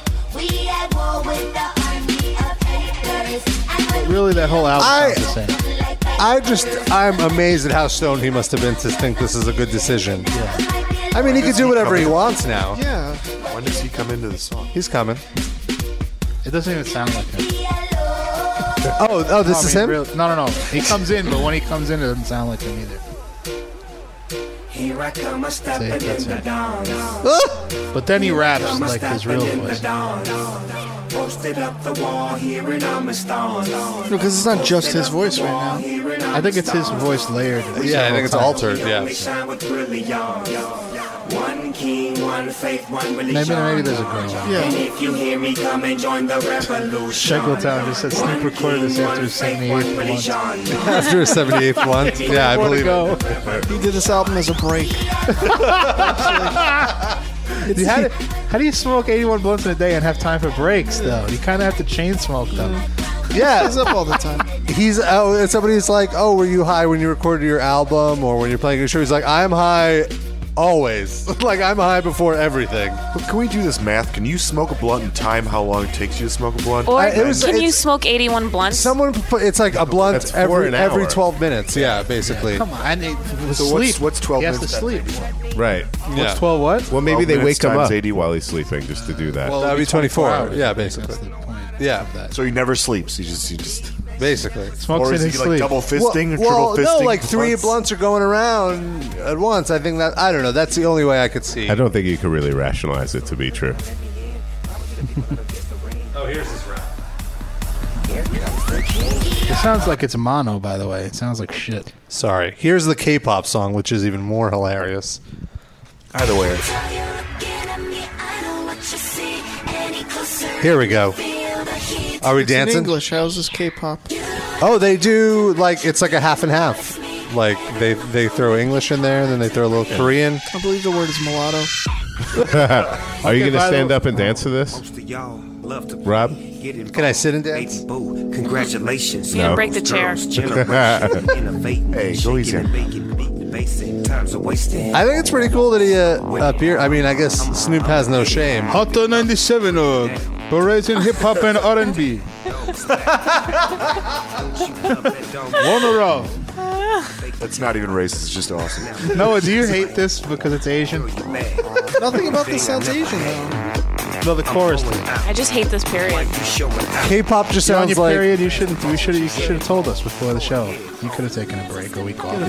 Speaker 3: it. Really, that whole album
Speaker 2: I-
Speaker 3: sounds the same.
Speaker 2: I just, I'm amazed at how stoned he must have been to think this is a good decision. I mean, he could do whatever he wants now.
Speaker 4: Yeah.
Speaker 7: When does he come into the song?
Speaker 2: He's coming.
Speaker 3: It doesn't even sound like him.
Speaker 2: Oh, oh, this is him?
Speaker 3: really- no, no, no. He comes in, but when he comes in, it doesn't sound like him either.
Speaker 9: Here I come a stepping in
Speaker 3: that's
Speaker 9: the
Speaker 3: it.
Speaker 9: dawn.
Speaker 3: But then he
Speaker 9: Here I
Speaker 3: raps
Speaker 9: come a
Speaker 3: like his
Speaker 9: stepping
Speaker 3: real
Speaker 9: in the
Speaker 3: voice.
Speaker 9: dawn. Posted up the wall, here and I'm a stone.
Speaker 4: No, because it's not just his voice right
Speaker 3: now. I think it's his voice layered.
Speaker 2: Yeah, I think it's altered, yeah.
Speaker 9: They shine with brilliance. One king, one faith, one religion.
Speaker 3: Maybe, maybe there's a girl.
Speaker 9: And if you hear me, come and join the revolution.
Speaker 3: Shackleton just said Snoop recorded this after his 78th one.
Speaker 2: After his 78th one? Yeah, I
Speaker 4: Before they
Speaker 2: believe it.
Speaker 4: He did this album as a break.
Speaker 3: You had- How do you smoke 81 blunts in a day and have time for breaks, though? You kind of have to chain smoke them.
Speaker 2: Yeah.
Speaker 4: He's up all the time.
Speaker 2: He's, oh, and somebody's like, oh, were you high when you recorded your album or when you're playing your show? He's like, I'm high always. like, I'm high before everything.
Speaker 7: But can we do this math? Can you smoke a blunt in time how long it takes you to smoke a blunt?
Speaker 5: Or
Speaker 7: I- it was-
Speaker 5: can you
Speaker 7: it's-
Speaker 5: smoke 81 blunts?
Speaker 2: Someone, put- it's like a blunt
Speaker 7: That's for
Speaker 2: every
Speaker 7: an
Speaker 2: every
Speaker 7: hour.
Speaker 2: 12 minutes. Yeah, basically.
Speaker 3: Come on. And it, it was
Speaker 7: So
Speaker 3: sleep.
Speaker 7: what's- what's 12
Speaker 3: He has to
Speaker 7: minutes
Speaker 3: sleep.
Speaker 6: Right.
Speaker 2: What's Yeah. 12 what?
Speaker 6: Well, maybe
Speaker 2: 12
Speaker 6: they
Speaker 2: minutes
Speaker 6: wake him
Speaker 2: times
Speaker 6: up. 80 while he's sleeping just to do that.
Speaker 2: Well, that'd be 24. Yeah, basically. Yeah.
Speaker 7: So he never sleeps. He just, he just.
Speaker 2: Basically.
Speaker 7: Smokes Or is in he his like sleep. double fisting or
Speaker 2: well,
Speaker 7: triple
Speaker 2: no,
Speaker 7: fisting
Speaker 2: like three
Speaker 7: blunts?
Speaker 2: blunts are going around at once. I think that I don't know. That's the only way I could see.
Speaker 6: I don't think you could really rationalize it to be true.
Speaker 2: Oh, here's his rap.
Speaker 3: It sounds like it's mono, by the way. It sounds like shit.
Speaker 2: Sorry. Here's the K-pop song, which is even more hilarious.
Speaker 7: Either way.
Speaker 2: Here we go. Are we
Speaker 4: It's in
Speaker 2: dancing?
Speaker 4: English. How's this K-pop?
Speaker 2: Oh, they do like it's like a half and half. Like they they throw English in there, and then they throw a little Korean.
Speaker 4: I believe the word is mulatto.
Speaker 6: Are you going to stand up and dance to this, Rob?
Speaker 2: Can I sit and dance?
Speaker 13: Congratulations.
Speaker 6: No. Yeah, break
Speaker 5: the chair.
Speaker 13: hey,
Speaker 7: go easy.
Speaker 13: Times are wasted.
Speaker 2: I think it's pretty cool that he uh, up here. I mean, I guess Snoop has no shame.
Speaker 13: Hot
Speaker 3: 97 of Berets in oh, Hip Hop and R&B. Monorow.
Speaker 7: That's not even racist. It's just awesome.
Speaker 3: Noah, do you hate this because it's Asian?
Speaker 4: Nothing about this sounds Asian though.
Speaker 3: No, the chorus.
Speaker 5: I just hate this period.
Speaker 2: K-pop just
Speaker 3: You're on
Speaker 2: sounds
Speaker 3: your
Speaker 2: like-
Speaker 3: period. You shouldn't. We should. You should have told us before the show. You could have taken a break, a week off.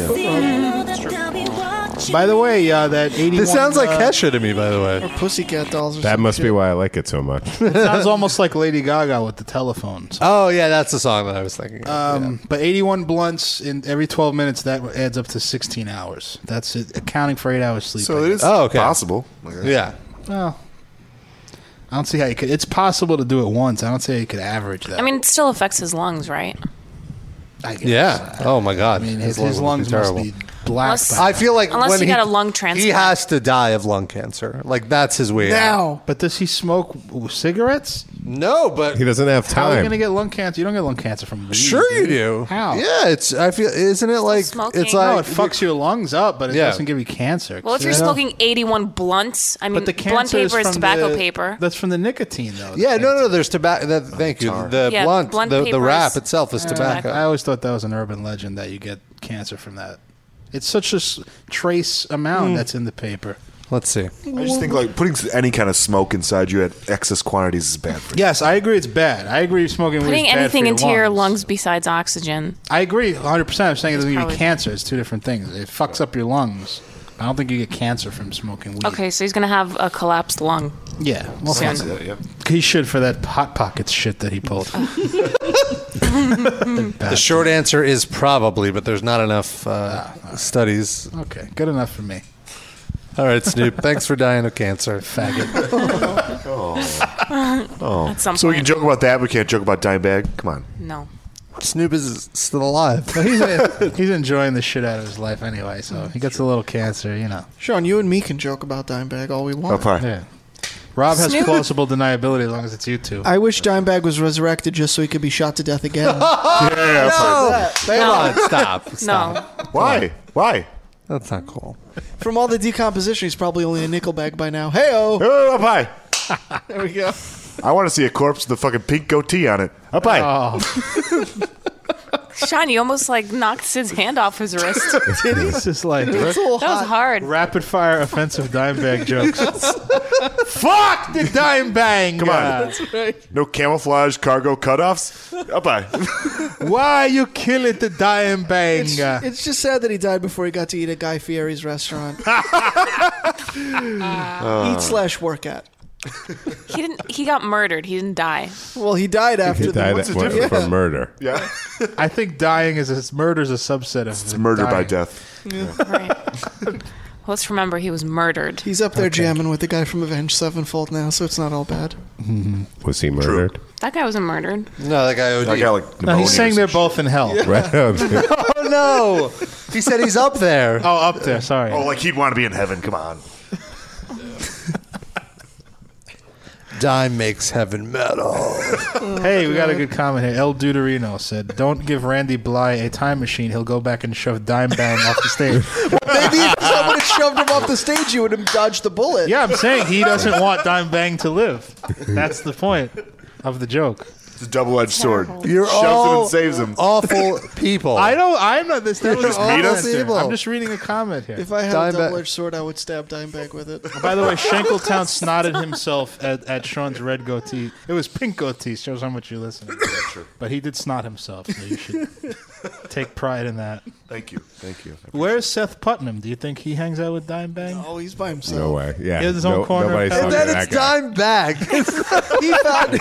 Speaker 3: By the way, uh, that 81.
Speaker 2: This sounds like
Speaker 3: uh,
Speaker 2: Kesha to me, by the way.
Speaker 4: Or Pussycat Dolls. Or
Speaker 6: That must be why I like it so much.
Speaker 3: it sounds almost like Lady Gaga with the telephone.
Speaker 2: Oh yeah, that's the song that I was thinking. of.
Speaker 3: Um, But 81 blunts in every 12 minutes. That adds up to 16 hours. That's it, accounting for eight hours sleep.
Speaker 7: So
Speaker 3: I
Speaker 7: it is
Speaker 3: guess.
Speaker 7: possible.
Speaker 2: Oh, Yeah.
Speaker 3: Well, I don't see how you could. It's possible to do it once. I don't see how you could average that.
Speaker 5: I mean, it still affects his lungs, right?
Speaker 2: Yeah. Oh my God. I mean,
Speaker 3: his- his lungs must be black Unless- by now.
Speaker 2: I feel like
Speaker 5: unless
Speaker 2: when
Speaker 5: he
Speaker 2: he
Speaker 5: got a lung
Speaker 2: he
Speaker 5: transplant.
Speaker 2: has to die of lung cancer. Like that's his way. out.
Speaker 3: But does he smoke w- cigarettes?
Speaker 2: No, but
Speaker 6: He doesn't have
Speaker 3: How are you
Speaker 6: time.
Speaker 3: going to get lung cancer? You don't get lung cancer from weed.
Speaker 2: Sure you
Speaker 3: dude.
Speaker 2: do.
Speaker 3: How?
Speaker 2: Yeah, it's. I feel. Isn't it like?
Speaker 5: smoking.
Speaker 2: It's like
Speaker 5: No, it
Speaker 3: fucks your lungs up, but it doesn't give you cancer.
Speaker 5: Well, if you're
Speaker 3: Yeah.
Speaker 5: smoking 81 blunts, I mean,
Speaker 3: but the
Speaker 5: Mm, blunt
Speaker 3: cancer
Speaker 5: paper
Speaker 3: is,
Speaker 5: is
Speaker 3: from
Speaker 5: tobacco
Speaker 3: the-
Speaker 5: paper.
Speaker 3: That's from the nicotine, though.
Speaker 2: Yeah, no, no. There's tobacco.
Speaker 3: Oh,
Speaker 2: That, thank you. The
Speaker 5: Yeah,
Speaker 2: blunt,
Speaker 5: blunt
Speaker 2: the, the
Speaker 5: paper
Speaker 2: wrap
Speaker 5: is-
Speaker 2: itself is
Speaker 5: uh,
Speaker 2: tobacco.
Speaker 3: I always thought that was an urban legend that you get cancer from that. It's such a s- trace
Speaker 5: Hmm.
Speaker 3: amount
Speaker 2: Mm.
Speaker 3: that's in the paper.
Speaker 2: Let's see.
Speaker 7: I just think like putting any kind of smoke inside you at excess quantities is bad for you.
Speaker 3: Yes, I agree. It's bad. I agree. Smoking weed
Speaker 5: Putting
Speaker 3: is bad
Speaker 5: anything
Speaker 3: for
Speaker 5: into
Speaker 3: your
Speaker 5: your
Speaker 3: lungs.
Speaker 5: lungs besides oxygen.
Speaker 3: I agree, 100. percent I'm saying it doesn't give you
Speaker 5: probably-
Speaker 3: cancer. It's two different things. It fucks up your lungs. I don't think you get cancer from smoking weed.
Speaker 5: Okay, so he's going to have a collapsed lung.
Speaker 3: Yeah, well,
Speaker 5: Soon.
Speaker 3: fuck it. He should for that hot pockets shit that he pulled.
Speaker 2: The short answer is probably, but there's not enough uh, studies.
Speaker 3: Ah. okay, good enough for me.
Speaker 2: All right, Snoop. thanks for dying of cancer,
Speaker 3: faggot.
Speaker 7: Oh,
Speaker 5: At some
Speaker 7: so we can joke about that. We can't joke about Dimebag. Come on.
Speaker 5: No.
Speaker 2: Snoop is still alive.
Speaker 3: he's, he's enjoying the shit out of his life anyway, so he gets a little cancer, you know.
Speaker 4: Sean, you and me can joke about Dimebag all we
Speaker 7: Oh,
Speaker 4: want.
Speaker 3: Yeah. Rob has
Speaker 4: Snoop.
Speaker 3: plausible deniability as long as it's you two.
Speaker 4: I wish Dimebag was resurrected just so he could be shot to death again.
Speaker 3: Yeah,
Speaker 4: no,
Speaker 2: Come on, stop.
Speaker 4: No.
Speaker 2: Stop.
Speaker 4: Why?
Speaker 7: Why?
Speaker 2: That's not cool.
Speaker 4: From all the decomposition, he's probably only a nickel bag by now. Heyo.
Speaker 7: Oh, up high.
Speaker 4: there we go.
Speaker 7: I want to see a corpse with a fucking pink goatee on it. Up high.
Speaker 5: Sean, you almost like knocked his hand off his wrist.
Speaker 3: It's just like
Speaker 5: It's a little That was hot. hard.
Speaker 3: Rapid fire offensive dime bag jokes.
Speaker 7: Fuck the
Speaker 3: dime bang.
Speaker 7: Come on.
Speaker 3: guy. That's
Speaker 4: right.
Speaker 7: No camouflage cargo cutoffs. Up high.
Speaker 3: Why you killing the dime bang?
Speaker 4: It's,
Speaker 3: guy?
Speaker 4: it's just sad that he died before he got to eat at Guy Fieri's restaurant. Eat slash work at.
Speaker 5: he didn't. He got murdered. He didn't die.
Speaker 4: Well, he died
Speaker 6: He died at, for, for murder.
Speaker 7: Yeah.
Speaker 3: I think dying is a, murder is a subset of it's
Speaker 7: murder by death.
Speaker 5: Let's remember he was murdered.
Speaker 4: He's up there jamming with the guy from Avenged Sevenfold now, so it's not all bad.
Speaker 6: Was he murdered?
Speaker 5: That guy wasn't murdered.
Speaker 2: No, that guy.
Speaker 7: That guy, like,
Speaker 3: No,
Speaker 7: pneumonia
Speaker 3: he's saying
Speaker 7: or
Speaker 3: they're both in hell.
Speaker 6: Right.
Speaker 2: oh no! He said he's up there.
Speaker 3: Oh, up there. Sorry.
Speaker 7: Oh, like he'd want to be in heaven. Come on.
Speaker 2: Dime makes heaven metal.
Speaker 3: hey, we got a good comment here. El Deuterino said, "Don't give Randy Bly a time machine. He'll go back and shove dime bang off the stage."
Speaker 4: Maybe if someone had shoved him off the stage, you would have dodged the bullet.
Speaker 3: Yeah, I'm saying he doesn't want dime bang to live. That's the point of the joke.
Speaker 7: It's a double-edged sword.
Speaker 3: You're
Speaker 7: Shoves him
Speaker 3: all
Speaker 7: and saves him.
Speaker 2: awful people.
Speaker 3: I don't. I'm not this. That
Speaker 7: You're
Speaker 3: was
Speaker 7: just meat
Speaker 3: all
Speaker 7: us?
Speaker 3: answer.
Speaker 7: People.
Speaker 3: I'm just reading a comment here.
Speaker 4: If I had a double-edged sword, I would stab Dimebag with it.
Speaker 3: Oh, By the way, Shankletown snotted himself at, at Sean's red goatee. It was pink goatee. Shows how much you listen. But he did snot himself, so you should take pride in that.
Speaker 7: Thank you. Thank you.
Speaker 3: Where's Seth Putnam? Do you think he hangs out with Dimebag?
Speaker 4: Oh, he's by himself.
Speaker 6: No way. Yeah.
Speaker 3: He has his own
Speaker 6: No-
Speaker 3: corner.
Speaker 6: nobody's
Speaker 3: of
Speaker 6: talking
Speaker 3: hell.
Speaker 6: to that guy.
Speaker 2: Dime bag.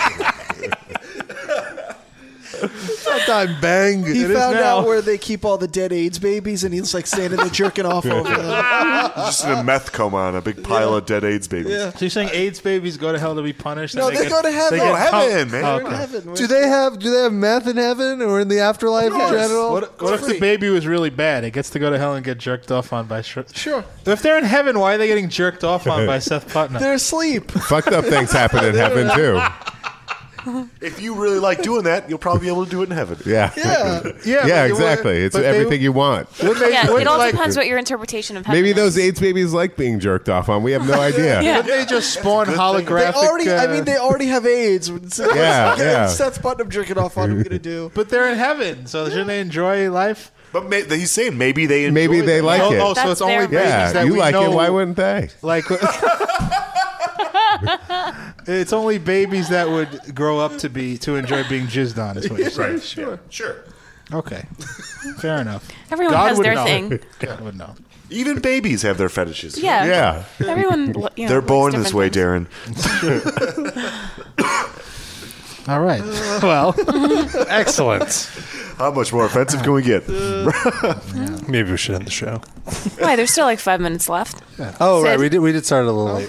Speaker 2: he found. Dime bang.
Speaker 4: He found out where they keep all the dead AIDS babies, and he's like standing there jerking off over them.
Speaker 7: just in a meth coma on a big pile of dead AIDS babies.
Speaker 3: So you're saying AIDS babies go to hell to be punished?
Speaker 2: No,
Speaker 3: and
Speaker 2: they
Speaker 3: get-
Speaker 2: go to heaven.
Speaker 3: They get
Speaker 2: No, heaven,
Speaker 3: pumped-
Speaker 2: man.
Speaker 3: Oh,
Speaker 2: They're in
Speaker 3: okay.
Speaker 2: Do they have do they have meth in heaven or in the afterlife in general?
Speaker 3: What, what if the baby was really bad? It gets to go to hell and get jerked off on by Shri-
Speaker 4: Sure.
Speaker 3: If they're in heaven, why are they getting jerked off on by Seth Putnam?
Speaker 4: They're asleep.
Speaker 6: Fucked up things happen in heaven too.
Speaker 7: If you really like doing that, you'll probably be able to do it in heaven.
Speaker 6: Yeah.
Speaker 3: Yeah.
Speaker 6: Yeah.
Speaker 3: but they-
Speaker 6: exactly. It's
Speaker 3: but they-
Speaker 6: everything you want.
Speaker 5: yeah, it all
Speaker 3: like-
Speaker 5: depends what your interpretation of heaven.
Speaker 6: Maybe those AIDS babies like being jerked off on. We have no idea.
Speaker 5: Yeah.
Speaker 3: They just spawn holographic.
Speaker 4: They already, I
Speaker 3: uh,
Speaker 4: mean, they already have AIDS. It's like,
Speaker 6: Yeah,
Speaker 4: okay,
Speaker 6: yeah.
Speaker 4: Seth Putnam jerking off on him. Gonna do.
Speaker 3: But they're in heaven, so shouldn't they enjoy life?
Speaker 7: But may, he's saying maybe they enjoy
Speaker 6: Maybe they
Speaker 7: that.
Speaker 6: like
Speaker 3: Oh,
Speaker 6: it.
Speaker 3: oh, so it's only babies
Speaker 6: yeah.
Speaker 3: that
Speaker 6: you
Speaker 3: we
Speaker 6: like
Speaker 3: know.
Speaker 6: it. Why wouldn't they?
Speaker 3: Like, it's only babies that would grow up to be to enjoy being jizzed on. Is what you're saying?
Speaker 7: Sure. Sure.
Speaker 3: Okay, fair enough.
Speaker 5: Everyone
Speaker 3: God
Speaker 5: has
Speaker 3: would
Speaker 5: their
Speaker 3: know.
Speaker 5: thing.
Speaker 3: God would know.
Speaker 7: Even babies have their fetishes.
Speaker 5: Yeah. Everyone. You know,
Speaker 7: They're born
Speaker 5: likes
Speaker 7: this way,
Speaker 5: different
Speaker 7: Darren.
Speaker 3: All right. Well, excellent.
Speaker 7: How much more offensive can we get?
Speaker 2: Maybe we should end the show.
Speaker 5: things. Why? There's still like five minutes left.
Speaker 2: Oh right,
Speaker 5: Sid.
Speaker 2: we did we did start a
Speaker 7: Oh.
Speaker 2: little late.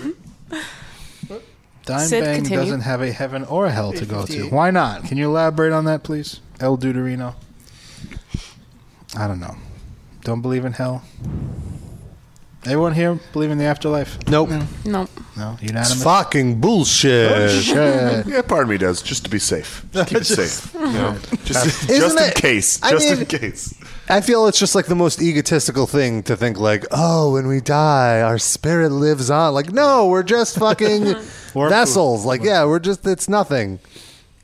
Speaker 5: Sid,
Speaker 3: Dimebag
Speaker 5: continue.
Speaker 3: doesn't have a heaven or a hell to go to. Why not? Can you elaborate on that, please, El Deuterino? I don't know. Don't believe in hell. Everyone here believe in the afterlife?
Speaker 2: Nope.
Speaker 5: No.
Speaker 3: No.
Speaker 7: It's
Speaker 3: Unanimous.
Speaker 2: fucking bullshit.
Speaker 3: Bullshit.
Speaker 7: yeah, part of me does, just to be safe. Just keep it safe. You know? Just,
Speaker 2: Isn't
Speaker 7: just in
Speaker 2: it-
Speaker 7: case.
Speaker 2: I
Speaker 7: Just in
Speaker 2: mean-
Speaker 7: case.
Speaker 2: I feel it's just like the most egotistical thing to think like, oh, when we die, our spirit lives on. Like, no, we're just fucking vessels. Like, yeah, we're just it's nothing.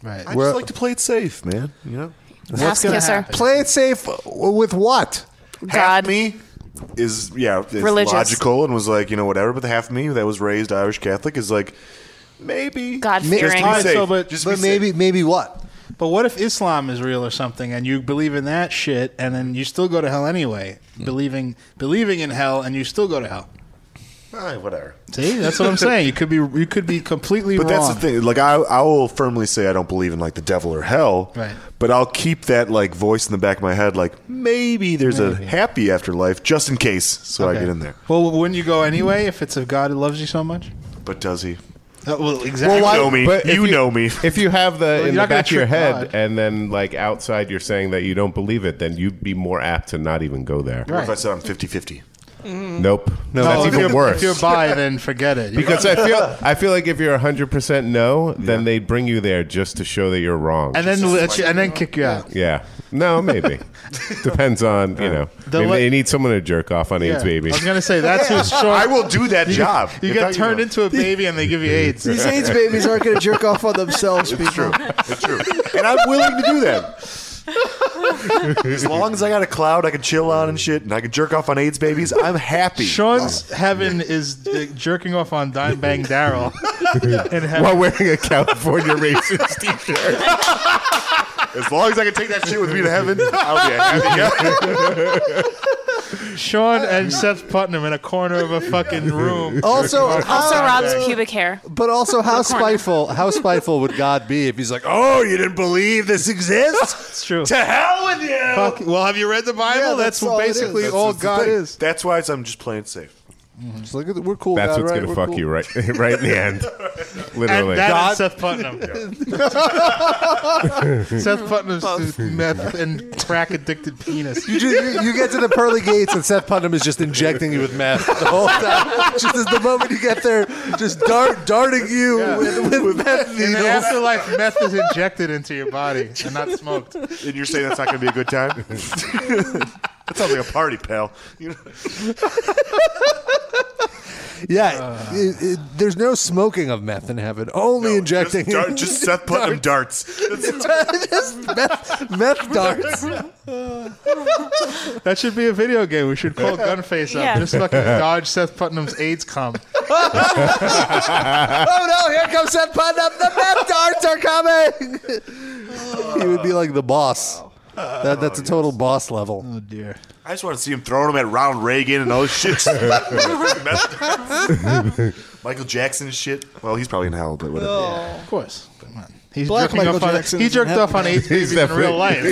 Speaker 3: Right.
Speaker 7: I
Speaker 2: We're-
Speaker 7: just like to play it safe, man. You know?
Speaker 2: What's gonna happen? Play it safe w- with what?
Speaker 7: God. me is, yeah, it's
Speaker 2: Religious.
Speaker 7: logical and was like, you know, whatever. But the half of me that was raised Irish Catholic is like, maybe
Speaker 5: God
Speaker 7: just
Speaker 5: fearing.
Speaker 7: be safe. just be safe.
Speaker 2: maybe what?
Speaker 3: But what if Islam is real or something, and you believe in that shit, and then you still go to hell anyway, believing believing in hell, and you still go to hell.
Speaker 7: Ah, whatever.
Speaker 3: See, that's what I'm saying. You could be you could be completely
Speaker 7: But
Speaker 3: wrong.
Speaker 7: that's the thing. Like I, I will firmly say I don't believe in like the devil or hell.
Speaker 3: Right.
Speaker 7: But I'll keep that like voice in the back of my head, like maybe there's a happy afterlife just in case, so I
Speaker 3: Okay.
Speaker 7: get in there.
Speaker 3: Well, wouldn't you go anyway if it's if God who loves you so much?
Speaker 7: But does he?
Speaker 3: Uh, well, exactly.
Speaker 7: You know me.
Speaker 6: But if
Speaker 7: You know me.
Speaker 6: If you have the
Speaker 7: Well, you're
Speaker 6: in the
Speaker 7: not gonna
Speaker 6: back of your
Speaker 7: trick
Speaker 6: head,
Speaker 7: God.
Speaker 6: and then like outside, you're saying that you don't believe it, then you'd be more apt to not even go there.
Speaker 7: What if I said I'm 50-50?
Speaker 5: Mm-hmm.
Speaker 6: Nope. No, that's
Speaker 3: if
Speaker 6: even
Speaker 3: you're-
Speaker 6: worse.
Speaker 3: If you're bi, then forget it.
Speaker 6: because I feel I feel like if you're 100 percent no, then they'd bring you there just to show that you're wrong.
Speaker 3: and then let you, and then kick you out.
Speaker 6: yeah, no, maybe depends on you know.
Speaker 3: The
Speaker 6: maybe
Speaker 3: le-
Speaker 6: they need someone to jerk off on AIDS
Speaker 3: Yeah.
Speaker 6: baby.
Speaker 3: I was gonna say that's who's strong.
Speaker 7: I will do that
Speaker 3: You-
Speaker 7: job.
Speaker 3: You
Speaker 7: If I-
Speaker 3: get turned into a baby and they give you AIDS.
Speaker 4: These AIDS babies aren't going to jerk off on themselves, people.
Speaker 7: It's true. And I'm willing to do that. as long as I got a cloud I can chill on and shit, and I can jerk off on AIDS babies, I'm happy.
Speaker 3: Sean's heaven is uh, jerking off on Dime Bang Daryl. in heaven.
Speaker 6: while wearing a California racist T-shirt.
Speaker 7: As long as I can take that shit with me to heaven, I'll be a happy guy.
Speaker 3: Sean and Seth Putnam in a corner of a fucking room.
Speaker 2: Also-
Speaker 7: uh,
Speaker 5: Also,
Speaker 2: Oh,
Speaker 5: Rob's
Speaker 2: okay.
Speaker 5: pubic hair.
Speaker 2: But also, how spiteful? How spiteful would God be if he's like, "Oh, you didn't believe this exists"?
Speaker 3: it's true.
Speaker 7: To hell with you!
Speaker 3: Fuck. Well, have you read the Bible?
Speaker 2: Yeah,
Speaker 3: that's
Speaker 2: that's all it is.
Speaker 3: basically
Speaker 2: That's-
Speaker 3: all
Speaker 2: that's the
Speaker 3: God
Speaker 2: thing. Mm-hmm.
Speaker 3: is.
Speaker 7: That's why it's, I'm just playing it safe.
Speaker 2: Just look at the, we're cool.
Speaker 6: That's
Speaker 2: God,
Speaker 6: what's
Speaker 2: right?
Speaker 6: gonna
Speaker 2: We're
Speaker 6: fuck
Speaker 2: cool.
Speaker 6: you right, right in the end. Literally,
Speaker 3: And that is Seth Putnam. Seth Putnam's meth and crack addicted penis.
Speaker 2: You, ju- you, you get to the pearly gates and Seth Putnam is just injecting you with meth the whole time. Just as the moment you get there, just dart, darting you with, with meth
Speaker 3: in the
Speaker 2: needles.
Speaker 3: afterlife, meth is injected into your body and not smoked.
Speaker 7: And you're saying that's not going to be a good time? that sounds like a party, pal. You know?
Speaker 2: Yeah, it- it- there's no smoking of meth in heaven. Only injecting.
Speaker 7: Dar- just Seth Putnam darts.
Speaker 2: Just meth, meth darts.
Speaker 3: That should be a video game. We should call Gunface up.
Speaker 2: Yeah.
Speaker 3: Just fucking dodge Seth Putnam's AIDS cum.
Speaker 2: oh no! Here comes Seth Putnam. The meth darts are coming. he would be like the boss. That, that's a total boss level. Oh
Speaker 3: dear.
Speaker 7: I just want to see him throwing them at Ronald Reagan and all this shit. Michael Jackson and shit. Well, he's probably in hell, but whatever.
Speaker 3: Of course. He's
Speaker 7: Black
Speaker 3: jerking
Speaker 7: Michael
Speaker 3: off on,
Speaker 7: Jackson's
Speaker 3: he jerked
Speaker 7: in
Speaker 3: off on
Speaker 7: heaven.
Speaker 3: AIDS babies in real life.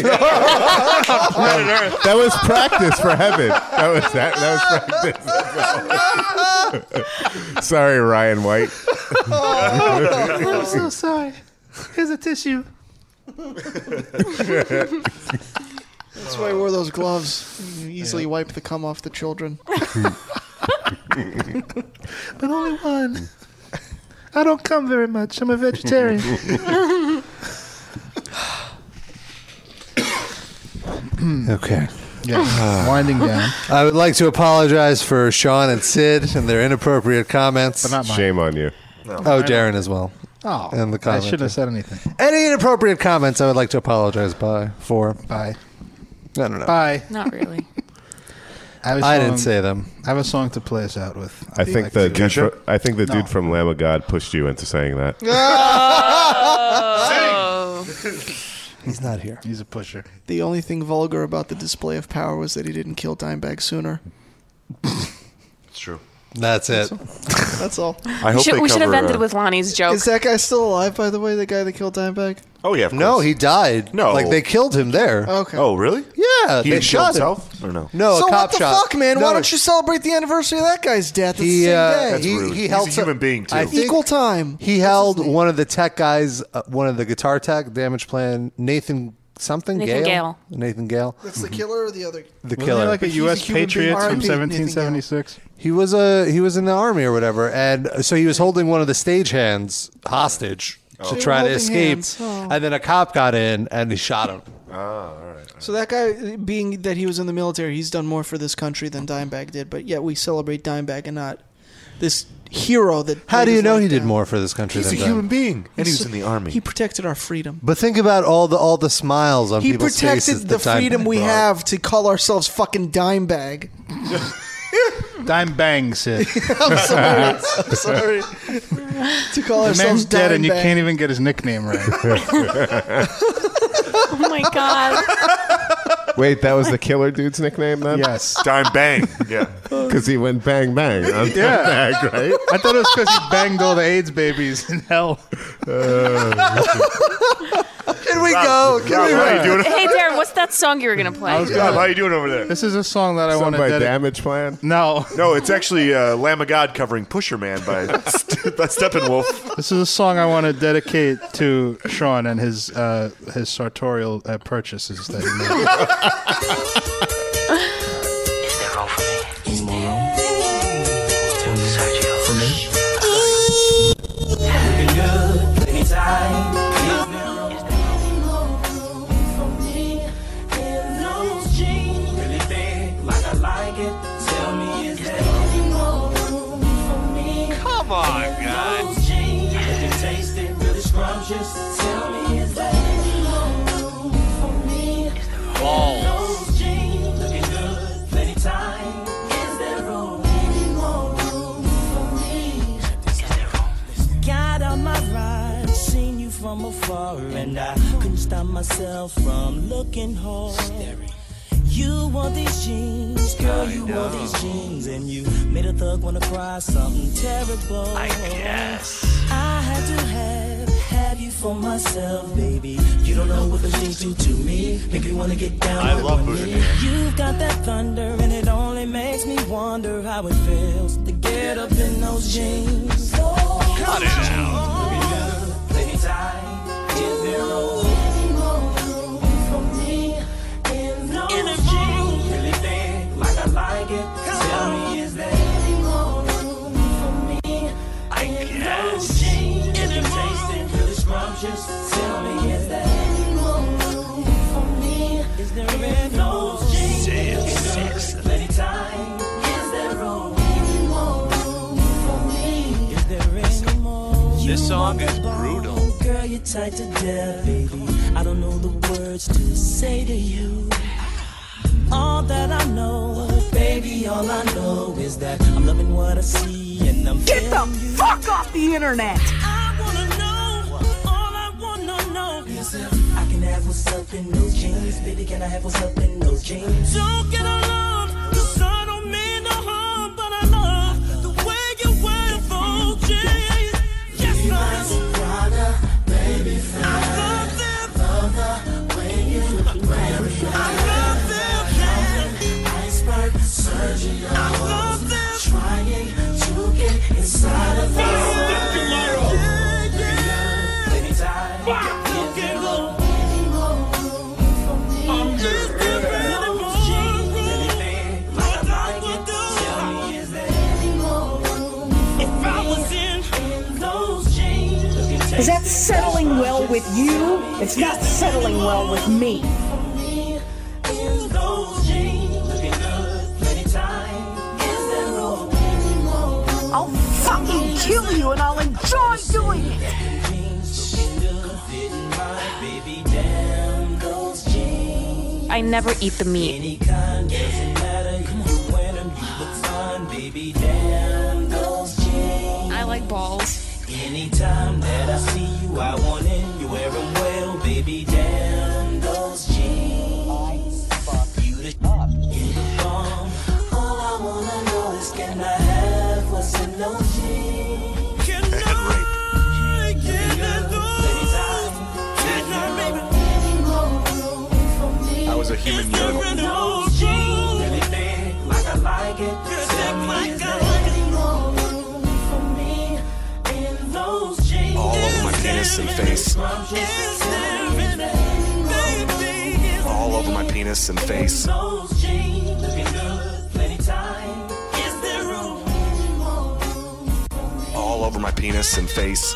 Speaker 6: that was practice for heaven. That was that. That was practice. Sorry, Ryan White.
Speaker 3: I'm so sorry. Here's a tissue.
Speaker 4: That's why I wore those gloves. You easily wipe the cum off the children.
Speaker 3: But only one. I don't come very much. I'm a vegetarian.
Speaker 2: Okay. Ah.
Speaker 3: Yeah. Winding down.
Speaker 2: I would like to apologize for Sean and Sid and their inappropriate comments.
Speaker 3: But not mine.
Speaker 6: Shame on you.
Speaker 2: Oh, Darren as well.
Speaker 3: Oh,
Speaker 2: and the
Speaker 3: I
Speaker 2: commenter.
Speaker 3: shouldn't have said anything.
Speaker 2: Any inappropriate comments I would like to apologize by for.
Speaker 3: Bye.
Speaker 2: I don't know.
Speaker 3: Bye.
Speaker 5: Not really.
Speaker 3: I, have a
Speaker 2: I didn't
Speaker 3: song-
Speaker 2: say them.
Speaker 3: I have a song to play us out with.
Speaker 6: I think the dude.
Speaker 3: Kesha?
Speaker 6: fro- I think the
Speaker 3: No.
Speaker 6: dude from Lamb of God pushed you into saying that.
Speaker 5: Oh
Speaker 2: He's not here.
Speaker 3: He's a pusher.
Speaker 4: The only thing vulgar about the display of power was that he didn't kill Dimebag sooner.
Speaker 7: It's true.
Speaker 2: That's it.
Speaker 4: That's all.
Speaker 7: I hope they cover, uh,
Speaker 5: Lonnie's joke.
Speaker 4: Is that guy still alive, by the way? The guy that killed Dimebag?
Speaker 7: Oh yeah. Of
Speaker 2: No, he died.
Speaker 7: No.
Speaker 2: like they killed him there.
Speaker 4: Okay.
Speaker 7: Oh really?
Speaker 2: Yeah,
Speaker 7: He
Speaker 2: they
Speaker 7: didn't kill
Speaker 2: shot him.
Speaker 7: himself or no?
Speaker 2: No,
Speaker 4: so
Speaker 2: a cop
Speaker 4: what the
Speaker 2: shot.
Speaker 4: fuck, man?
Speaker 2: No,
Speaker 4: Why
Speaker 2: no.
Speaker 4: don't you celebrate the anniversary of that guy's death? It's
Speaker 2: He,
Speaker 4: the same
Speaker 2: uh,
Speaker 4: day.
Speaker 2: he, he held some- I think
Speaker 4: Equal time.
Speaker 2: He held one of the tech guys, uh, one of the guitar tech damage plan, Nathan something?
Speaker 4: Nathan
Speaker 2: Gale. Nathan Gale.
Speaker 4: That's the killer or the other?
Speaker 2: The killer.
Speaker 4: He's human being. R.I.P. Nathan Gale.
Speaker 2: He was a he was in the army or whatever, and so he was holding one of the stagehands hostage
Speaker 4: Oh.
Speaker 2: to try to
Speaker 4: Holding
Speaker 2: escape,
Speaker 4: hands, oh.
Speaker 2: and then a cop got in and he shot him. Oh, all right.
Speaker 4: So that guy, being that he was in the military, he's done more for this country than Dimebag did. But yet we celebrate Dimebag and not this hero that.
Speaker 2: How
Speaker 4: laid
Speaker 2: do you
Speaker 4: his
Speaker 2: know
Speaker 4: life
Speaker 2: he did
Speaker 4: down.
Speaker 2: more for this country than them?
Speaker 4: being,
Speaker 2: and he was in the army.
Speaker 4: He protected our freedom.
Speaker 2: But think about all the all the smiles on
Speaker 4: He
Speaker 2: people's
Speaker 4: protected
Speaker 2: faces
Speaker 4: the,
Speaker 2: time
Speaker 4: freedom we
Speaker 2: brought.
Speaker 4: have to call ourselves fucking Dimebag.
Speaker 3: Dime bang, Sid.
Speaker 4: I'm sorry. I'm sorry. to call
Speaker 3: The man's
Speaker 4: ourselves
Speaker 3: dead, and you
Speaker 4: Dimebag.
Speaker 3: can't even get his nickname right.
Speaker 5: Oh my god.
Speaker 6: Wait, that was the killer dude's nickname then? Yes. Dime Bang. Yeah. Because he went bang bang. On
Speaker 3: Yeah.
Speaker 6: yeah. Bang, right?
Speaker 3: I thought it was because he banged all the AIDS babies in hell.
Speaker 4: Can we go?
Speaker 3: Can we go?
Speaker 5: hey, Darren, what's that song you were gonna play?
Speaker 7: I was gonna- Rob, how you doing over there?
Speaker 3: This is a song that I
Speaker 7: Song
Speaker 3: want to
Speaker 7: by
Speaker 6: Damage Plan?
Speaker 3: No.
Speaker 7: No, it's actually uh, Lamb of God covering Pusher Man by, by Steppenwolf.
Speaker 3: This is a song I want to dedicate to Sean and his uh, his sartorial uh, purchases that he made.
Speaker 13: Come on, guys.
Speaker 14: God on my ride, seen you from afar, and I couldn't stop myself from looking hard. You want these jeans, girl, you want these jeans, and you made a thug wanna cry something terrible. I guess I had to have have you for myself, baby. You don't know what those jeans do to me, make me wanna get down.
Speaker 7: I
Speaker 14: with
Speaker 7: love
Speaker 14: one
Speaker 7: Buddha
Speaker 14: knee. You've got that thunder, and it only makes me wonder how it feels to get up in those jeans. Cut it
Speaker 15: This song is brutal.
Speaker 14: Girl, you're tight to death, baby. I don't know the words to say to you. All that I know, baby, all I know is that I'm loving what I see and I'm Get the fuck off the internet! I wanna know, all I wanna know is if I can have what's up in those jeans, baby, can I have what's up in those jeans? Don't get alarmed, 'cause I don't mean no harm, but I love the way you wear those jeans. Yes, I baby,
Speaker 16: Is that settling well with you? It's not settling well with me. I'll fucking kill you and I'll enjoy doing it.
Speaker 5: I never eat the meat. I like balls.
Speaker 14: Anytime that I see you, I want it. You wear 'em well, baby. Damn those jeans. Fuck you to up. You the bomb. All I wanna know is can I have what's in those jeans? Can I get in those? Can I maybe any more room for me?
Speaker 7: I was a human young.
Speaker 14: In those jeans. Anything like I like it. Tell me is there any more room for me in those jeans?
Speaker 13: All over my innocent face.
Speaker 14: Is there any, baby?
Speaker 7: penis and face.
Speaker 16: Clothes change, looking good, plenty time. Is there room?
Speaker 7: All over my penis and face.